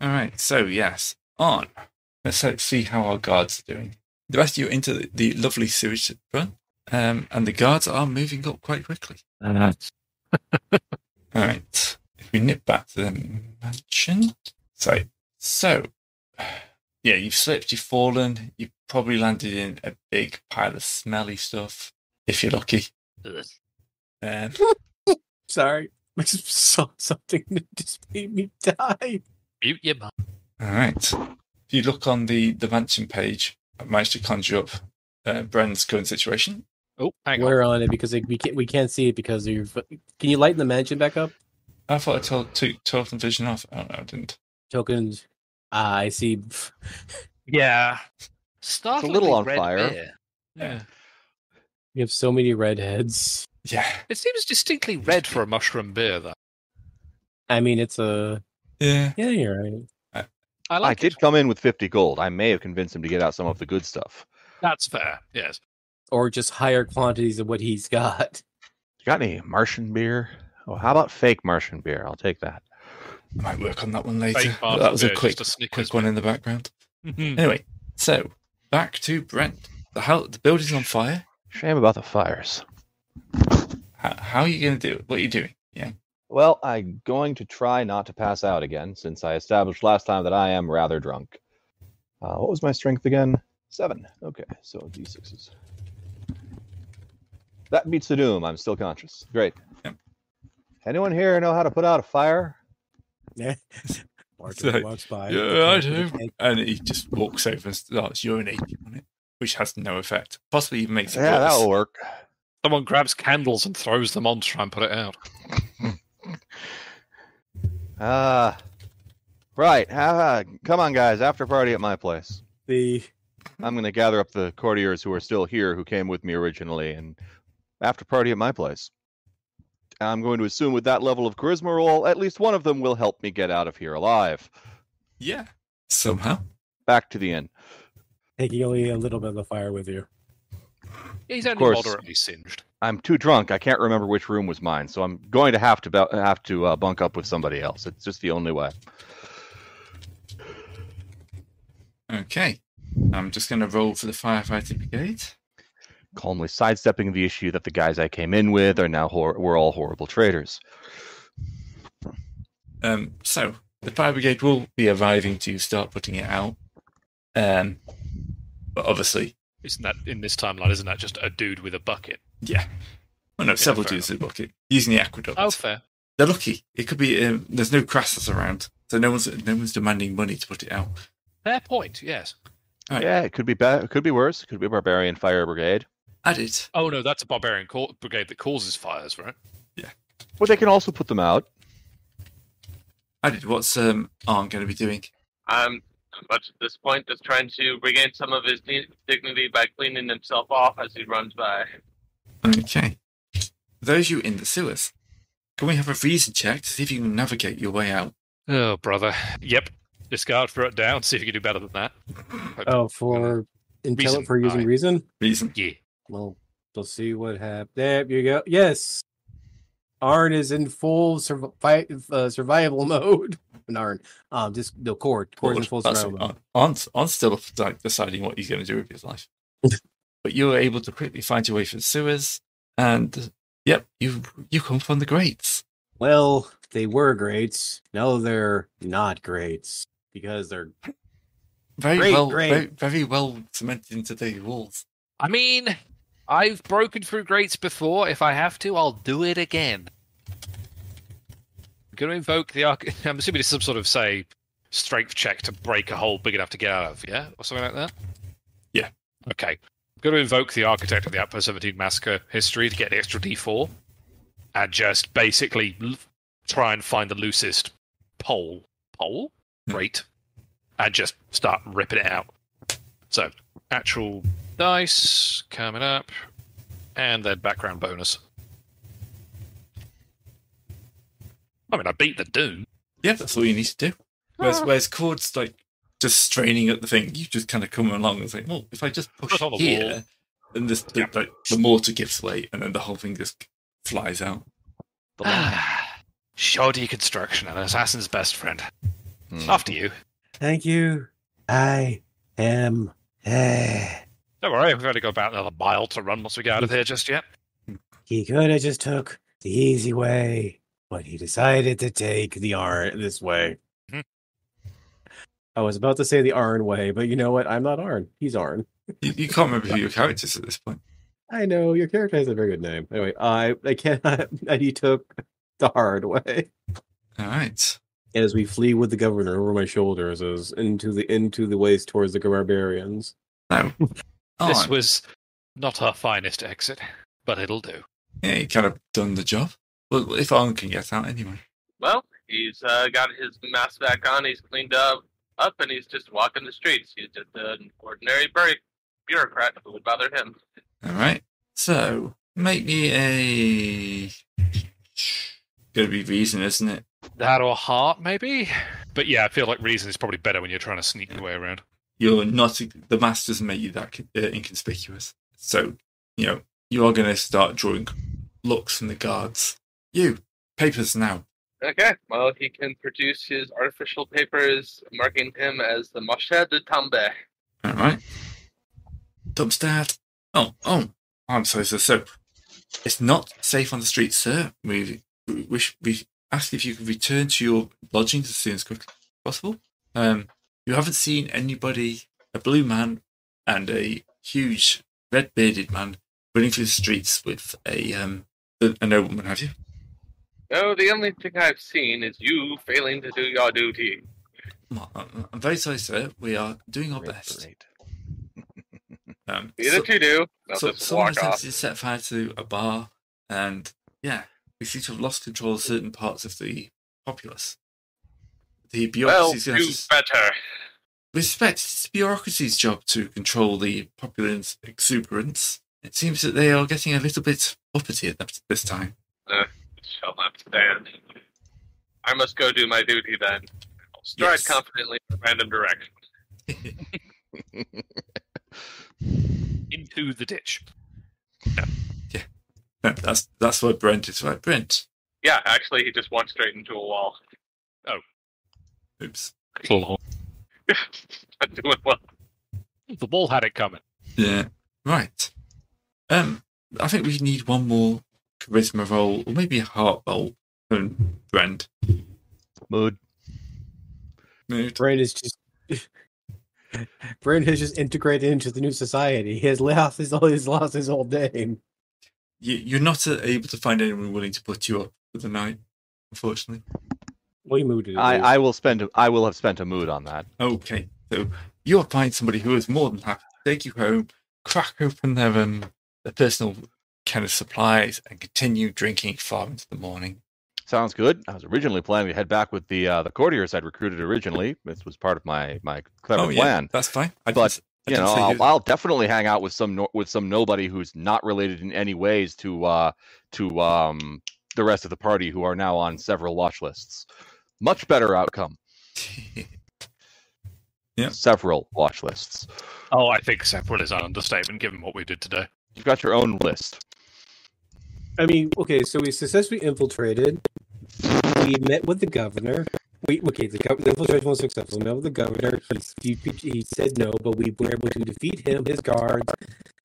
A: All right. So yes, on. Let's like, see how our guards are doing. The rest of you are into the, the lovely sewage run, um, and the guards are moving up quite quickly. All right. If we nip back to the mansion, so so, yeah, you've slipped, you've fallen, you probably landed in a big pile of smelly stuff if you're lucky. Um,
C: sorry I just saw something that just made me die
D: Mute your mouth.
A: All right. If you look on the the mansion page, I managed to conjure up uh, Bren's current situation.
D: Oh, hang on.
C: we're on it because it, we can't we can't see it because you've can you lighten the mansion back up
A: I thought I told to told them vision off. Oh no, I didn't.
C: tokens. Ah, I see.
D: Yeah, start
B: little on fire.
A: Yeah.
C: We have so many redheads.
A: Yeah.
D: It seems distinctly red for a mushroom beer, though.
C: I mean, it's a
A: Yeah.
C: yeah. You're right.
D: I
B: I
D: like it.
B: did come in with 50 gold. I may have convinced him to get out some of the good stuff.
D: That's fair. Yes.
C: Or just higher quantities of what he's got.
B: You got any Martian beer? Oh, how about fake Martian beer? I'll take that.
A: I might work on that one later.
D: Fake
A: But that was a
D: beer,
A: quick
D: just a
A: quick
D: Snickers.
A: one in the background. Anyway, so back to Brent. The house, the building's on fire.
B: Shame about the fires.
A: How, how are you going to do it? What are you doing? Yeah.
B: Well, I'm going to try not to pass out again since I established last time that I am rather drunk. Uh, what was my strength again? Seven. Okay, so d6s. That beats the doom. I'm still conscious. Great.
A: Yep.
B: Anyone here know how to put out a fire?
A: So,
C: walks by.
A: Yeah, I do. And he just walks over and starts urinating on it, which has no effect. Possibly even makes it
B: Yeah,
A: worse.
B: that'll work.
D: Someone grabs candles and throws them on to try and put it out.
B: Uh, right. Uh, come on, guys. After party at my place.
C: The
B: I'm going to gather up the courtiers who are still here who came with me originally and after party at my place. I'm going to assume with that level of charisma roll, at least one of them will help me get out of here alive.
A: Yeah. Somehow.
B: Back to the inn.
C: taking only a little bit of the fire with you.
D: He's only
B: course.
D: moderately singed.
B: I'm too drunk. I can't remember which room was mine, so I'm going to have to bu- have to uh, bunk up with somebody else. It's just the only way.
A: Okay. I'm just going to roll for the firefighting brigade.
B: Calmly sidestepping the issue that the guys I came in with are now hor- we're all horrible traitors.
A: Um, so the fire brigade will be arriving to start putting it out. Um, but obviously,
D: Isn't that in this timeline? Isn't that just a dude with a bucket?
A: yeah. Well, no, several
D: fair
A: dudes in the bucket using the aqueduct.
D: Oh, fair.
A: They're lucky. It could be um, there's no crassus around, so no one's no one's demanding money to put it out.
D: Fair point. Yes.
A: Right.
B: Yeah, it could be bad. It could be worse. It could be barbarian fire brigade.
A: Add it.
D: Oh no, that's a barbarian cor- brigade that causes fires, right?
B: But they can also put them out.
A: Add it. What's um Arn going to be doing?
E: I'm much at um, this point just trying to regain some of his di- dignity by cleaning himself off as he runs by.
A: Okay. Those you in the sewers. Can we have a reason check to see if you can navigate your way out?
D: Oh, brother. Yep. Discard, throw it down. See if you can do better than that.
C: Oh, for
D: Reason,
C: intel for using
D: alright.
C: reason.
A: Reason.
D: Yeah.
C: Well, we'll see what happens. There you go. Yes, Arn is in full survi- uh, survival mode. An Arn, um, just no cord. Cord's in full
A: That's
C: survival
A: it.
C: mode.
A: Arn- Arn's, Arn's uh, still like deciding what he's going to do with his life. but you're able to quickly find your way through the sewers, and yep, you you come from the grates.
C: Well, they were greats. Now they're not greats because they're.
A: Very
C: Great,
A: well,
C: great.
A: Very, very well cemented into the walls.
D: I mean, I've broken through grates before. If I have to, I'll do it again. I'm going to invoke the arc. I'm assuming it's some sort of, say, strength check to break a hole big enough to get out of, yeah? Or something like that?
A: Yeah.
D: Okay. I'm going to invoke the architect of the Outpost 17 Massacre history to get the extra d4 and just basically l- try and find the loosest pole. Pole?
A: Hmm.
D: Great. And just start ripping it out. So, actual dice coming up, and then background bonus. I mean, I beat the Doom.
A: Yeah, that's all you need to do. Whereas,
D: Ah.
A: whereas Cord's like just straining at the thing, you just kind of come along and say, "Well, if I just push
D: Just on the
A: here,
D: wall.
A: then this the, like, the mortar gives way, and then the whole thing just flies out."
B: The line.
D: Ah, Shoddy construction, an assassin's best friend.
B: Hmm.
A: Oh,
D: After you.
C: Thank you. I am. Eh.
D: Don't worry, we've only got about another mile to run once we get out of here just yet.
C: He could have just took the easy way, but he decided to take the Arn this way.
D: Mhm.
C: I was about to say the Arn way, but you know what? I'm not Arn. He's Arn.
A: You, you can't remember who your characters at this point.
C: I know your character has a very good name. Anyway, I I cannot. And he took the hard way
A: All right.
C: as we flee with the governor over my shoulders as into the into the ways towards the barbarians.
A: Now,
D: This
A: Arn.
D: was not our finest exit, but it'll do.
A: Yeah, he kind of done the job. Well, if Arn can get out anyway.
E: Well, he's uh, got his mask back on. He's cleaned up, up, and he's just walking the streets. He's just an ordinary bur- bureaucrat. Who would bother him?
A: All right. So make me a. Gonna be reason, isn't it?
D: That or heart, maybe? But yeah, I feel like reason is probably better when you're trying to sneak your way around.
A: You're not the mask doesn't make you that uh, inconspicuous. So you know you are gonna start drawing looks from the guards. You papers now.
E: Okay. Well, he can produce his artificial papers, marking him as the Moshe de Tambe.
A: All right. Dubstad. Oh, oh. I'm sorry, sir. So it's not safe on the street, sir. We we wish we ask if you could return to your lodgings as soon as quickly as possible. Um, you haven't seen anybody, a blue man and a huge red bearded man running through the streets with a um a a nobleman, have you?
E: No, the only thing I've seen is you failing to do your duty.
A: Well, I'm I'm very sorry, sir. We are doing our
B: Great,
A: best.
B: great.
A: Um,
E: See
A: so-
E: that you do. Now
A: So,
E: just
A: someone
E: walk off.
A: essentially set fire to a bar, and yeah, we seem to have lost control of certain parts of the populace. The
E: Well,
A: bureaucracy's going
E: do
A: to have to
E: better.
A: respect it's the bureaucracy's job to control the populace exuberance. It seems that they are getting a little bit uppity at that- this time.
E: shall not stand. I must go do my duty then. I'll stride
A: Yes.
E: confidently in a random direction.
D: Into the ditch.
A: No, that's that's why Brent is right. Brent.
E: Yeah, actually, he just walked straight into a wall.
A: Oops.
E: Not doing well.
D: The wall had it coming.
A: Yeah. Right. Um, I think we need one more charisma roll, or maybe a heart roll from Brent.
B: Mood.
A: Mood.
C: Brain is just. Brain has just integrated into the new society. He has lost his he's lost his whole name.
A: You, you're not uh, able to find anyone willing to put you up for the night, unfortunately.
C: We moved it.
B: I, I will spend. I will have spent a mood on that.
A: Okay, so you'll find somebody who is more than happy to take you home, crack open their um their personal kind of supplies, and continue drinking far into the morning.
B: Sounds good. I was originally planning to head back with the uh, the courtiers I'd recruited originally. This was part of my my clever
A: oh yeah,
B: plan.
A: that's fine. I
B: But,
A: didn't- I
B: you
A: didn't
B: know,
A: say
B: I'll,
A: you-
B: I'll definitely hang out with some no- with some nobody who's not related in any ways to uh, to um, the rest of the party who are now on several watch lists. Much better outcome.
A: Yep.
B: Several watch lists.
D: Oh, I think several is an understatement given what we did today.
B: You've got your own list.
C: I mean, okay, so we successfully infiltrated. We met with the governor. We okay, the, gov- the infiltration was successful. We met with the governor. He, he he said no, but we were able to defeat him, his guards,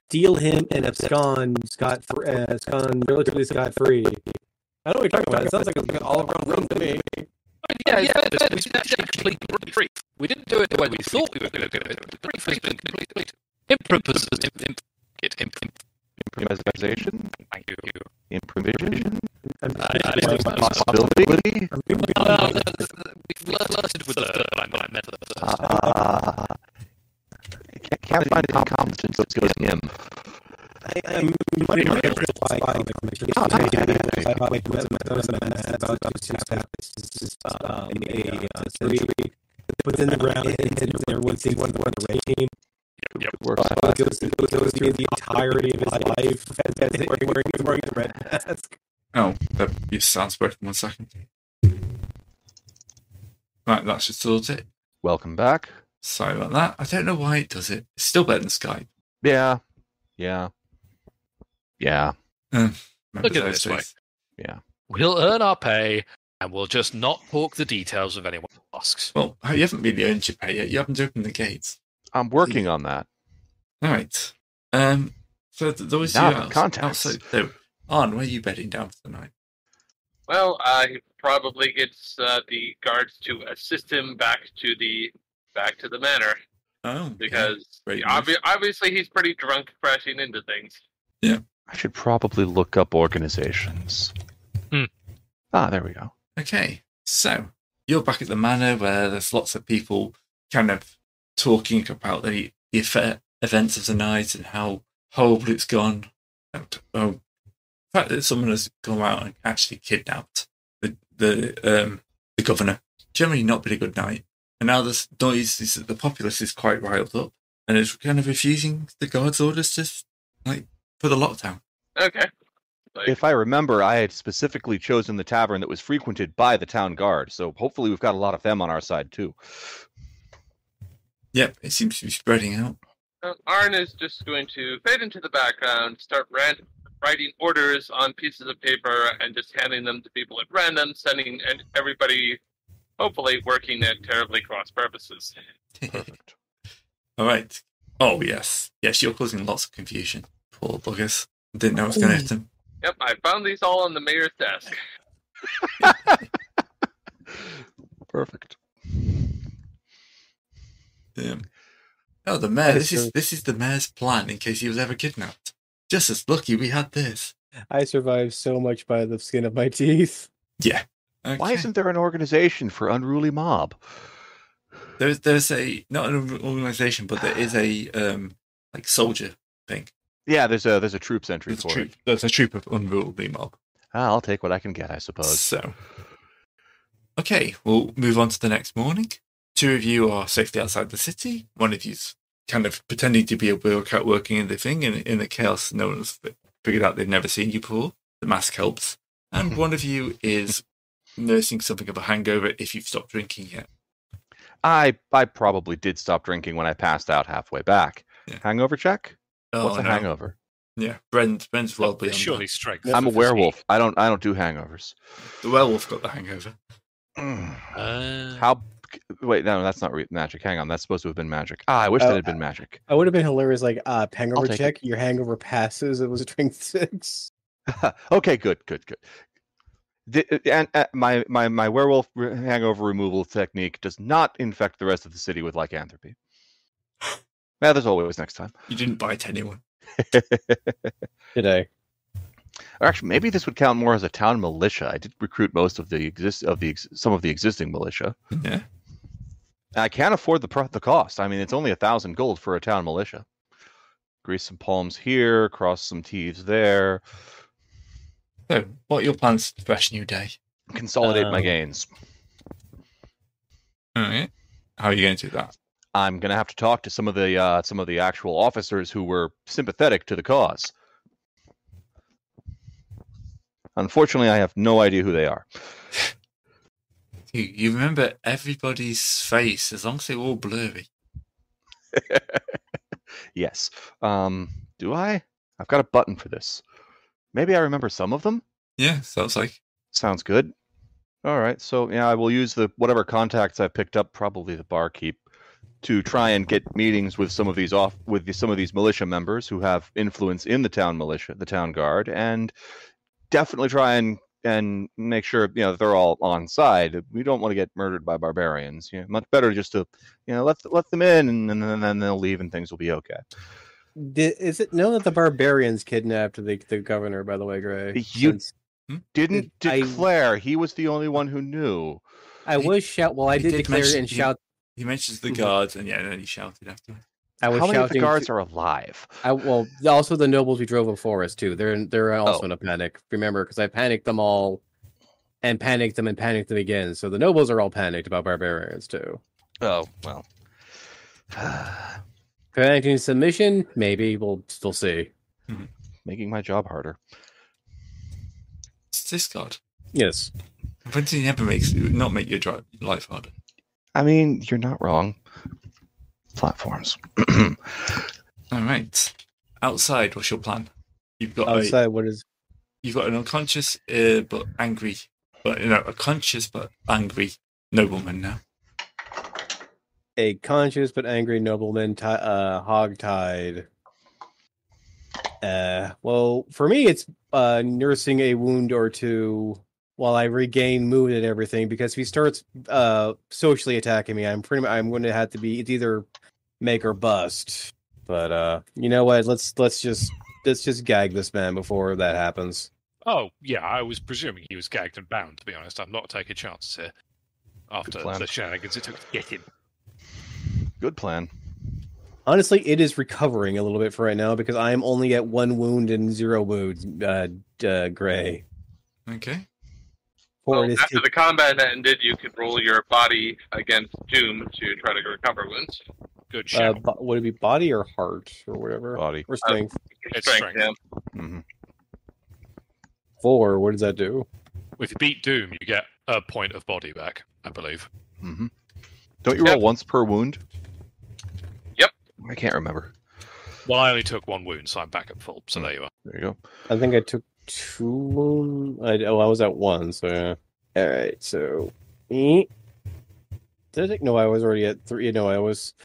C: deal him, and abscond Scott fr- uh, abscond relatively scot free. I don't know what you're talking about. It sounds like an all around room to me.
D: Yeah, yeah, we did actually complete the brief. We didn't do it the way we thought we were going to do it, but the brief has been completed. Improvise, imp, imp, it, imp, imp,
B: Improvisation,
D: thank you.
B: improvisation,
C: I'm,
B: possibility.
D: Uh, we- we flirted with the third line, but I meant the first.
B: Uh, I can't- can't find a competence. Let's go to him.
C: I'm money money but then the ground and everyone sees one one the red team
D: Yep.
B: Works out.
C: goes goes through the entirety of his life as wearing, wearing, wearing the red mask.
A: Oh, that your sound's broken. One second. Right, that should sort it.
B: Welcome back.
A: Sorry about that. I don't know why it does it. It's still better than Skype.
B: Yeah. Yeah. Yeah.
A: Remember
D: Look at it
A: those
D: this way.
A: days?
D: We'll earn our pay, and we'll just not talk the details of anyone who asks.
A: Well, you haven't really earned your pay yet. You haven't opened the gates.
B: I'm working on that.
A: All right. Um. So th- those
B: Now
A: two
B: for
A: outs-
B: contacts.
A: outside. So, Arn, where are you bedding down for the night?
E: Well, uh, he probably gets uh, the guards to assist him back to the back to the manor
A: Oh, yeah.
E: because
A: Great
E: obvi- obviously he's pretty drunk crashing into things.
B: I should probably look up organizations.
D: Hmm.
B: Ah, there we go.
A: Okay. So you're back at the manor where there's lots of people kind of talking about the, the affair, events of the night and how horrible it's gone. And, oh, the fact that someone has gone out and actually kidnapped the the um the governor. Generally, not been a good night. And now this noise is that the populace is quite riled up and is kind of refusing the guards' orders to like put a lockdown.
E: Okay. Like,
B: If I remember, I had specifically chosen the tavern that was frequented by the town guard, so hopefully we've got a lot of them on our side too.
A: Yep, it seems to be spreading out.
E: uh, Arn is just going to fade into the background, start ran- writing orders on pieces of paper, and just handing them to people at random, sending and everybody, hopefully, working at terribly cross purposes.
B: Perfect.
A: All right. Oh yes, yes. You're causing lots of confusion. Poor buggers. Didn't know it was going to hit them.
E: Yep, I found these all on the mayor's desk.
B: Perfect.
A: Yeah. Oh, the mayor. This
C: Sure.
A: is this is the mayor's plan in case he was ever kidnapped. Just as lucky we had this.
C: I survived so much by the skin of my teeth.
A: Yeah. Okay.
B: Why isn't there an organization for unruly mob?
A: there's there's a not an organization, but there is a um like soldier thing.
B: Yeah, there's a there's a troops entry
A: There's a
B: for
A: troop.
B: it.
A: There's a troop of unruly mob.
B: Ah, I'll take what I can get, I suppose.
A: So. Okay, we'll move on to the next morning. Two of you are safely outside the city. One of you's kind of pretending to be a bureaucrat working in the thing in, in the chaos. No one's fi- figured out they've never seen you before. The mask helps.
B: Mm-hmm.
A: And one of you is nursing something of a hangover if you've stopped drinking yet.
B: I I probably did stop drinking when I passed out halfway back.
A: Yeah.
B: Hangover check?
A: Oh,
B: What's a
A: no.
B: hangover? Oh,
A: Yeah, Bren's Bren's well beyond. that.
D: surely strength.
B: I'm a
D: Physique.
B: werewolf. I don't I don't do hangovers. Hmm.
A: The werewolf got the hangover.
D: Uh,
B: How? Wait, no, that's not re- magic. Hang on, that's supposed to have been magic. Ah, I wish
C: Oh,
B: that had been magic.
C: I would have been hilarious, like uh hangover
B: take it.
C: check. Your hangover passes. It was a drink six.
B: okay, good, good, good. The, and uh, my my my werewolf re- hangover removal technique does not infect the rest of the city with lycanthropy. Now, there's always next time.
A: You didn't bite anyone.
C: today.
B: Or actually, maybe this would count more as a town militia. I did recruit most of the exist of the ex- some of the existing militia.
A: Yeah.
B: I can't afford the pro- the cost. I mean, it's only a thousand gold for a town militia. Grease some palms here, cross some T's there,
A: So, what are your plans for the fresh new day?
B: consolidate my
D: Um,
B: gains.
A: All right. How are you going to do that?
B: I'm gonna have to talk to some of the uh, some of the actual officers who were sympathetic to the cause. Unfortunately, I have no idea who they are.
A: You, you remember everybody's face as long as they're all blurry.
B: Yes. Um, do I? I've got a button for this. Maybe I remember some of them.
A: Yeah, sounds like
B: Sounds good. All right. So yeah, I will use the whatever contacts I picked up, probably the barkeep, to try and get meetings with some of these off with the, some of these militia members who have influence in the town militia, the town guard, and definitely try and and make sure you know they're all on side. We don't want to get murdered by barbarians. You know, much better just to you know let let them in and then and then they'll leave and things will be okay.
C: Did, is it known that the barbarians kidnapped the, the governor? By the way, Gray.
B: You-
C: Since-
B: Didn't
C: Did I-
B: declare. He was the only one who knew.
C: I
A: He-
C: was shout. Well, I
A: he
C: did,
A: did
C: declare it
A: mention-
C: and
A: he-
C: shout.
A: he mentions the
C: Mhm.
A: guards, and yeah, and then he shouted after.
C: I was
B: How many of
C: shouting.
B: the guards are alive?
C: I, well, also the nobles we drove before us too. They're in- they're also
B: Oh.
C: in a panic. Remember, because I panicked them all, and panicked them and panicked them again. So the nobles are all panicked about barbarians too.
B: Oh well.
C: Panicked submission, maybe we'll still see.
B: Making my job harder.
A: It's this god.
C: Yes,
A: But he never makes not make your dri life harder.
B: I mean, you're not wrong. Platforms.
A: All right. Outside, what's your plan? You've got a,
C: outside. What is?
A: you've got an unconscious uh, but angry, but you know a conscious but angry nobleman now.
C: a conscious but angry nobleman ti uh hogtied uh well for me it's uh nursing a wound or two while i regain mood and everything because if he starts uh socially attacking me i'm pretty much i'm gonna have to be it's either make or bust but uh you know what let's let's just let's just gag this man before that happens
D: oh, yeah, I was presuming he was gagged and bound, to be honest. I'm not taking chances here after
B: plan.
D: the shenanigans it took to get him.
B: Good plan.
C: honestly it is recovering a little bit for right now because i am only at one wound and zero wounds uh, uh gray
A: Okay.
C: Or
E: So
C: it is
E: Oh, after
C: taking-
E: the combat ended, you could roll your body against Doom to try to recover wounds.
D: Good
C: uh,
D: shout.
C: bo- would it be body or heart or whatever
B: Body.
C: or strength
D: It's
E: Strength,
D: strength.
E: yeah.
B: hmm
C: four? What does that do?
D: if you beat Doom, you get a point of body back, I believe.
B: hmm Don't you roll once per wound?
E: Yep.
B: I can't remember.
D: Well, I only took one wound, so I'm back at full. So
B: Hmm.
D: there you are.
B: There you go.
C: I think I took two. I, oh, I was at one. So yeah. All right. So eh. did I take? No, I was already at three. No, I was,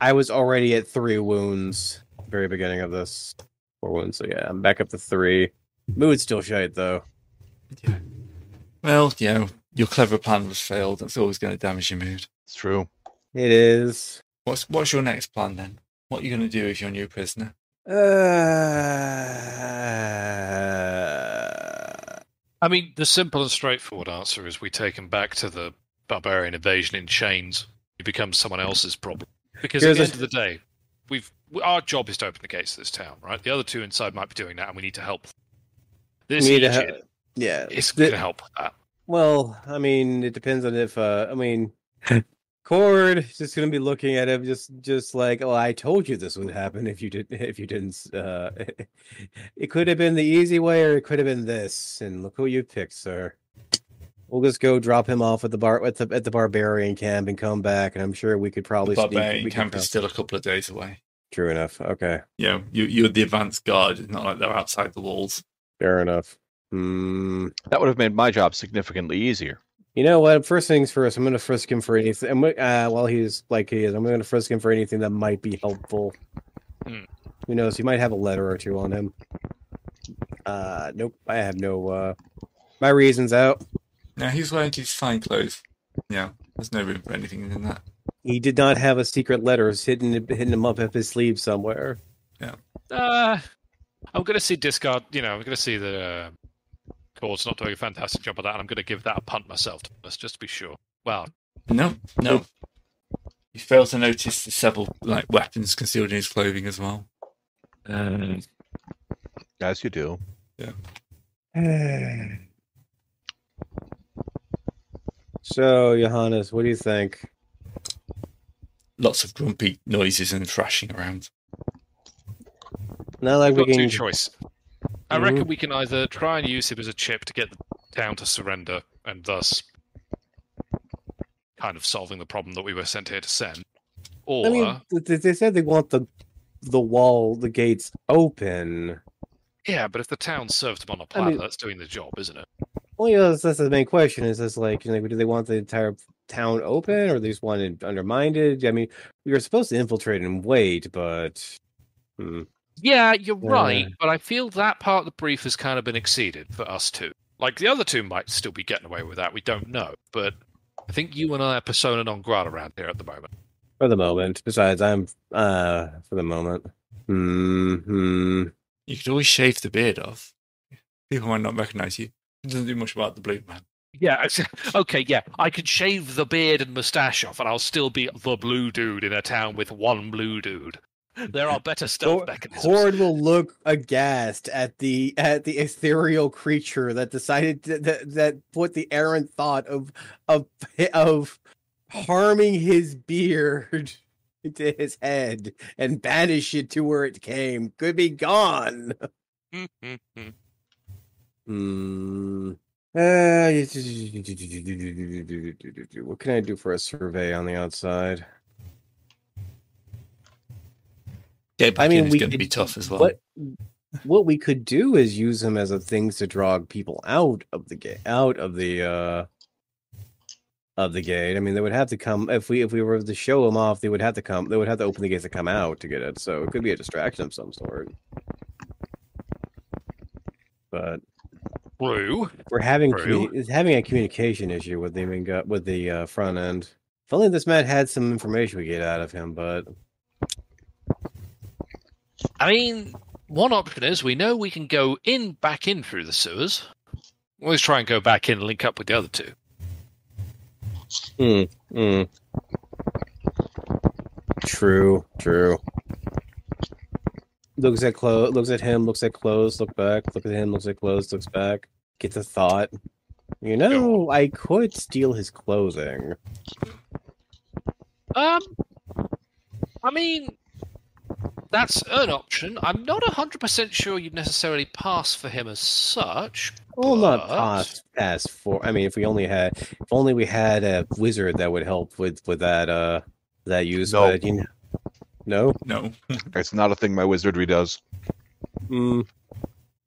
C: I was already at three wounds. Very beginning of this four wounds. So yeah, I'm back up to three. Mood still shite though.
A: Yeah. Well, you know, your clever plan was failed. That's always going to damage your mood.
B: It's true.
C: It is.
A: What's what's your next plan then? What are you going to do with your new prisoner?
C: Uh...
D: I mean, the simple and straightforward answer is we take him back to the barbarian invasion in chains. It becomes someone else's problem. Because
C: Here's
D: at
C: a-
D: the end of the day, we've w- our job is to open the gates of this town, right? The other two inside might be doing that, and we need to help. This
C: Need to
D: idiot
C: ha- yeah.
D: is
C: The-
D: going to help with that.
C: Well, I mean, it depends on if uh I mean Cord is just gonna be looking at him just just like, oh, I told you this would happen if you did if you didn't s- uh it could have been the easy way or it could have been this. And look who you picked, sir. We'll just go drop him off at the bar at the at the barbarian camp and come back, and I'm sure we could
A: The
C: probably sneak-
A: barbarian
C: we could
A: camp
C: prob-
A: is still a couple of days away.
C: True enough. Okay.
A: You know, you, you're the advanced guard. It's not like they're outside the walls.
C: Fair enough. Hmm.
B: That would have made my job significantly easier.
C: You know what? First things first. I'm gonna frisk him for anything. I'm, gonna- uh, while he's like he is, I'm gonna frisk him for anything that might be helpful.
D: Hmm.
C: Who knows? He might have a letter or two on him. Uh, nope. I have no. uh My reasons out.
A: Now he's wearing his fine clothes. Yeah, there's no room for anything in that.
C: He did not have a secret letter It's hidden hidden him up up his sleeve somewhere.
D: Uh, I'm going to see discard. You know, I'm going to see the uh, court's not doing a fantastic job of that, and I'm going to give that a punt myself. To be honest, just to be sure. Well,
A: No, no. You fail to notice the several like weapons concealed in his clothing as well.
C: Uh,
A: Um,
B: As you do.
C: So, Johannes, what do you think?
A: lots of grumpy noises and thrashing around.
C: Not like
D: we've
C: we
D: got
C: can.
D: two choice. I
C: Mm-hmm.
D: reckon we can either try and use him as a chip to get the town to surrender, and thus kind of solving the problem that we were sent here to send, or
C: I mean, th- th- they said they want the the wall, the gates open.
D: yeah, but if the town served him on a
C: I
D: platter,
C: mean-
D: that's doing the job, isn't it?
C: Well, you know, that's, that's the main question. Is this like, you know, do they want the entire town open, or they just want it undermined? I mean, we were supposed to infiltrate and wait, but hmm.
D: Yeah, you're
C: Yeah.
D: right, but I feel that part of the brief has kind of been exceeded for us two. Like the other two might still be getting away with that. We don't know, but I think you and I are persona non grata around here at the moment.
C: for the moment. Besides, I'm uh for the moment. Hmm. hmm.
A: You could always shave the beard off. People might not recognise you. It doesn't do much about the blue man.
D: Yeah. I- Okay. Yeah, I could shave the beard and mustache off, and I'll still be the blue dude in a town with one blue dude. There are better stealth
C: Hor-
D: mechanisms.
C: Horde will look aghast at the at the ethereal creature that decided to, that that put the errant thought of of of harming his beard into his head and banish it to where it came. Could be gone. Hmm. Uh, what can I do for a survey on the outside?
A: Get back
C: mean,
A: in is
C: we
A: going to
C: could-
A: be tough as well.
C: What what we could do is use them as a things to drag people out of the gate, out of the uh of the gate. I mean, they would have to come if we if we were to show them off. They would have to come. They would have to open the gates to come out to get it. So it could be a distraction of some sort. But
D: Blue.
C: we're having
D: True.
C: commu- is having a communication issue with the main gu- with the uh, front end. If only this man had some information we get out of him, but
D: I mean, one option is we know we can go in, back in through the sewers. We'll Let's try and go back in and link up with the other two.
C: Hmm. Mm. True. True. Looks at clothes. Looks at him. Looks at clothes. Look back. Look at him. Looks at clothes. Looks back. Get the thought. You know, I could steal his clothing.
D: Um, I mean, that's an option. I'm not hundred percent sure you'd necessarily pass for him as such.
C: Well, not
D: But-
C: pass pass for. I mean, if we only had, if only we had a wizard that would help with with that uh that use.
B: No.
C: But you know, no.
A: No.
B: It's not a thing my wizardry does.
C: Mm.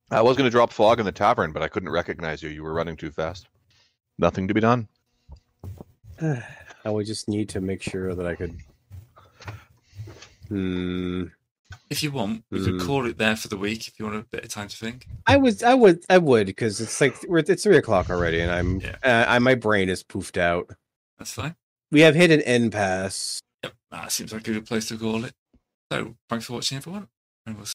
B: I was going to drop fog in the tavern, but I couldn't recognize you. You were running too fast. Nothing to be done.
C: I would just need to make sure that I could. Hmm.
A: If you want, we could
C: Mm.
A: call it there for the week if you want a bit of time to think.
C: I was, I would, I would, because it's like we're, it's three o'clock already, and I'm,
A: Yeah.
C: uh, I, my brain is poofed out.
A: That's fine. Ah,
C: We have hit an impasse.
A: Yep. That seems like a good place to call it. So, thanks for watching, everyone. And we'll